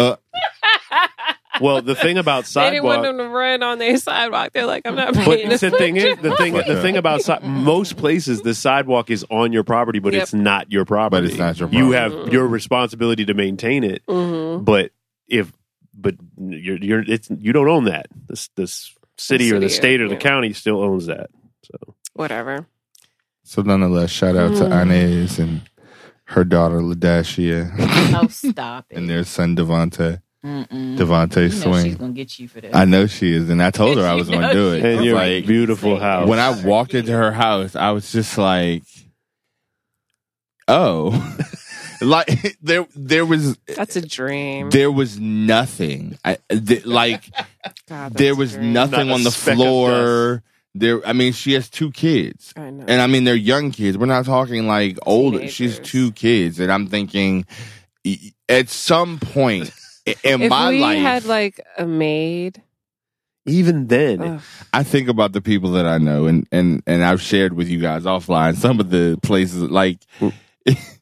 Speaker 1: Well, the thing about
Speaker 7: They didn't want
Speaker 1: sidewalk.
Speaker 7: them to run on their sidewalk. They're like, "I'm not
Speaker 1: But
Speaker 7: paying." to
Speaker 1: the
Speaker 7: fund
Speaker 1: thing
Speaker 7: your
Speaker 1: is, the thing,
Speaker 6: Fuck
Speaker 1: the
Speaker 6: that.
Speaker 1: thing about si- most places, the sidewalk is on your property, but
Speaker 7: Yep.
Speaker 1: it's not your property.
Speaker 6: But it's not your
Speaker 1: You
Speaker 6: property.
Speaker 1: have your responsibility to maintain it.
Speaker 7: Mm-hmm.
Speaker 1: But if, but you're, you're, it's you don't own that. This, this city, or the
Speaker 7: city,
Speaker 1: state or the
Speaker 7: yeah.
Speaker 1: county still owns that. So
Speaker 7: Whatever.
Speaker 6: So nonetheless, shout out to
Speaker 5: Hmm.
Speaker 6: Inez and her daughter Ladashia
Speaker 5: Oh, stop it.
Speaker 6: *laughs* and their son Devante.
Speaker 5: Mm-mm.
Speaker 6: Devante
Speaker 5: You know she's
Speaker 6: Swing.
Speaker 5: gonna get you for this.
Speaker 6: I know she is, and I told her I was going to do it.
Speaker 1: and
Speaker 6: It's
Speaker 1: your
Speaker 6: like,
Speaker 1: beautiful house.
Speaker 6: when I walked into her house, I was just like, "Oh, *laughs* like there, there was,
Speaker 7: That's a dream.
Speaker 6: there was nothing. I, th- like
Speaker 7: God, that's
Speaker 6: there
Speaker 7: a
Speaker 6: was
Speaker 7: dream.
Speaker 6: nothing
Speaker 1: Not a
Speaker 6: on the
Speaker 1: speck of
Speaker 6: floor. There, I mean, she has two kids.
Speaker 7: I know.
Speaker 6: And I mean, they're young kids. We're not talking like older. She's
Speaker 7: Teenagers.
Speaker 6: two kids, and I'm thinking, e- at some point i- in
Speaker 7: if
Speaker 6: my
Speaker 7: we
Speaker 6: life,
Speaker 7: had like a maid,
Speaker 1: even then,
Speaker 7: ugh,
Speaker 6: I think about the people that I know, and and and I've shared with you guys offline some of the places like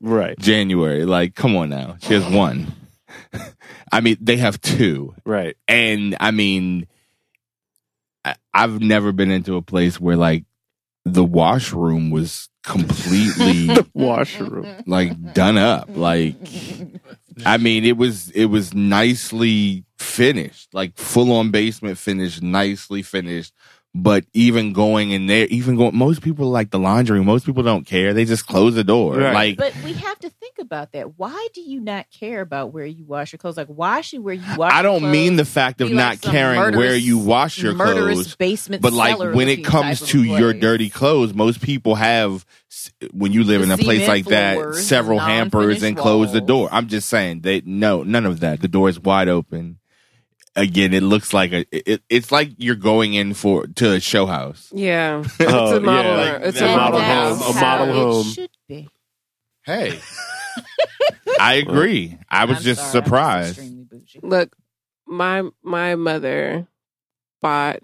Speaker 1: right,
Speaker 6: January. Like, come on now, she has one. *laughs* I mean, they have two.
Speaker 1: right.
Speaker 6: and I mean, I, I've never been into a place where like the washroom was
Speaker 7: *laughs*
Speaker 6: completely
Speaker 7: Mm-hmm.
Speaker 1: Washroom.
Speaker 6: like done up. *laughs* Like, I mean, it was it was nicely finished, like full on basement finished, nicely finished. But even going in there, even going, most people like the laundry. Most people don't care. They just close the door.
Speaker 1: Right.
Speaker 6: Like,
Speaker 5: But we have to think about that. Why do you not care about where you wash your clothes? Like, why should where you wash?
Speaker 6: I don't
Speaker 5: your clothes
Speaker 6: mean the fact of
Speaker 5: be
Speaker 6: not
Speaker 5: like some
Speaker 6: caring where
Speaker 5: murderous-
Speaker 6: you wash your
Speaker 5: murderous
Speaker 6: clothes.
Speaker 5: basement.
Speaker 6: but like
Speaker 5: cellar
Speaker 6: when it
Speaker 5: looking
Speaker 6: comes
Speaker 5: type
Speaker 6: to
Speaker 5: of
Speaker 6: your
Speaker 5: place.
Speaker 6: dirty clothes most people have s- when you live
Speaker 5: The
Speaker 6: in a place
Speaker 5: cement
Speaker 6: like that
Speaker 5: floors,
Speaker 6: several hampers
Speaker 5: non-finished
Speaker 6: and close the
Speaker 5: walls.
Speaker 6: door i'm just saying they no none of that the door is wide open again it looks like a it, it's like you're going in for to a show house
Speaker 7: yeah, it's
Speaker 1: Oh,
Speaker 7: a model.
Speaker 1: yeah.
Speaker 7: room. It's
Speaker 6: Like,
Speaker 7: a
Speaker 5: And
Speaker 7: model
Speaker 5: that's
Speaker 1: home,
Speaker 7: house.
Speaker 1: a model
Speaker 5: how
Speaker 1: home.
Speaker 5: It should be.
Speaker 6: hey *laughs* i agree i was
Speaker 5: I'm
Speaker 6: just
Speaker 5: sorry, I'm
Speaker 6: surprised
Speaker 5: extremely bougie.
Speaker 7: Look, my my mother bought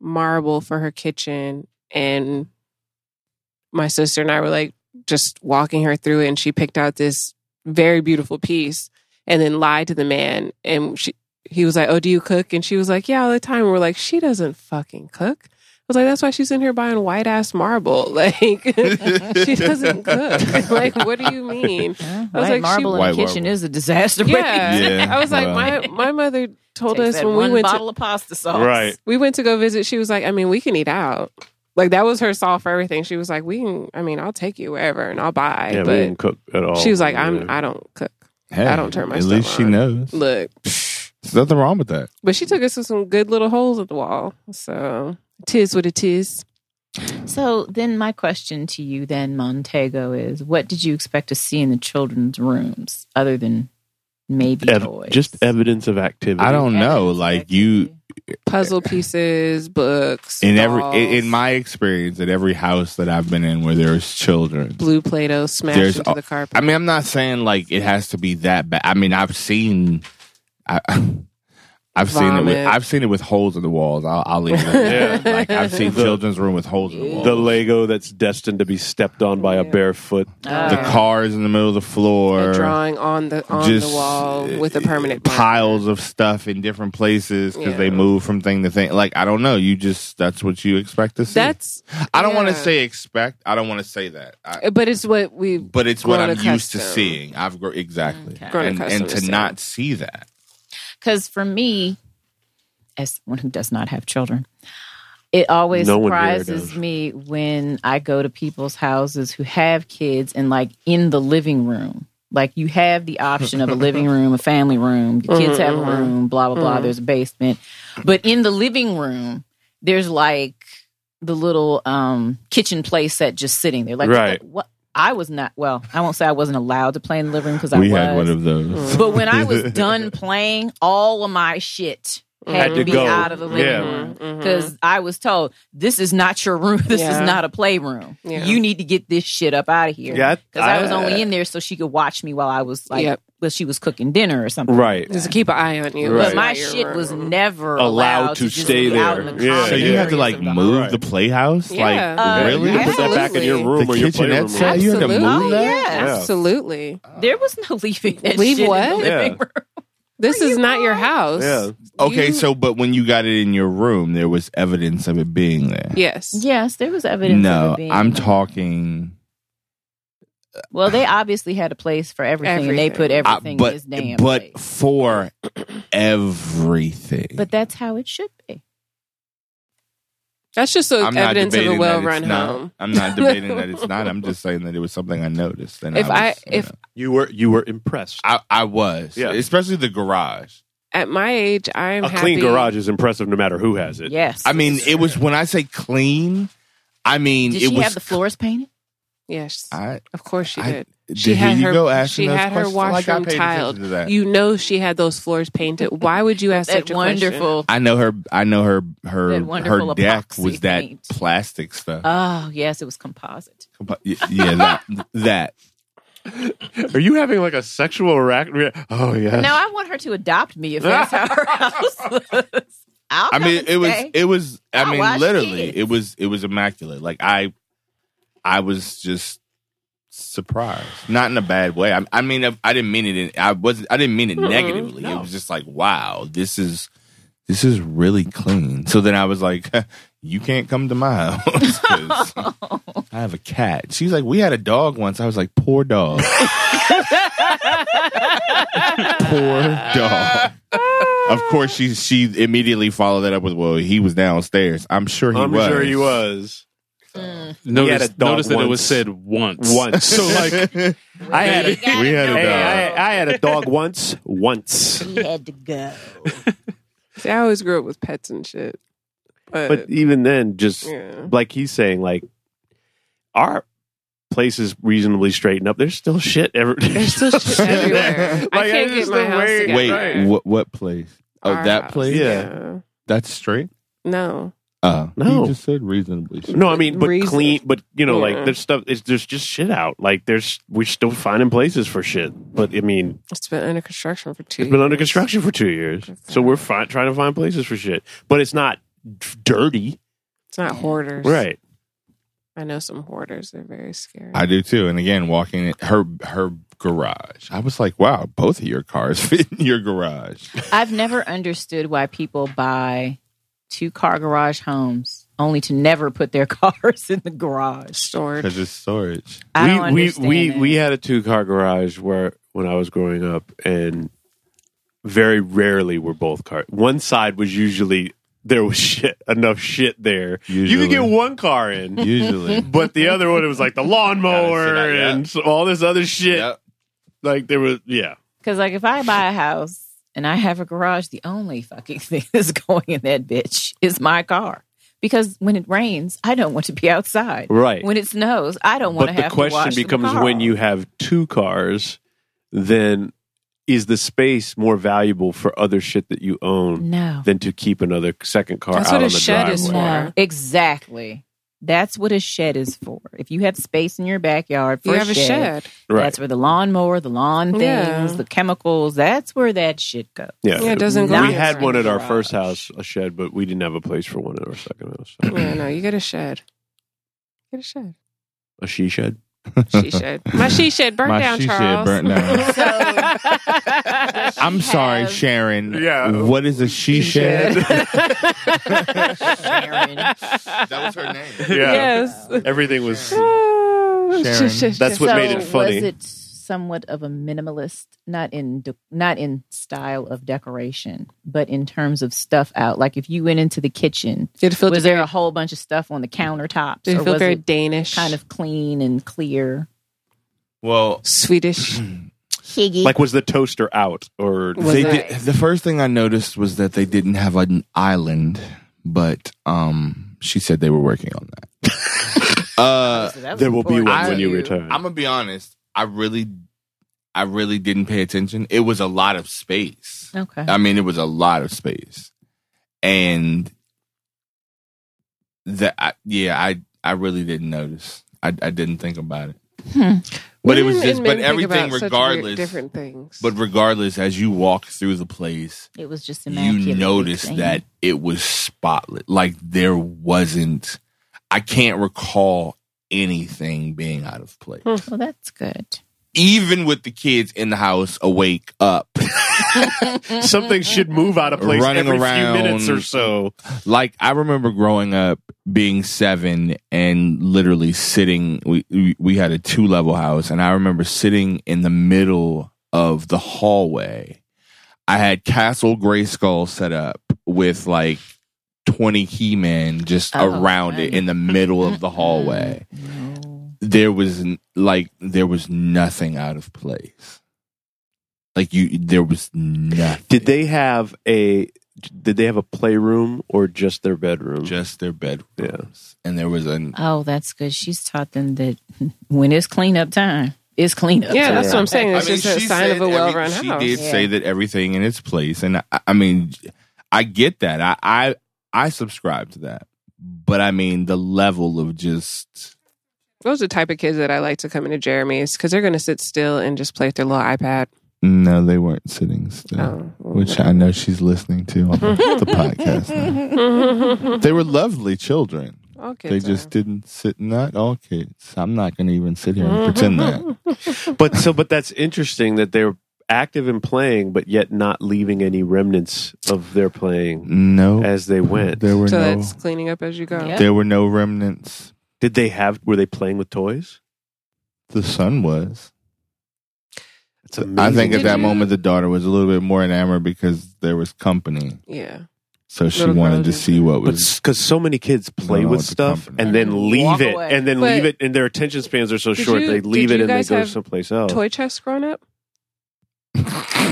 Speaker 7: marble for her kitchen, and my sister and I were like just walking her through it, and she picked out this very beautiful piece, and then lied to the man, and she he was like, "Oh, do you cook?" And she was like, "Yeah, all the time." And we're like, "She doesn't fucking cook." I was like, "That's why she's in here buying white ass marble. *laughs* Like, she doesn't cook. *laughs* Like, what do you mean?"
Speaker 5: Yeah,
Speaker 7: I was
Speaker 5: white
Speaker 7: like, she-
Speaker 5: marble in
Speaker 6: White
Speaker 5: the kitchen
Speaker 6: marble.
Speaker 5: is a
Speaker 7: *laughs*
Speaker 5: disaster. *laughs*
Speaker 7: Yeah.
Speaker 6: Yeah,
Speaker 7: I was like,
Speaker 6: well.
Speaker 7: my my mother told
Speaker 5: Takes
Speaker 7: us
Speaker 5: that
Speaker 7: when
Speaker 5: one
Speaker 7: we went
Speaker 5: bottle
Speaker 7: to
Speaker 5: of pasta sauce.
Speaker 1: Right.
Speaker 7: we went to go visit, she was like, I mean, we can eat out. Like that was her solve for everything. She was like, We can I mean, I'll take you wherever and I'll buy.
Speaker 1: Yeah, we didn't
Speaker 7: but
Speaker 1: cook at all.
Speaker 7: she was like, I'm
Speaker 1: Yeah.
Speaker 7: I don't cook.
Speaker 6: hey,
Speaker 7: I don't turn my
Speaker 6: at least
Speaker 7: stuff
Speaker 6: she
Speaker 7: on.
Speaker 6: knows
Speaker 7: Look.
Speaker 6: there's nothing wrong with that
Speaker 7: But she took us to some good little holes at the wall. So tis what it is.
Speaker 5: So then, my question to you, then Montego, is: What did you expect to see in the children's rooms, other than maybe
Speaker 1: Ev-
Speaker 5: toys?
Speaker 1: just evidence of activity.
Speaker 6: i don't know like you
Speaker 7: Puzzle pieces, books,
Speaker 6: in every
Speaker 7: dolls,
Speaker 6: in, in my experience at every house that i've been in where there's children
Speaker 7: blue play doh smashed
Speaker 6: There's
Speaker 7: into
Speaker 6: a-
Speaker 7: the carpet.
Speaker 6: i mean i'm not saying like it has to be that bad i mean i've seen i *laughs* I've seen it. With,
Speaker 7: Vomit.
Speaker 6: I've seen it with holes in the walls. I'll, I'll leave it. at that.
Speaker 1: Yeah. *laughs*
Speaker 6: Like I've seen
Speaker 1: The-
Speaker 6: children's room with holes in the walls.
Speaker 1: The Lego that's destined to be stepped on by a barefoot.
Speaker 6: The cars in the middle of the floor.
Speaker 7: A drawing on the on
Speaker 6: Just, uh,
Speaker 7: the wall with a permanent
Speaker 6: piles of stuff in different places because they move from thing to thing. Like I don't know. You just that's what you expect to see.
Speaker 7: That's
Speaker 6: I don't want to
Speaker 7: yeah.
Speaker 6: say expect. I don't want to say that. I,
Speaker 7: but it's what we
Speaker 6: but it's what I'm
Speaker 7: grown
Speaker 6: used to
Speaker 7: accustomed. Mm,
Speaker 6: seeing. I've grown exactly
Speaker 7: Grown
Speaker 6: and, and
Speaker 7: accustomed
Speaker 6: to
Speaker 7: to seeing.
Speaker 6: not see that.
Speaker 5: Because for me, as someone who does not have children, it always
Speaker 12: No one here
Speaker 5: surprises
Speaker 12: does.
Speaker 5: me when I go to people's houses who have kids and, like, in the living room. Like, you have the option of a
Speaker 6: *laughs*
Speaker 5: living room, a family room, your kids
Speaker 6: Mm-hmm,
Speaker 12: Mhm,
Speaker 5: have a
Speaker 12: mhm.
Speaker 5: room, blah, blah, blah.
Speaker 12: Mhm.
Speaker 5: There's a basement. But in the living room, there's like the little um, kitchen play set just sitting there. Like, what the-
Speaker 6: Right.
Speaker 5: what? I was not, well, I won't say I wasn't allowed to play in the living room because I
Speaker 6: we
Speaker 5: was. Mm.
Speaker 6: had one of those.
Speaker 5: But when I was done playing, all of my shit had
Speaker 6: Had
Speaker 5: to Mm-hmm.
Speaker 6: to
Speaker 5: be
Speaker 6: go.
Speaker 5: out of the living
Speaker 6: Yeah.
Speaker 5: room because I was told this is not your room. *laughs* This
Speaker 12: Yeah.
Speaker 5: is not a playroom.
Speaker 12: Yeah.
Speaker 5: You need to get this shit up out of here.
Speaker 1: Yeah, I-
Speaker 5: because I, was
Speaker 1: I- uh,
Speaker 5: only in there so she could watch me while I was like,
Speaker 1: Yep.
Speaker 5: while she was cooking dinner or something.
Speaker 1: Right.
Speaker 7: Just to keep an eye on you.
Speaker 5: But
Speaker 1: Right.
Speaker 5: my
Speaker 1: Not your
Speaker 5: shit was never allowed,
Speaker 1: Allowed to
Speaker 5: to just
Speaker 1: stay
Speaker 5: be out
Speaker 1: there.
Speaker 5: in the
Speaker 1: Yeah.
Speaker 6: so you had to like move the playhouse,
Speaker 7: Yeah.
Speaker 6: like
Speaker 7: Uh,
Speaker 6: really
Speaker 7: You put that back in your
Speaker 6: The
Speaker 1: room or your
Speaker 6: kitchenette
Speaker 1: playroom.
Speaker 6: set? You had to move
Speaker 7: Absolutely.
Speaker 6: that.
Speaker 7: Yeah. Absolutely.
Speaker 5: There was no *laughs* leaving that
Speaker 7: Leave
Speaker 5: shit in the
Speaker 7: what?
Speaker 5: living
Speaker 7: This is not your house.
Speaker 6: Okay,
Speaker 7: You-
Speaker 6: so but when you got it in your room, there was evidence of it being there.
Speaker 7: Yes.
Speaker 5: Yes, there was evidence. of
Speaker 6: no,
Speaker 5: it being
Speaker 6: I'm talking.
Speaker 5: Well, they obviously had a place for everything, and they put
Speaker 6: I-
Speaker 5: everything
Speaker 6: but
Speaker 5: in this damn
Speaker 6: but
Speaker 5: place.
Speaker 6: for everything.
Speaker 5: But that's how it should be.
Speaker 7: That's just a
Speaker 6: I'm not
Speaker 7: evidence of a
Speaker 6: debating that
Speaker 7: well
Speaker 6: it's
Speaker 7: run
Speaker 6: not-
Speaker 7: home.
Speaker 6: I'm not debating
Speaker 5: *laughs*
Speaker 6: that it's not. I'm just saying that it was something I noticed. And
Speaker 7: If
Speaker 6: I,
Speaker 7: I
Speaker 6: was,
Speaker 7: if
Speaker 1: You were you were impressed.
Speaker 6: I, I was, yeah. especially the garage.
Speaker 7: at my age I am
Speaker 1: A
Speaker 7: happy.
Speaker 1: clean garage is impressive no matter who has it.
Speaker 5: Yes.
Speaker 6: I mean, it was when I say clean, I mean
Speaker 5: Did
Speaker 6: it
Speaker 5: she
Speaker 6: was.
Speaker 5: have the floors painted?
Speaker 7: Yes.
Speaker 6: I,
Speaker 7: Of course she
Speaker 6: I-
Speaker 7: did.
Speaker 6: did-
Speaker 7: She
Speaker 6: here
Speaker 7: had
Speaker 6: you
Speaker 7: her
Speaker 6: go asking
Speaker 7: she
Speaker 6: those
Speaker 7: had her
Speaker 6: questions. Like, I
Speaker 7: washroom
Speaker 6: paid attention to
Speaker 7: tiled.
Speaker 6: that.
Speaker 7: You know she had those floors painted. Why would you ask
Speaker 5: That
Speaker 7: such a
Speaker 5: wonderful-
Speaker 6: I know her. I know her. Her
Speaker 5: That wonderful
Speaker 6: her deck
Speaker 5: epoxy
Speaker 6: was that
Speaker 5: paint.
Speaker 6: plastic stuff.
Speaker 7: Uh,
Speaker 5: Oh, yes, it was composite.
Speaker 6: But y- yeah, that,
Speaker 7: *laughs*
Speaker 6: that.
Speaker 1: Are you having like a sexual rack? Oh
Speaker 6: Uh,
Speaker 1: yeah.
Speaker 5: Now, I want her to adopt me if that's how
Speaker 6: *laughs*
Speaker 5: her house looks. I'll
Speaker 6: I mean,
Speaker 5: come and
Speaker 6: it was.
Speaker 5: stay.
Speaker 6: It was. I,
Speaker 5: I
Speaker 6: mean,
Speaker 5: watch
Speaker 6: literally,
Speaker 5: kids.
Speaker 6: it was. It was immaculate. Like I, I was just surprised. Not in a bad way. I, I mean, I, I didn't mean it. In, I wasn't. I didn't mean it negatively. It was just like, wow, this is. This is really clean. So then I was like, *laughs* "You can't come to my house 'cause I have a cat." She's like, "We had a dog once." I was like, "Poor dog, poor dog." Of course, she she immediately followed that up with, "Well, he was downstairs. I'm sure he
Speaker 1: I'm
Speaker 6: was.
Speaker 1: sure he was. He had a
Speaker 4: Notice,
Speaker 1: dog
Speaker 4: notice that it was
Speaker 1: once.
Speaker 4: said once.
Speaker 1: Once.
Speaker 4: So
Speaker 1: *laughs*
Speaker 4: like,
Speaker 1: I had a,
Speaker 6: We had a
Speaker 1: Hey,
Speaker 6: dog.
Speaker 1: I, I had a
Speaker 7: *laughs*
Speaker 1: dog once. Once.
Speaker 5: She had to go.
Speaker 7: See, I always grew up with pets and shit. But,
Speaker 1: But even then, just
Speaker 7: Yeah.
Speaker 1: like he's saying, like our place is reasonably straightened up. There's still shit every.
Speaker 7: there's still shit everywhere. I
Speaker 1: Like,
Speaker 7: can't
Speaker 1: it's
Speaker 7: get my
Speaker 1: the
Speaker 7: house
Speaker 1: way-
Speaker 7: together.
Speaker 6: Wait,
Speaker 1: Right.
Speaker 6: what what place? Oh,
Speaker 7: Our
Speaker 6: that
Speaker 7: house,
Speaker 6: place.
Speaker 7: yeah.
Speaker 6: that's straight.
Speaker 7: No.
Speaker 6: Uh,
Speaker 1: No.
Speaker 6: you just said reasonably. Straight.
Speaker 1: No, I mean, but
Speaker 7: Reason.
Speaker 1: clean, but you know,
Speaker 7: Yeah.
Speaker 1: like there's stuff. It's, there's just shit out. Like there's we're still finding places for shit. But I mean,
Speaker 7: It's been under construction for 2
Speaker 1: it's been under
Speaker 7: years.
Speaker 1: construction for two years, so we're fi- trying to find places for shit. But it's not d- dirty,
Speaker 7: It's not hoarders.
Speaker 1: right?
Speaker 7: I know some hoarders. They're very scary.
Speaker 6: I do too. And again, walking in her her garage, I was like, wow, both of your cars *laughs* fit in your garage.
Speaker 5: I've never understood why people buy two car garage homes only to never put their *laughs* cars in the garage.
Speaker 7: Storage.
Speaker 6: Because it's storage.
Speaker 5: I don't
Speaker 1: we
Speaker 5: understand
Speaker 1: we
Speaker 5: that.
Speaker 1: we had a two car garage where when I was growing up, and very rarely were both cars. One side was usually there was *laughs* shit enough shit there. You
Speaker 6: Usually.
Speaker 1: could get one car
Speaker 6: *laughs*
Speaker 1: in,
Speaker 6: Usually.
Speaker 1: but the other one it was like the lawnmower
Speaker 6: *laughs* Gotta sit out,
Speaker 1: and so- all this other shit.
Speaker 6: Yep.
Speaker 1: Like there was yeah.
Speaker 5: Because like if I buy a house and I have a garage, the only fucking *laughs* thing that's going in that bitch is my car. Because when it rains, I don't want to be outside.
Speaker 1: Right.
Speaker 5: When it snows, I don't want
Speaker 1: But
Speaker 5: to
Speaker 1: the
Speaker 5: have to wash
Speaker 1: question
Speaker 5: the
Speaker 1: becomes
Speaker 5: car.
Speaker 1: when you have two cars, then is the space more valuable for other shit that you own
Speaker 5: No.
Speaker 1: than to keep another second car
Speaker 7: That's
Speaker 1: out
Speaker 7: what
Speaker 1: on
Speaker 7: a
Speaker 1: the
Speaker 7: shed is
Speaker 1: driveway?
Speaker 7: for.
Speaker 5: Exactly. That's what a shed is for. If you have space in your backyard for
Speaker 7: You have
Speaker 6: *clears throat*
Speaker 7: a shed. Right.
Speaker 5: that's where the lawnmower, the lawn things,
Speaker 7: Yeah.
Speaker 5: the chemicals, that's where that shit goes.
Speaker 1: Yeah, We
Speaker 5: Not
Speaker 1: had one at our
Speaker 5: garage.
Speaker 1: first house, a shed, but we didn't have a place for one at our second house.
Speaker 7: Yeah, no, you get a shed. Get a shed.
Speaker 1: A she shed.
Speaker 7: She shed. My she shed *laughs* burnt
Speaker 6: My
Speaker 7: down,
Speaker 6: she shed
Speaker 7: Charles.
Speaker 6: burnt
Speaker 7: *laughs*
Speaker 6: down. *laughs* I'm sorry,
Speaker 7: have-
Speaker 6: Sharon. Yeah. What is a she shed?
Speaker 1: *laughs*
Speaker 6: *laughs*
Speaker 7: that
Speaker 6: was her name.
Speaker 1: Yeah.
Speaker 6: *laughs*
Speaker 5: Yes.
Speaker 1: Everything was.
Speaker 5: Sharon.
Speaker 1: That's what
Speaker 5: So
Speaker 1: made it funny.
Speaker 5: Was it somewhat of a minimalist, not in de- not in style of decoration, but in terms of stuff out? Like if you went into the kitchen,
Speaker 7: Did it feel
Speaker 5: was
Speaker 7: very-
Speaker 5: there a whole bunch of stuff on the countertops?
Speaker 7: Did it
Speaker 5: or
Speaker 7: feel
Speaker 5: was
Speaker 7: very
Speaker 5: it
Speaker 7: Danish?
Speaker 5: kind of clean and clear?
Speaker 6: Well, *clears throat*
Speaker 7: Swedish.
Speaker 5: Higgy.
Speaker 1: Like, was the toaster out or
Speaker 6: they did, the first thing I noticed was that they didn't have an island, but um, she said they were working on that. *laughs* uh,
Speaker 1: that was There will be important one when to you you. return.
Speaker 6: I'm gonna be honest. I really, I really didn't pay attention. It was a lot of space.
Speaker 5: Okay.
Speaker 6: I mean, it was a lot of space, and that I, yeah, I I really didn't notice. I I didn't think about it.
Speaker 7: Hmm.
Speaker 6: But it was
Speaker 7: Women
Speaker 6: just-
Speaker 7: and
Speaker 6: but
Speaker 7: men think
Speaker 6: everything
Speaker 7: about such weird
Speaker 6: regardless-
Speaker 7: different things.
Speaker 6: But regardless, as you walk through the place,
Speaker 5: It was just
Speaker 6: you
Speaker 5: immaculate.
Speaker 6: notice
Speaker 5: Same.
Speaker 6: that it was spotless. Like there wasn't. I can't recall anything being out of place.
Speaker 7: Hmm.
Speaker 5: Well, that's good.
Speaker 6: Even with the kids in the house, awake,
Speaker 1: *laughs*
Speaker 6: up,
Speaker 1: something should move out of place
Speaker 6: running
Speaker 1: every
Speaker 6: around,
Speaker 1: few minutes or so?
Speaker 6: Like I remember growing up, being seven, and literally sitting. We we, we had a two level house, and I remember sitting in the middle of the hallway. I had Castle Grayskull set up with like twenty He Men just
Speaker 1: Oh,
Speaker 6: around it in the middle
Speaker 1: *laughs*
Speaker 6: of the hallway.
Speaker 5: Mm,
Speaker 6: There was n- like there was nothing out of place. Like you, there was nothing.
Speaker 1: Did they have a? Did they have a playroom or just their bedroom?
Speaker 6: Just their bedroom.
Speaker 1: Mm-hmm. Yeah.
Speaker 6: And there was an
Speaker 5: Oh, that's good. She's taught them that *laughs* when it's cleanup time, it's cleanup.
Speaker 7: Yeah,
Speaker 5: time.
Speaker 7: that's what I'm saying. It's
Speaker 6: I mean,
Speaker 7: just a
Speaker 6: she
Speaker 7: sign of
Speaker 6: said
Speaker 7: a
Speaker 6: every-
Speaker 7: well-run
Speaker 6: she
Speaker 7: house.
Speaker 6: did say that everything in its place, and I, I mean, I get that. I, I I subscribe to that, but I mean the level of just
Speaker 7: Those are the type of kids that I like to come into Jeremy's because they're going to sit still and just play with their little iPad. Oh,
Speaker 6: no, they weren't sitting still, which I know she's listening to on the, the podcast.
Speaker 7: *laughs*
Speaker 6: They were lovely children.
Speaker 7: All kids
Speaker 6: They just didn't sit. Not all kids. I'm not going to even sit here
Speaker 7: Mm-hmm.
Speaker 6: and pretend
Speaker 7: *laughs*
Speaker 6: that.
Speaker 1: but so but that's interesting that they're active in playing but yet not leaving any remnants of their playing
Speaker 6: No,
Speaker 1: as they went
Speaker 6: there were
Speaker 7: so
Speaker 6: no.
Speaker 7: that's cleaning up as you go.
Speaker 6: There were no remnants.
Speaker 1: did they have were they playing with toys
Speaker 6: The sun was.
Speaker 1: it's
Speaker 6: I
Speaker 1: amazing.
Speaker 6: think at
Speaker 7: Did
Speaker 6: that
Speaker 7: you-
Speaker 6: moment the daughter was a little bit more enamored because there was company,
Speaker 7: Yeah.
Speaker 6: so she
Speaker 7: Little girl
Speaker 6: wanted to
Speaker 7: did.
Speaker 6: see what
Speaker 1: but *laughs*
Speaker 6: was.
Speaker 1: because so many kids play
Speaker 6: No,
Speaker 1: with
Speaker 6: it's a
Speaker 1: stuff
Speaker 6: company.
Speaker 1: and then leave
Speaker 5: Walk
Speaker 1: it
Speaker 5: away.
Speaker 1: and then
Speaker 7: But-
Speaker 1: leave it and their attention spans are so
Speaker 7: Did
Speaker 1: short
Speaker 7: you-
Speaker 1: they
Speaker 7: did
Speaker 1: leave it
Speaker 7: you
Speaker 1: and they
Speaker 7: guys
Speaker 1: go
Speaker 7: have
Speaker 1: someplace
Speaker 6: Oh.
Speaker 1: else
Speaker 7: Toy chest growing up?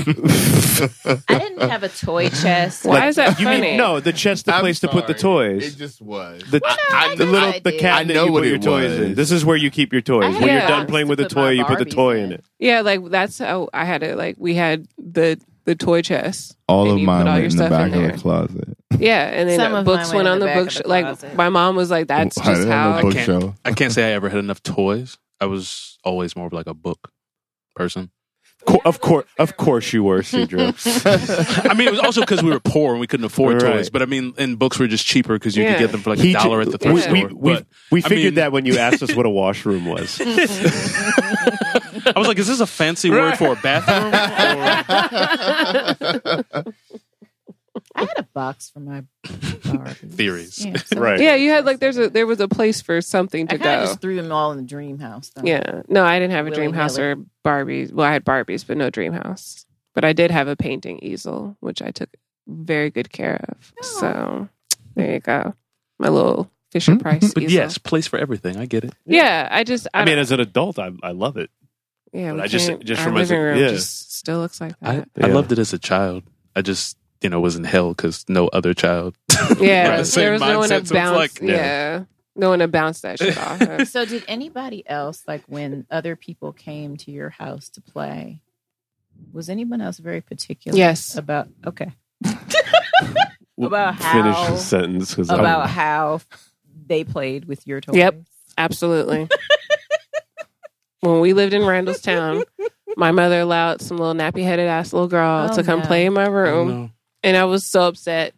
Speaker 5: I didn't have a toy chest.
Speaker 7: Why is that
Speaker 1: you
Speaker 7: funny?
Speaker 1: mean no the chest the
Speaker 6: I'm
Speaker 1: place to put the
Speaker 6: sorry.
Speaker 1: toys
Speaker 6: It just was.
Speaker 1: the,
Speaker 5: I
Speaker 1: the
Speaker 5: know
Speaker 1: little
Speaker 5: I
Speaker 1: the
Speaker 5: did.
Speaker 1: cabinet
Speaker 6: I know
Speaker 1: you
Speaker 6: what
Speaker 1: put your
Speaker 6: it
Speaker 1: toys in.
Speaker 6: was.
Speaker 1: This is where you keep your
Speaker 5: I
Speaker 1: toys.
Speaker 5: had
Speaker 1: When
Speaker 7: a
Speaker 1: you're done
Speaker 5: box
Speaker 1: playing
Speaker 5: to
Speaker 1: with a
Speaker 5: put
Speaker 1: toy,
Speaker 5: my
Speaker 1: you put the
Speaker 5: Barbies
Speaker 1: toy in
Speaker 5: in.
Speaker 1: it.
Speaker 7: Yeah, like that's how I had it. Like we had the the toy chest.
Speaker 6: all
Speaker 7: and
Speaker 6: of
Speaker 7: you put
Speaker 6: mine
Speaker 7: all your
Speaker 6: went in the
Speaker 7: stuff
Speaker 6: back
Speaker 7: in
Speaker 6: of
Speaker 7: there.
Speaker 6: the closet.
Speaker 7: Yeah, and then
Speaker 5: Some
Speaker 7: uh,
Speaker 5: of mine
Speaker 7: books
Speaker 5: went
Speaker 7: went
Speaker 5: in
Speaker 7: on
Speaker 5: the
Speaker 7: the
Speaker 5: back of
Speaker 7: bookshelf.
Speaker 5: the
Speaker 7: Like
Speaker 5: closet.
Speaker 7: my mom was like, "That's
Speaker 6: I
Speaker 7: just
Speaker 6: didn't have
Speaker 7: how."
Speaker 6: no
Speaker 4: I
Speaker 6: book
Speaker 4: can't- *laughs*
Speaker 6: shelf.
Speaker 4: I can't say I ever had enough toys. I was always more of like a book person.
Speaker 1: Co- of course, of course, you were, Cedra.
Speaker 4: I mean, it was also because we were poor and we couldn't afford
Speaker 1: Right.
Speaker 4: toys. But I mean, and books were just cheaper because you
Speaker 7: Yeah.
Speaker 4: could get them for like
Speaker 1: He
Speaker 4: a dollar
Speaker 1: ju-
Speaker 4: at the thrift
Speaker 1: we,
Speaker 4: store.
Speaker 1: We, we,
Speaker 4: But,
Speaker 1: we
Speaker 4: I
Speaker 1: figured
Speaker 4: mean-
Speaker 1: that when you asked us what a washroom
Speaker 6: *laughs*
Speaker 1: was.
Speaker 4: I was like, is this a fancy word for a
Speaker 1: *laughs*
Speaker 4: bathroom? Or-
Speaker 5: I had a box for my Barbies.
Speaker 4: Theories.
Speaker 5: Yeah, so
Speaker 1: right.
Speaker 7: Yeah, you had like there's a there was a place for something
Speaker 5: I
Speaker 7: to
Speaker 5: kind of
Speaker 7: go.
Speaker 5: just threw them all in the dream house. Though.
Speaker 7: Yeah, no, I didn't have a dream house
Speaker 5: Willy-nilly.
Speaker 7: or Barbies. Well, I had Barbies, but no dream house. But I did have a painting easel, which I took very good care of. So there you go, my little Fisher Price.
Speaker 4: but
Speaker 7: easel.
Speaker 4: *laughs* yes, place for everything. I get it.
Speaker 7: yeah, I just I,
Speaker 1: I mean,
Speaker 7: don't-
Speaker 1: as an adult, I, I love it.
Speaker 7: yeah, we
Speaker 1: I just-
Speaker 7: can't-
Speaker 1: just
Speaker 7: our
Speaker 1: from as a-
Speaker 7: living room
Speaker 1: yeah.
Speaker 7: just still looks like
Speaker 4: I,
Speaker 7: that.
Speaker 4: I
Speaker 1: Yeah.
Speaker 4: loved it as a child. I just, you know, was in hell because no other child.
Speaker 7: Yeah,
Speaker 4: Right, the same
Speaker 7: there was no one
Speaker 4: mindset,
Speaker 7: to
Speaker 4: so it's
Speaker 7: bounce.
Speaker 4: like-
Speaker 7: yeah. no one to bounce that shit
Speaker 5: *laughs*
Speaker 7: off.
Speaker 5: *laughs*
Speaker 7: Of.
Speaker 5: So, did anybody else like when other people came to your house to play? Was anyone else very particular?
Speaker 7: Yes.
Speaker 5: About okay.
Speaker 1: We'll
Speaker 5: About
Speaker 1: finish
Speaker 5: how-
Speaker 1: Oh. the sentence because
Speaker 5: About how they played with your toys.
Speaker 7: Yep, absolutely. when we lived in Randallstown, my mother allowed some little nappy headed ass little girl
Speaker 5: Oh,
Speaker 7: to come
Speaker 5: no.
Speaker 7: play in my room.
Speaker 4: no.
Speaker 7: And I was so upset.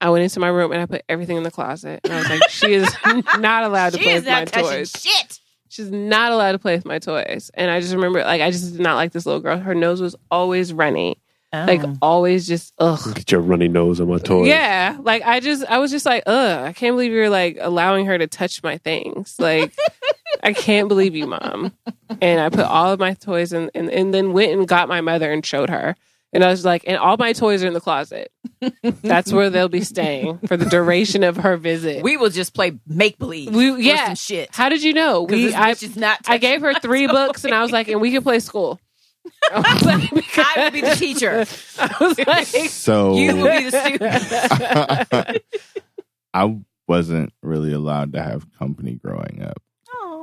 Speaker 7: I went into my room and I put everything in the closet. And I was
Speaker 5: *laughs*
Speaker 7: like, she is not allowed to play with my toys.
Speaker 5: shit.
Speaker 7: She's not allowed to play with my toys. And I just remember, like, I just did not like this little girl. Her nose was always runny,
Speaker 5: Oh.
Speaker 7: like, always just, ugh.
Speaker 1: Get your runny nose on my toy.
Speaker 7: Yeah, like I just I was just like, ugh, I can't believe you're like allowing her to touch my things. Like I can't believe you, mom. And I put all of my toys in and, and then went and got my mother and showed her. And I was like, and all my toys are in the closet. That's where they'll be staying for the duration of her visit.
Speaker 5: we will just play make believe.
Speaker 7: We- yeah.
Speaker 5: some shit.
Speaker 7: How did you know?
Speaker 5: Because
Speaker 7: We
Speaker 5: this
Speaker 7: I,
Speaker 5: bitch is not.
Speaker 7: I gave her three books and I was like, and we can play school. *laughs* I was like,
Speaker 5: I will be the
Speaker 7: *laughs*
Speaker 5: teacher.
Speaker 7: I
Speaker 5: *laughs*
Speaker 7: was like
Speaker 6: So
Speaker 5: You will be the
Speaker 6: *laughs*
Speaker 5: student.
Speaker 7: *laughs*
Speaker 6: I wasn't really allowed to have company growing up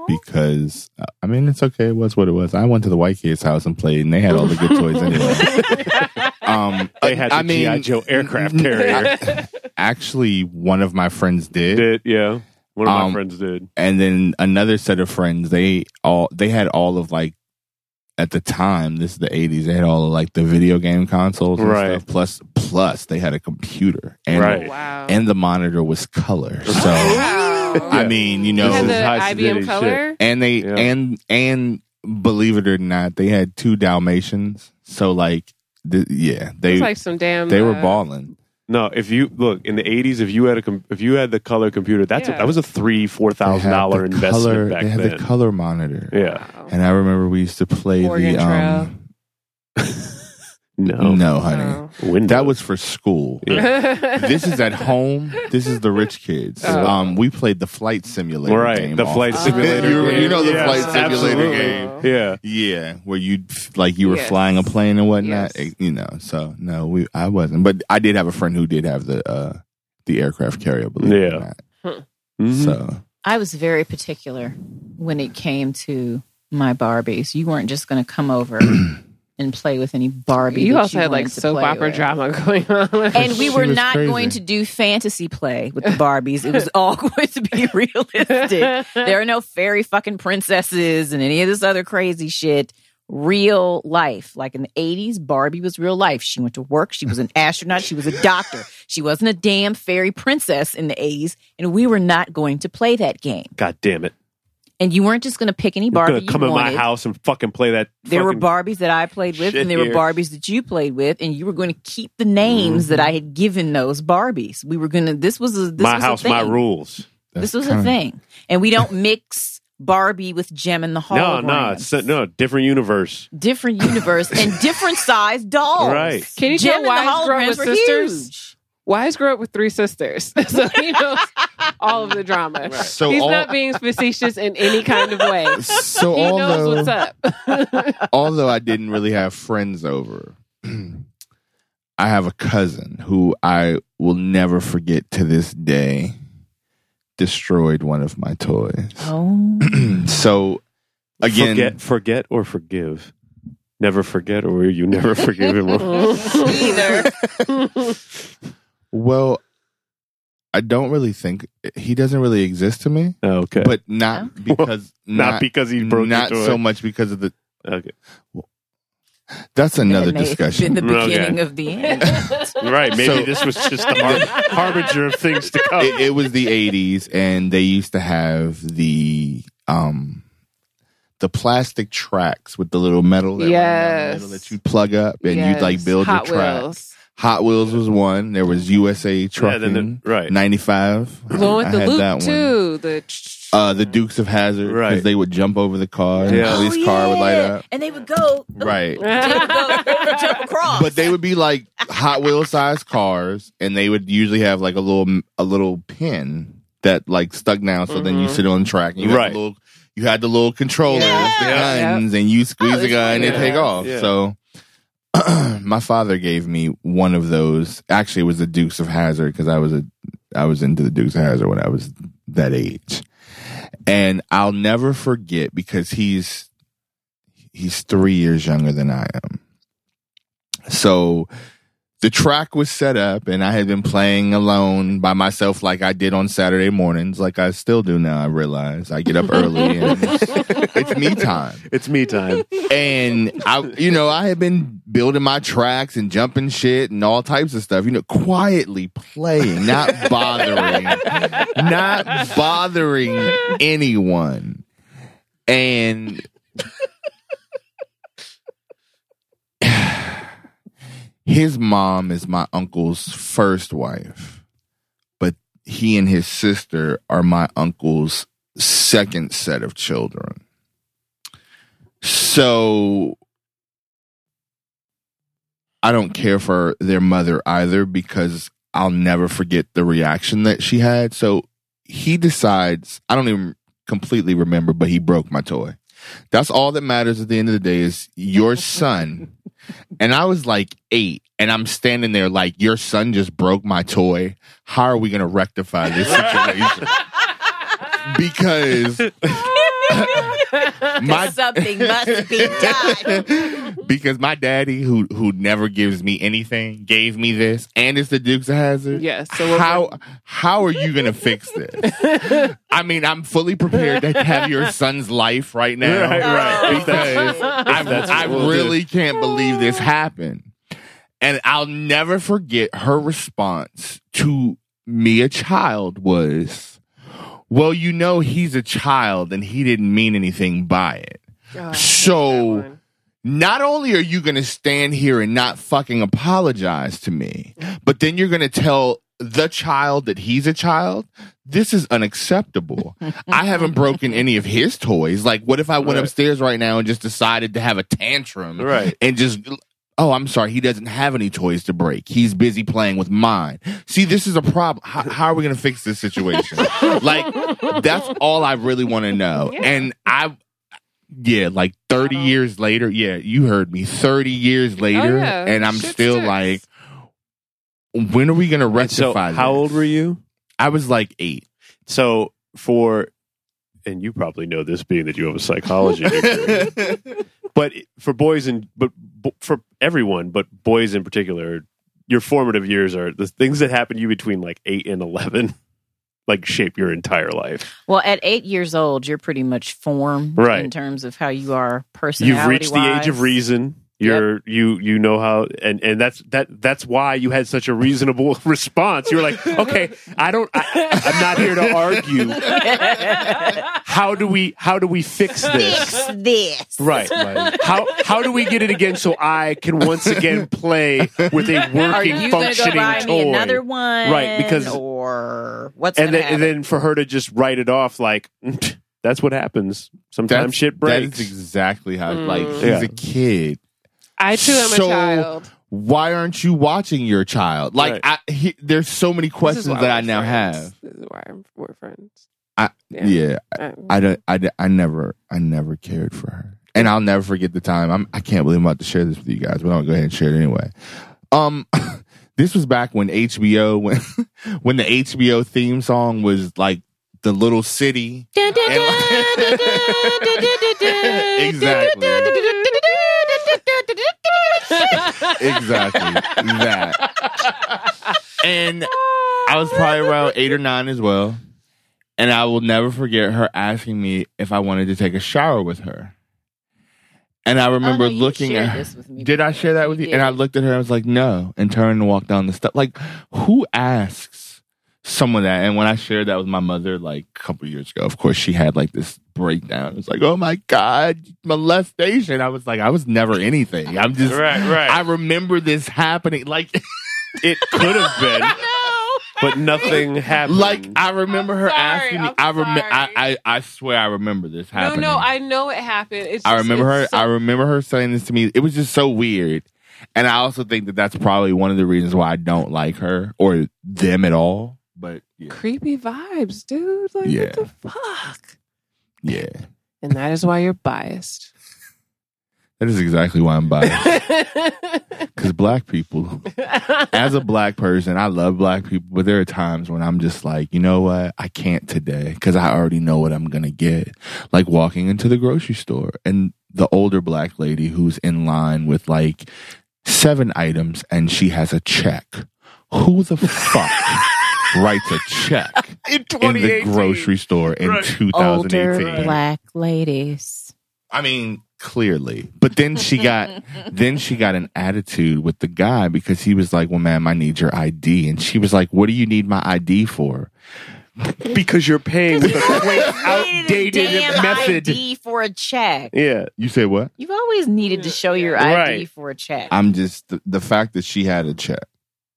Speaker 6: because uh, I mean it's okay. It was what it was. I went to the white kids' house and played, and they had all the good toys anyway.
Speaker 1: *laughs*
Speaker 6: um,
Speaker 1: They had the
Speaker 6: I mean,
Speaker 1: GI Joe aircraft carrier.
Speaker 6: actually, one of my friends did,
Speaker 1: *laughs* did yeah. One of my
Speaker 6: Um,
Speaker 1: friends did.
Speaker 6: and then another set of friends. They all they had all of like at the time. This is the eighties. They had all of like the video game consoles, and
Speaker 1: Right.
Speaker 6: Stuff. Plus, plus they had a computer, and
Speaker 1: Right.
Speaker 7: wow.
Speaker 6: and the monitor
Speaker 1: *laughs*
Speaker 6: was color. So
Speaker 7: wow.
Speaker 6: I mean, you know,
Speaker 7: You had
Speaker 1: This is high
Speaker 7: the
Speaker 1: fidelity
Speaker 7: IBM
Speaker 1: shit.
Speaker 7: color.
Speaker 6: and they
Speaker 1: Yeah.
Speaker 6: and and believe it or not, they had two Dalmatians. So like, th- yeah, they
Speaker 7: It's like some damn.
Speaker 6: they were
Speaker 7: uh,
Speaker 6: balling.
Speaker 1: No, if you look in the '80s, if you had a com- if you had the color computer, that's a,
Speaker 7: Yeah.
Speaker 1: that was a three four thousand dollar investment
Speaker 6: color,
Speaker 1: back
Speaker 6: They had
Speaker 1: then.
Speaker 6: the color monitor,
Speaker 1: Yeah,
Speaker 7: uh,
Speaker 6: and I remember we used to play
Speaker 7: Morgan
Speaker 6: the um.
Speaker 1: no,
Speaker 6: No, honey,
Speaker 7: No.
Speaker 1: Windows.
Speaker 6: that was for school. *laughs* this is at home. This is the rich kids.
Speaker 7: Oh.
Speaker 6: Um, we played the flight simulator,
Speaker 1: right.
Speaker 6: game
Speaker 1: the
Speaker 6: off-
Speaker 1: flight simulator,
Speaker 6: *laughs* You-
Speaker 1: game.
Speaker 6: you know the
Speaker 1: Yes,
Speaker 6: flight simulator
Speaker 1: absolutely.
Speaker 6: game.
Speaker 1: Yeah,
Speaker 6: Yeah, where you like you were
Speaker 7: Yes.
Speaker 6: flying a plane and whatnot. eh,
Speaker 7: Yes.
Speaker 6: You know, so no, we I wasn't, but I did have a friend who did have the uh the aircraft carrier. Believe it or
Speaker 1: Yeah.
Speaker 6: not.
Speaker 1: Mhm.
Speaker 6: Mm-hmm. So
Speaker 5: I was very particular when it came to my Barbies. You weren't just going to come
Speaker 6: *clears throat*
Speaker 5: over and play with any Barbie.
Speaker 7: *laughs* You
Speaker 5: that
Speaker 7: also had like
Speaker 5: wanted to
Speaker 7: soap
Speaker 5: play
Speaker 7: opera
Speaker 5: with.
Speaker 7: drama *laughs* going on.
Speaker 5: And we
Speaker 6: She
Speaker 5: were
Speaker 6: was
Speaker 5: not
Speaker 6: crazy.
Speaker 5: going to do fantasy play with the Barbies. It was
Speaker 7: *laughs*
Speaker 5: all *laughs* going to be realistic. there are no fairy fucking princesses and any of this other crazy shit. Real life. Like in the 80s, Barbie was real life. She went to work. She was
Speaker 6: *laughs*
Speaker 5: an astronaut. She was a doctor. She wasn't a damn fairy princess in the 80s. And we were not going to play that game.
Speaker 1: God damn it!
Speaker 5: And you weren't just going to pick any
Speaker 1: You're
Speaker 5: Barbie.
Speaker 1: gonna come
Speaker 5: you
Speaker 1: in my
Speaker 5: wanted.
Speaker 1: house and fucking play that.
Speaker 5: There were
Speaker 1: fucking-
Speaker 5: Barbies that I played with,
Speaker 1: shit
Speaker 5: and there were
Speaker 1: here.
Speaker 5: Barbies that you played with, and you were going to keep the names that I had given those Barbies. We were going to. This was a this
Speaker 1: Mm-hmm. my
Speaker 5: was
Speaker 1: house,
Speaker 5: a thing.
Speaker 1: my rules.
Speaker 5: This
Speaker 6: that's
Speaker 5: was
Speaker 6: kinda-
Speaker 5: a thing, and we don't mix Barbie with Gem in the Hall.
Speaker 1: No, no, it's, no, different universe.
Speaker 5: different universe and
Speaker 1: *laughs*
Speaker 5: different size dolls.
Speaker 1: Right.
Speaker 7: Can you
Speaker 5: Gem and the
Speaker 7: tell Wise grew up
Speaker 5: holograms
Speaker 7: with
Speaker 5: were
Speaker 7: sisters?
Speaker 5: huge.
Speaker 7: Wise grew up with three sisters, *laughs* so he knows all of the drama.
Speaker 6: *laughs* So
Speaker 7: He's
Speaker 6: all-
Speaker 7: not being facetious in any kind of way.
Speaker 6: *laughs*
Speaker 5: *laughs*
Speaker 6: *laughs* So
Speaker 7: He knows
Speaker 6: although
Speaker 7: what's up.
Speaker 6: *laughs* although I didn't really have friends over, *clears throat* I have a cousin who I will never forget to this day. Destroyed one of my toys. *clears throat*
Speaker 5: Oh,
Speaker 6: so again,
Speaker 1: forget, forget or forgive. Never forget, or you never *laughs* forgive
Speaker 5: *laughs*
Speaker 1: him. Oh,
Speaker 5: either.
Speaker 6: Well, I don't really think he doesn't really exist to me,
Speaker 1: okay,
Speaker 6: but not because
Speaker 1: not,
Speaker 6: not,
Speaker 1: because he broke.
Speaker 6: not
Speaker 1: your toy.
Speaker 6: so much because of the.
Speaker 1: Okay.
Speaker 6: That's another
Speaker 5: That may have
Speaker 1: *laughs*
Speaker 6: discussion.
Speaker 5: Been the
Speaker 1: Okay.
Speaker 5: beginning of the
Speaker 6: *laughs*
Speaker 5: end.
Speaker 1: Right. Maybe
Speaker 6: So-
Speaker 1: this was just
Speaker 6: *laughs*
Speaker 1: the har- harbinger of things to come.
Speaker 6: it, it was the '80s, and they used to have the um the plastic tracks with the little metal that,
Speaker 7: Yes.
Speaker 6: that you plug up, and you'd like
Speaker 7: Yes.
Speaker 6: build
Speaker 7: Hot
Speaker 6: your track.
Speaker 7: Wheels.
Speaker 6: Hot Wheels was one. There was USA
Speaker 1: Yeah,
Speaker 6: Trucking,
Speaker 1: then the- right.
Speaker 6: '95.
Speaker 7: The one with
Speaker 6: I
Speaker 7: the
Speaker 6: had that
Speaker 7: loop
Speaker 6: one.
Speaker 7: too. The *laughs*
Speaker 6: uh, the Dukes of Hazard because
Speaker 1: Right.
Speaker 6: they would jump over the car and
Speaker 1: Yeah.
Speaker 6: the police
Speaker 5: Oh,
Speaker 6: car would light
Speaker 5: yeah.
Speaker 6: up.
Speaker 5: and they would go.
Speaker 6: Right.
Speaker 5: They would go. They would
Speaker 1: *laughs*
Speaker 5: jump across.
Speaker 6: But they would be like Hot Wheel sized cars, and they would usually have like a little a little pin that like stuck down. So then you sit on track, and you
Speaker 1: Mm-hmm. Right.
Speaker 6: Had the little, you had the little controllers, the
Speaker 7: Yeah.
Speaker 6: guns, and you squeeze
Speaker 5: Oh,
Speaker 6: the gun, and
Speaker 7: yeah.
Speaker 6: they take off.
Speaker 1: Yeah.
Speaker 6: So. *clears throat* my father gave me one of those. Actually, it was the Dukes of Hazard because I was a I was into the Dukes of Hazard when I was that age, and I'll never forget because he's he's three years younger than I am. So the track was set up and I had been playing alone by myself like I did on Saturday mornings, like I still do now, I realize. I get up early and it's, it's me time.
Speaker 1: It's me
Speaker 6: *laughs*
Speaker 1: time.
Speaker 6: And I you know, I had been building my tracks and jumping shit and all types of stuff, you know, quietly playing, not bothering not bothering anyone. And *sighs* his mom is my uncle's first wife, but he and his sister are my uncle's second set of children. So I don't care for their mother either because I'll never forget the reaction that she had. So he decides, I don't even completely remember, but he broke my toy. That's all that matters at the end of the day is your son. and I was like eight, and I'm standing there like, your son just broke my toy. How are we going to rectify this situation? because *laughs*
Speaker 5: *laughs*
Speaker 6: my
Speaker 12: Something must be done.
Speaker 6: *laughs* because my daddy, who who never gives me anything, gave me this, and it's the Dukes of Hazard.
Speaker 7: Yes. So what-
Speaker 6: how how are you gonna fix this?
Speaker 1: *laughs*
Speaker 6: I mean, I'm fully prepared to have your son's life right now.
Speaker 1: Right, right. If
Speaker 6: Because I,
Speaker 1: Oh. that's what
Speaker 6: I
Speaker 1: we'll do.
Speaker 6: really can't believe this happened. And I'll never forget her response to me, a child, was, Well, you know, he's a child and he didn't mean anything by it.
Speaker 7: *laughs*
Speaker 6: so not only are you going to stand here and not fucking apologize to me, but then you're going to tell the child that he's a child. This is
Speaker 1: *laughs*
Speaker 6: unacceptable. I haven't broken any of his toys. Like, what if I went
Speaker 1: Right.
Speaker 6: upstairs right now and just decided to have a tantrum?
Speaker 1: Right.
Speaker 6: and just oh i'm sorry he doesn't have any toys to break he's busy playing with mine see this is a problem how, how are we going to fix this situation like that's
Speaker 7: *laughs*
Speaker 6: all i really want to know and i yeah like 30 years later yeah you heard me 30 years later
Speaker 7: Oh, yeah.
Speaker 6: and i'm
Speaker 7: Shit
Speaker 6: still
Speaker 7: sticks.
Speaker 6: like when are we going to
Speaker 1: So,
Speaker 6: rectify
Speaker 1: how
Speaker 6: this?
Speaker 1: old were you?
Speaker 6: i was like eight
Speaker 1: So, for, and you probably know this being that you have a psychology degree, but for boys and, but b- for everyone, but boys in particular, your formative years are the things that happen to you between like eight and 11, like shape your entire life.
Speaker 5: Well, at eight years old, you're pretty much formed
Speaker 1: Right.
Speaker 5: in terms of how you are personality.
Speaker 1: You've reached the age of reason. You're you you know how and and that's that that's why you had such a reasonable *laughs* response. You were like, okay, I don't, I, I'm not here to argue.
Speaker 5: *laughs*
Speaker 1: How do we how do we fix this?
Speaker 12: Fix this.
Speaker 1: Right. How how do we get it again so I can once again play with a
Speaker 5: Are
Speaker 1: working
Speaker 5: you going to go
Speaker 1: functioning
Speaker 5: buy
Speaker 1: toy?
Speaker 5: me another one?
Speaker 1: Right, because-
Speaker 5: or what's
Speaker 1: and
Speaker 5: going to
Speaker 1: then and
Speaker 5: happen?
Speaker 1: then for her to just write it off like *laughs* that's what happens. Sometimes
Speaker 6: That's-
Speaker 1: shit
Speaker 6: that is
Speaker 1: breaks.
Speaker 6: exactly how
Speaker 7: Mm.
Speaker 6: like he's
Speaker 1: Yeah.
Speaker 6: a kid
Speaker 7: I too am
Speaker 6: So-
Speaker 7: a child.
Speaker 6: why aren't you watching your child? Like,
Speaker 1: Right.
Speaker 6: I, he, there's so many questions
Speaker 7: why
Speaker 6: that I
Speaker 7: we're
Speaker 6: now
Speaker 7: friends.
Speaker 6: have.
Speaker 7: This is why I'm- we're friends.
Speaker 6: I yeah,
Speaker 7: Yeah. Um,
Speaker 6: I don't. I, don't- I never. I never cared for her, and I'll never forget the time. I'm. I can't believe I'm about to share this with you guys, but I'm gonna go ahead and share it anyway. Um, *laughs* this was back when HBO *laughs* when when the HBO theme song was like the little city. exactly. exactly that. And I was probably around eight or nine as well. And I will never forget her asking me if I wanted to take a shower with her. And I remember
Speaker 5: Oh, you
Speaker 6: looking
Speaker 5: shared
Speaker 6: at her.
Speaker 5: this with me
Speaker 6: did I
Speaker 5: before.
Speaker 6: share that with
Speaker 5: You
Speaker 6: you? And I
Speaker 5: did.
Speaker 6: looked at her and I was like, no, and turned and walked down the step. Like, who asks someone that? And when I shared that with my mother, like a couple years ago, of course, she had like this breakdown. It was like, oh my God, molestation. I was like, I was never anything. I'm just,
Speaker 1: Right, right.
Speaker 6: I remember this happening. Like,
Speaker 1: It could have been, but nothing happened.
Speaker 6: like I remember her
Speaker 7: sorry,
Speaker 6: asking me.
Speaker 7: I'm
Speaker 6: I remember.
Speaker 7: sorry.
Speaker 6: I, I I swear I remember this
Speaker 7: no,
Speaker 6: happening.
Speaker 7: no, I know it happened. It's
Speaker 6: I
Speaker 7: just-
Speaker 6: remember her.
Speaker 7: it's so-
Speaker 6: I remember her saying this to me. It was just so weird, and I also think that that's probably one of the reasons why I don't like her or them at all. But
Speaker 7: *laughs*
Speaker 6: yeah,
Speaker 7: creepy vibes, dude. Like
Speaker 6: Yeah.
Speaker 7: what the fuck?
Speaker 6: yeah.
Speaker 7: And that is why you're biased.
Speaker 6: that is exactly why I'm
Speaker 7: *laughs*
Speaker 6: biased. Because black people, as a black person, I love black people, but there are times when I'm just like, you know what? I can't today because I already know what I'm going to get. Like walking into the grocery store and the older black lady who's in line with like seven items and she has a check. Who the fuck writes a check
Speaker 5: In
Speaker 6: the
Speaker 5: 2018?
Speaker 6: grocery store in
Speaker 5: Older
Speaker 6: 2018?
Speaker 5: black ladies.
Speaker 6: I mean, clearly. But then
Speaker 5: *laughs*
Speaker 6: she got then she got an attitude with the guy because he was like, "Well, ma'am, I need your ID," and she was like, "What do you need my ID for?"
Speaker 1: Because you're
Speaker 5: *laughs*
Speaker 1: paying with a quaint, outdated
Speaker 5: Damn
Speaker 1: method.
Speaker 5: ID for a check.
Speaker 1: Yeah.
Speaker 6: You say what?
Speaker 5: You've always needed to show your ID
Speaker 6: Right.
Speaker 5: for a check.
Speaker 6: I'm just the, the fact that she had a check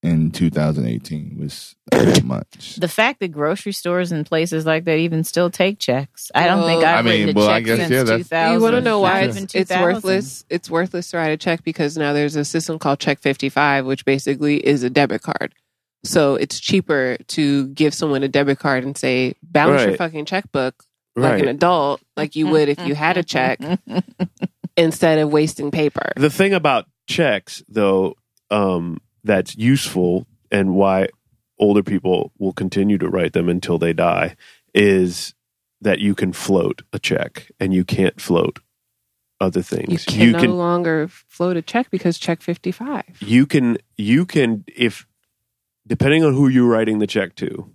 Speaker 6: in 2018 was
Speaker 5: *coughs*
Speaker 1: *laughs*
Speaker 6: that much.
Speaker 5: the fact that grocery stores and places like that even still take checks. I don't think
Speaker 7: Well,
Speaker 5: I've
Speaker 6: I mean,
Speaker 5: written a
Speaker 6: well, I
Speaker 5: check
Speaker 6: guess,
Speaker 5: since
Speaker 6: yeah, that's-
Speaker 5: 2000.
Speaker 7: You want to know why
Speaker 5: Not
Speaker 7: it's,
Speaker 5: even
Speaker 7: it's
Speaker 5: 2000.
Speaker 7: worthless? It's worthless to write a check because now there's a system called Check 55, which basically is a debit card. So it's cheaper to give someone a debit card and say, balance your
Speaker 1: Right.
Speaker 7: fucking checkbook like
Speaker 1: Right.
Speaker 7: an adult, like you would if you had
Speaker 5: *laughs*
Speaker 7: a check, instead of wasting paper.
Speaker 1: The thing about checks, though, um, that's useful and why older people will continue to write them until they die is that you can float a check and you can't float other
Speaker 7: You
Speaker 1: things.
Speaker 7: can no longer float a check because Check 55.
Speaker 1: you can you can if depending on who you're writing the check to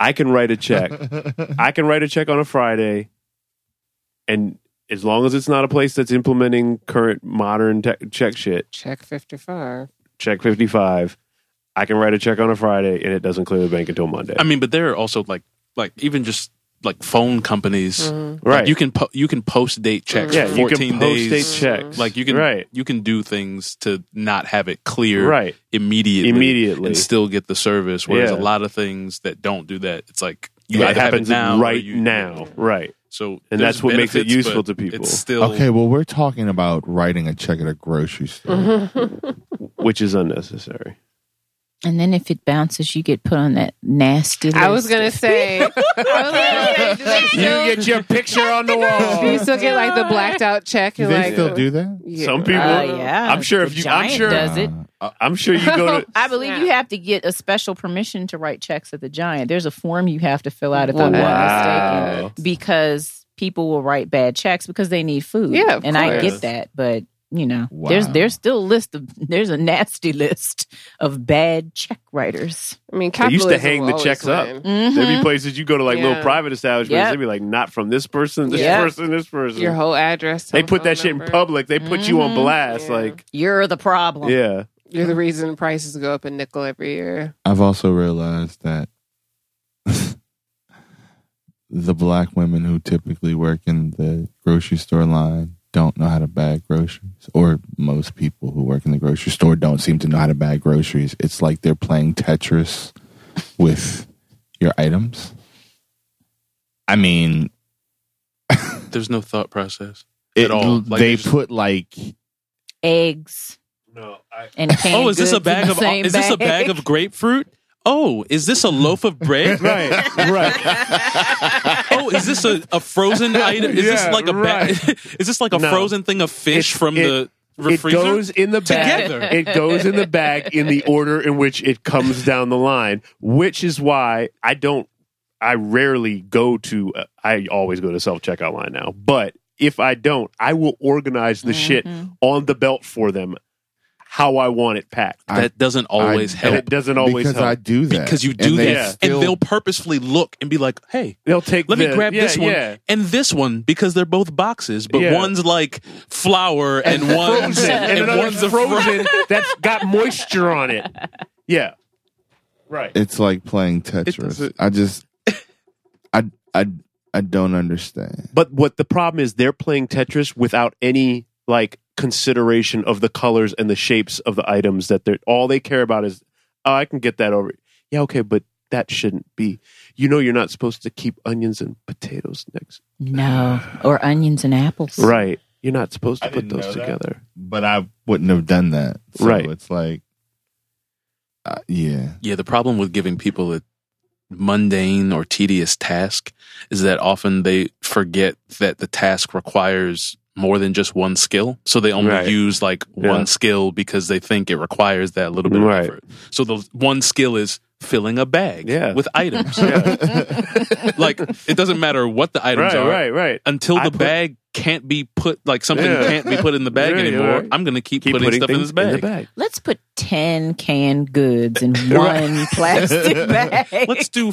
Speaker 1: i can write a
Speaker 6: *laughs*
Speaker 1: check i can write a check on a friday and as long as it's not a place that's implementing current modern te- check shit
Speaker 7: Check 55.
Speaker 1: check 55 i can write a check on a friday and it doesn't clear the bank until monday
Speaker 4: I mean, but there are also like like even just like phone companies.
Speaker 7: Mhm.
Speaker 4: Like,
Speaker 1: Right.
Speaker 4: you can po- you can post date checks
Speaker 1: Yeah,
Speaker 4: for
Speaker 1: you can
Speaker 4: 14
Speaker 1: post-date
Speaker 4: days.
Speaker 1: checks.
Speaker 4: Like you can
Speaker 1: Right.
Speaker 4: you can do things to not have it clear
Speaker 1: Right.
Speaker 4: immediately
Speaker 1: Immediately.
Speaker 4: and still get the service whereas
Speaker 1: Yeah.
Speaker 4: a lot of things that don't do that it's like you
Speaker 1: Yeah, it
Speaker 4: either have
Speaker 1: happens
Speaker 4: it now or
Speaker 1: right
Speaker 4: you-
Speaker 1: now right
Speaker 4: So
Speaker 1: And
Speaker 4: there's
Speaker 1: that's what makes it
Speaker 4: benefits,
Speaker 1: useful
Speaker 4: but
Speaker 1: to people.
Speaker 4: It's still
Speaker 6: Okay, well, we're talking about writing a check at a grocery store.
Speaker 1: which is unnecessary
Speaker 5: And then if it bounces, you get put on that nasty. List.
Speaker 7: I was going to say, I was gonna say, do they still-
Speaker 1: your picture
Speaker 5: *laughs*
Speaker 1: on the
Speaker 7: do you still get like the blacked out check?
Speaker 6: Do
Speaker 7: and
Speaker 6: they
Speaker 7: like,
Speaker 6: still do that?
Speaker 7: Yeah.
Speaker 1: some people
Speaker 5: Uh, yeah,
Speaker 1: i'm sure
Speaker 5: the
Speaker 1: if you i'm
Speaker 5: giant
Speaker 1: sure
Speaker 5: does it.
Speaker 4: Uh,
Speaker 1: i'm sure you go
Speaker 7: *laughs*
Speaker 1: to
Speaker 5: *laughs* I believe
Speaker 7: Snap.
Speaker 5: you have to get a special permission to write checks at the Giant. There's a form you have to fill out if I'm not
Speaker 1: Wow.
Speaker 5: mistaken, because people will write bad checks because they need food.
Speaker 7: Yeah, of
Speaker 5: and I
Speaker 7: course.
Speaker 5: get that, but you know,
Speaker 6: Wow.
Speaker 5: there's there's still a list of *laughs* there's a nasty list of bad check writers. Mm-hmm.
Speaker 7: I mean,
Speaker 1: They used
Speaker 7: capitalism
Speaker 1: to hang the
Speaker 7: will
Speaker 1: checks
Speaker 7: always
Speaker 1: up.
Speaker 7: win.
Speaker 1: There'd be places you go to like little
Speaker 7: Mm-hmm. Yeah.
Speaker 1: private establishments.
Speaker 5: Yep.
Speaker 1: They'd be like, not from this person, this
Speaker 5: Yep.
Speaker 1: person, this person.
Speaker 7: Your whole address.
Speaker 1: they put
Speaker 7: telephone
Speaker 1: that shit in
Speaker 7: number. Mm-hmm.
Speaker 1: public. They put you on blast.
Speaker 7: Yeah.
Speaker 1: Like,
Speaker 5: You're the problem.
Speaker 1: yeah.
Speaker 7: You're the reason prices go up a nickel every year.
Speaker 6: I've also realized that *laughs* the black women who typically work in the grocery store line don't know how to bag groceries, or most people who work in the grocery store don't seem to know how to bag groceries. It's like they're playing Tetris with your items. I mean,
Speaker 4: there's no thought process
Speaker 6: it,
Speaker 4: at all. Like,
Speaker 6: they
Speaker 4: you just-
Speaker 6: put like
Speaker 5: Eggs
Speaker 1: No,
Speaker 5: and canned
Speaker 4: oh, is this a
Speaker 5: goods in
Speaker 4: bag
Speaker 5: the
Speaker 4: of
Speaker 5: same
Speaker 4: is this a bag of grapefruit? Oh, is this a loaf
Speaker 1: *laughs*
Speaker 4: of
Speaker 1: *laughs*
Speaker 4: bread?
Speaker 1: right, right. *laughs*
Speaker 4: Oh, is this a, a frozen item? Is this
Speaker 1: Yeah,
Speaker 4: like a ba-
Speaker 1: right.
Speaker 4: *laughs* is this like a
Speaker 1: No.
Speaker 4: frozen thing of fish
Speaker 1: It's-
Speaker 4: from
Speaker 1: it-
Speaker 4: the
Speaker 1: It
Speaker 4: refrigerator?
Speaker 1: goes in the bag.
Speaker 5: *laughs*
Speaker 4: Together.
Speaker 1: It goes in the bag in the order in which it comes down the line, which is why I don't. I rarely go to. Uh, I always go to self checkout line now, but if I don't, I will organize the shit on the belt for them, how I want it packed.
Speaker 4: that doesn't always
Speaker 6: I-
Speaker 1: and
Speaker 4: help
Speaker 1: it doesn't always
Speaker 6: because
Speaker 1: help.
Speaker 6: I do that
Speaker 4: because you
Speaker 6: And
Speaker 4: do
Speaker 6: they
Speaker 4: that,
Speaker 6: still-
Speaker 4: and they'll purposefully look and be like, "Hey,
Speaker 1: They'll take.
Speaker 4: let
Speaker 1: the,
Speaker 4: me grab
Speaker 1: yeah,
Speaker 4: this one
Speaker 1: Yeah.
Speaker 4: and this one because they're both boxes, but
Speaker 1: Yeah.
Speaker 4: one's like flour and, one's
Speaker 1: Frozen, and,
Speaker 4: *laughs* and,
Speaker 1: another
Speaker 4: one's a fro-
Speaker 1: frozen that's got moisture on
Speaker 4: *laughs*
Speaker 1: it. Yeah, right.
Speaker 6: It's like playing Tetris.
Speaker 4: doesn't-
Speaker 6: I just, I, I, I don't understand.
Speaker 1: But what the problem is, they're playing Tetris without any like consideration of the colors and the shapes of the items that they're. All they care about is, oh, I can get that over. Yeah, okay, but that shouldn't be. You know, you're not supposed to keep onions and potatoes next.
Speaker 5: no, or onions and apples.
Speaker 1: Right. You're not supposed to
Speaker 6: I
Speaker 1: put
Speaker 6: didn't
Speaker 1: those
Speaker 6: know that.
Speaker 1: together.
Speaker 6: But I wouldn't have done that. So
Speaker 1: Right.
Speaker 6: It's like, uh, yeah.
Speaker 4: yeah." The problem with giving people a mundane or tedious task is that often they forget that the task requires more than just one skill, so they only
Speaker 1: Right.
Speaker 4: use like
Speaker 1: Yeah.
Speaker 4: one skill because they think it requires that little bit
Speaker 1: Right.
Speaker 4: of effort. So the one skill is filling a bag
Speaker 1: Yeah.
Speaker 4: with items.
Speaker 1: *laughs* Yeah. *laughs*
Speaker 4: like it doesn't matter what the items
Speaker 1: right,
Speaker 4: are.
Speaker 1: right, right.
Speaker 4: until
Speaker 1: I
Speaker 4: the
Speaker 1: put-
Speaker 4: bag can't be put like something
Speaker 1: Yeah.
Speaker 4: can't be put in the bag
Speaker 1: Yeah, you're
Speaker 4: anymore.
Speaker 1: right.
Speaker 4: I'm gonna keep,
Speaker 1: Keep
Speaker 4: putting,
Speaker 1: putting
Speaker 4: stuff in
Speaker 1: things
Speaker 4: this bag.
Speaker 1: in the bag.
Speaker 5: Let's put 10 canned goods in one plastic bag.
Speaker 4: Let's do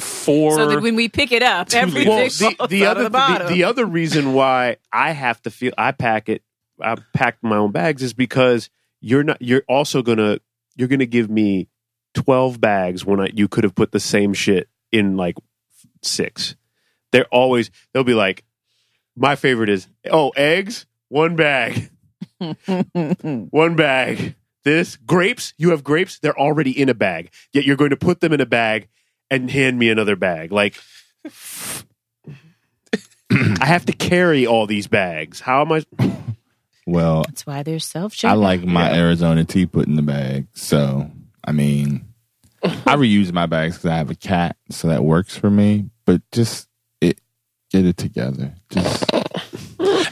Speaker 5: *laughs*
Speaker 4: four.
Speaker 5: so that when we pick it up, everything
Speaker 1: Well,
Speaker 5: *laughs* falls
Speaker 1: the, the
Speaker 5: out
Speaker 1: other
Speaker 5: of the bottom.
Speaker 1: the, the other reason why I have to feel I pack it, I pack my own bags is because you're not. You're also gonna you're gonna give me twelve bags when I you could have put the same shit in like six. They're always they'll be like, my favorite is oh eggs one bag, one bag. This grapes you have grapes they're already in a bag yet you're going to put them in a bag and hand me another bag like I have to carry all these bags. How am I?
Speaker 6: Well,
Speaker 5: That's why they're self
Speaker 6: I like my Arizona tea put in the bag. So, I
Speaker 4: *laughs*
Speaker 6: mean, I reuse my bags because I have a cat, so that works for me. But just it, get it together.
Speaker 4: *laughs*
Speaker 6: Just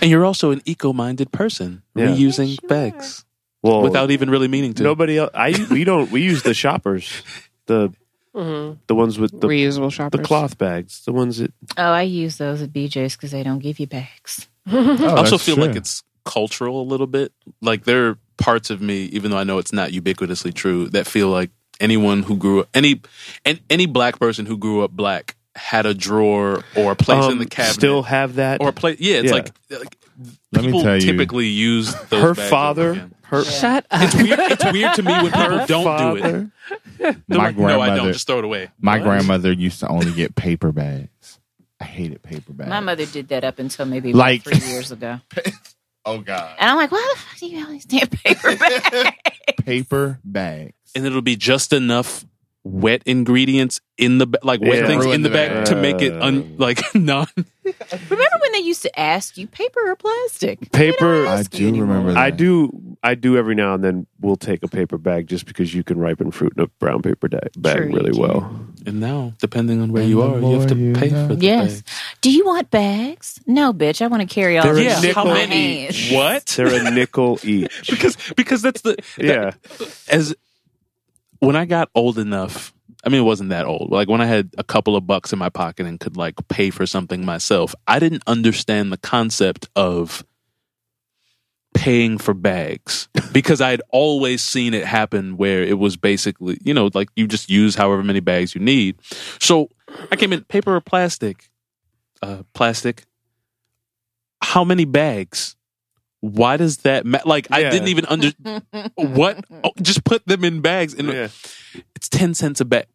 Speaker 4: and you're also an eco-minded person,
Speaker 1: Yeah. Oh.
Speaker 4: reusing bags
Speaker 1: Well,
Speaker 4: without even really meaning
Speaker 1: *laughs*
Speaker 4: to.
Speaker 1: nobody else. I we don't we use the shoppers, the
Speaker 5: Mm-hmm.
Speaker 1: the ones with the
Speaker 7: reusable
Speaker 1: the
Speaker 7: shoppers.
Speaker 1: cloth bags, the ones that
Speaker 5: Oh, I use those at BJ's because they don't give you bags.
Speaker 4: I also
Speaker 6: that's
Speaker 4: feel
Speaker 6: true.
Speaker 4: like it's cultural a little bit. Like there are parts of me, even though I know it's not ubiquitously true, that feel like anyone who grew up any and any black person who grew up black had a drawer or a place in
Speaker 1: um,
Speaker 4: the cabinet
Speaker 1: still have that.
Speaker 4: or a place. Yeah, it's
Speaker 1: Yeah.
Speaker 4: like, like
Speaker 6: Let me
Speaker 4: people
Speaker 6: tell you.
Speaker 4: typically use those
Speaker 1: her
Speaker 4: bags over
Speaker 1: father,
Speaker 4: again.
Speaker 1: her
Speaker 7: Shut up.
Speaker 4: It's weird, it's weird to me when people
Speaker 1: her
Speaker 4: don't
Speaker 1: father,
Speaker 4: do it. They're
Speaker 6: my
Speaker 4: like,
Speaker 6: grandmother.
Speaker 4: no, I don't. Just throw it away.
Speaker 6: my grandmother used to only get paper bags. I hated paper bags.
Speaker 5: My mother did that up until maybe about
Speaker 6: Like-
Speaker 1: *laughs*
Speaker 5: three years ago.
Speaker 6: Oh God,
Speaker 5: And I'm like, why the fuck do you have all these *laughs* damn paper bags?
Speaker 6: paper bags.
Speaker 4: and it'll be just enough wet ingredients in the ba- like wet
Speaker 1: Yeah.
Speaker 4: things
Speaker 6: Ruin
Speaker 4: in the
Speaker 6: the
Speaker 4: bag
Speaker 6: bag.
Speaker 4: to make it un, like *laughs* non.
Speaker 5: Remember when they used to ask you paper or plastic?
Speaker 1: paper.
Speaker 6: I do remember. That.
Speaker 1: I do. I do every now and then. We'll take a paper bag just because you can ripen fruit in a brown paper da- bag
Speaker 5: Sure you
Speaker 1: really
Speaker 5: can.
Speaker 1: well.
Speaker 4: And now, depending on where
Speaker 6: And
Speaker 4: you
Speaker 6: the
Speaker 4: are, you have
Speaker 6: more you
Speaker 4: to pay
Speaker 6: know.
Speaker 4: for the
Speaker 5: Yes. Do you want bags? No, bitch. I want to carry all
Speaker 1: There
Speaker 5: this
Speaker 1: is
Speaker 5: shit in
Speaker 1: nickel-
Speaker 5: my
Speaker 1: How
Speaker 4: many?
Speaker 5: hands.
Speaker 4: What? *laughs*
Speaker 1: They're a *laughs* nickel each.
Speaker 4: because because that's the
Speaker 1: Yeah,
Speaker 4: as when I got old enough. I mean, it wasn't that old. Like when I had a couple of bucks in my pocket and could like pay for something myself, I didn't understand the concept of paying for bags because I had always seen it happen where it was basically, you know, like you just use however many bags you need. So I came in paper or plastic? Uh, plastic. How many bags? Why does that matter? Like I
Speaker 1: Yeah.
Speaker 4: didn't even under what? Oh, just put them in bags and
Speaker 1: yeah.
Speaker 4: it's ten cents a bag.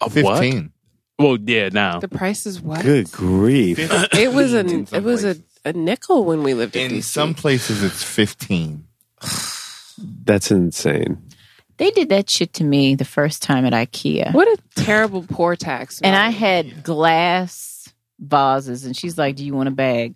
Speaker 4: A what?
Speaker 6: Fifteen.
Speaker 4: Well, yeah, now
Speaker 7: The price is what?
Speaker 1: Good grief.
Speaker 7: It was a
Speaker 6: In some
Speaker 7: it was a,
Speaker 6: places.
Speaker 7: a nickel when we lived in,
Speaker 6: In
Speaker 7: DC.
Speaker 6: some places, it's fifteen.
Speaker 1: That's insane.
Speaker 5: They did that shit to me the first time at IKEA.
Speaker 7: What a terrible poor tax.
Speaker 5: And I
Speaker 1: Oh,
Speaker 7: Molly.
Speaker 5: had glass vases, and she's like, "Do you want a bag?"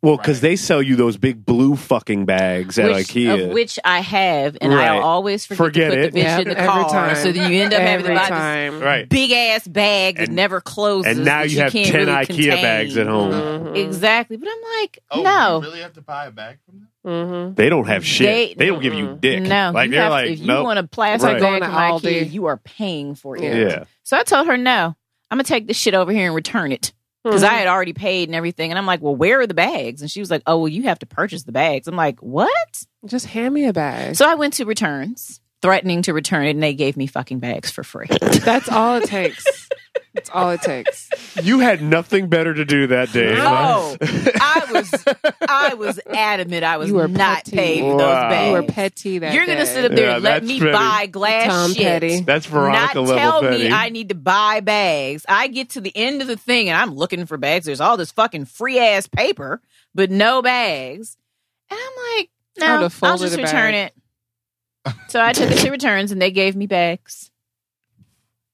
Speaker 1: Well, because they sell you those big blue fucking bags at
Speaker 5: which,
Speaker 1: IKEA.
Speaker 5: Of which I have, and
Speaker 1: Right.
Speaker 5: I'll always forget,
Speaker 1: Forget
Speaker 5: to put
Speaker 1: it.
Speaker 5: the bitch
Speaker 7: Yep,
Speaker 5: in the
Speaker 7: every
Speaker 5: car.
Speaker 7: time.
Speaker 5: So then you end up
Speaker 7: every
Speaker 5: having to buy this
Speaker 7: time.
Speaker 1: right.
Speaker 5: big ass bag that
Speaker 1: And-
Speaker 5: never closes.
Speaker 1: And now
Speaker 5: that
Speaker 1: you, have
Speaker 5: can't
Speaker 1: 10
Speaker 5: really
Speaker 1: IKEA
Speaker 5: contain. Uh-huh.
Speaker 1: bags at home.
Speaker 7: Mm-hmm.
Speaker 5: Exactly. But I'm like, no.
Speaker 6: Oh, really have to buy a bag from them.
Speaker 7: Mm-hmm.
Speaker 1: They don't have shit.
Speaker 5: They-
Speaker 1: They, don't give you dick.
Speaker 5: No,
Speaker 1: like
Speaker 5: you
Speaker 1: they're
Speaker 5: have to-
Speaker 1: like,
Speaker 5: if you
Speaker 1: nope.
Speaker 5: want a plastic
Speaker 1: Right.
Speaker 5: bag
Speaker 7: Going to
Speaker 5: from IKEA,
Speaker 7: Aldi.
Speaker 5: you are paying for it.
Speaker 1: yeah.
Speaker 5: So I told her, no, I'm gonna take this shit over here and return it because
Speaker 7: Hmm.
Speaker 5: I had already paid and everything. And I'm like, well, where are the bags? And she was like, oh, well, you have to purchase the bags. I'm like, what?
Speaker 7: Just hand me a bag.
Speaker 5: So I went to returns, threatening to return it, and they gave me fucking bags
Speaker 1: *laughs*
Speaker 5: for free.
Speaker 7: That's all
Speaker 5: *laughs*
Speaker 7: it takes. That's all it takes.
Speaker 1: You had nothing better to do that day.
Speaker 5: Oh, I was, I was adamant. I was
Speaker 7: You were
Speaker 5: not
Speaker 7: petty.
Speaker 5: paid for
Speaker 1: Wow.
Speaker 5: those bags.
Speaker 7: You were petty that
Speaker 5: You're gonna
Speaker 7: day.
Speaker 5: sit up there
Speaker 1: Yeah,
Speaker 5: and let
Speaker 1: that's
Speaker 5: me
Speaker 1: petty.
Speaker 5: buy glass
Speaker 7: Tom
Speaker 5: shit.
Speaker 1: *laughs*
Speaker 7: Petty.
Speaker 1: That's Veronica
Speaker 5: not
Speaker 1: level
Speaker 5: tell
Speaker 1: petty.
Speaker 5: me I need to buy bags. I get to the end of the thing and I'm looking for bags. There's all this fucking free ass paper, but no bags. And I'm like,
Speaker 7: I would've
Speaker 5: no, I'll
Speaker 7: folded
Speaker 5: just
Speaker 7: a
Speaker 5: return
Speaker 7: bag.
Speaker 5: it. So I took it to returns and they gave me bags.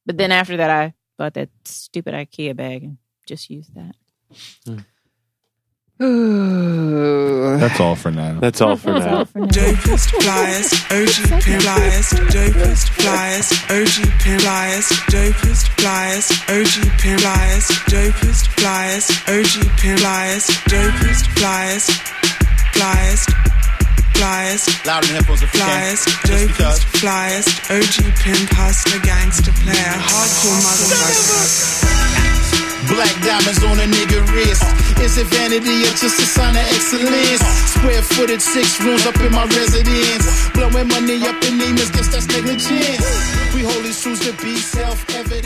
Speaker 5: But then after that, I bought that stupid IKEA bag and just used that.
Speaker 7: Ooh.
Speaker 6: That's all for now.
Speaker 1: That's all
Speaker 5: *laughs*
Speaker 1: for now.
Speaker 2: Dopest flyers, OG pin liars, dopest flyers, OG pin liars, dopest flyers, OG pin liars, dopest flyers, OG pin liars, dopest flyers, flyers, flyers,
Speaker 3: Loud and headphones if you can.
Speaker 2: flyers,
Speaker 3: Just because.
Speaker 2: dopest flyers, OG pin pastor gangster player, hardcore motherfucker.
Speaker 3: Black diamonds on a nigga wrist. Is it vanity or just a sign of excellence? Square footed, six rooms up in my residence. Blowing money up in demons, guess that's negligence. We hold these truths to be self evident.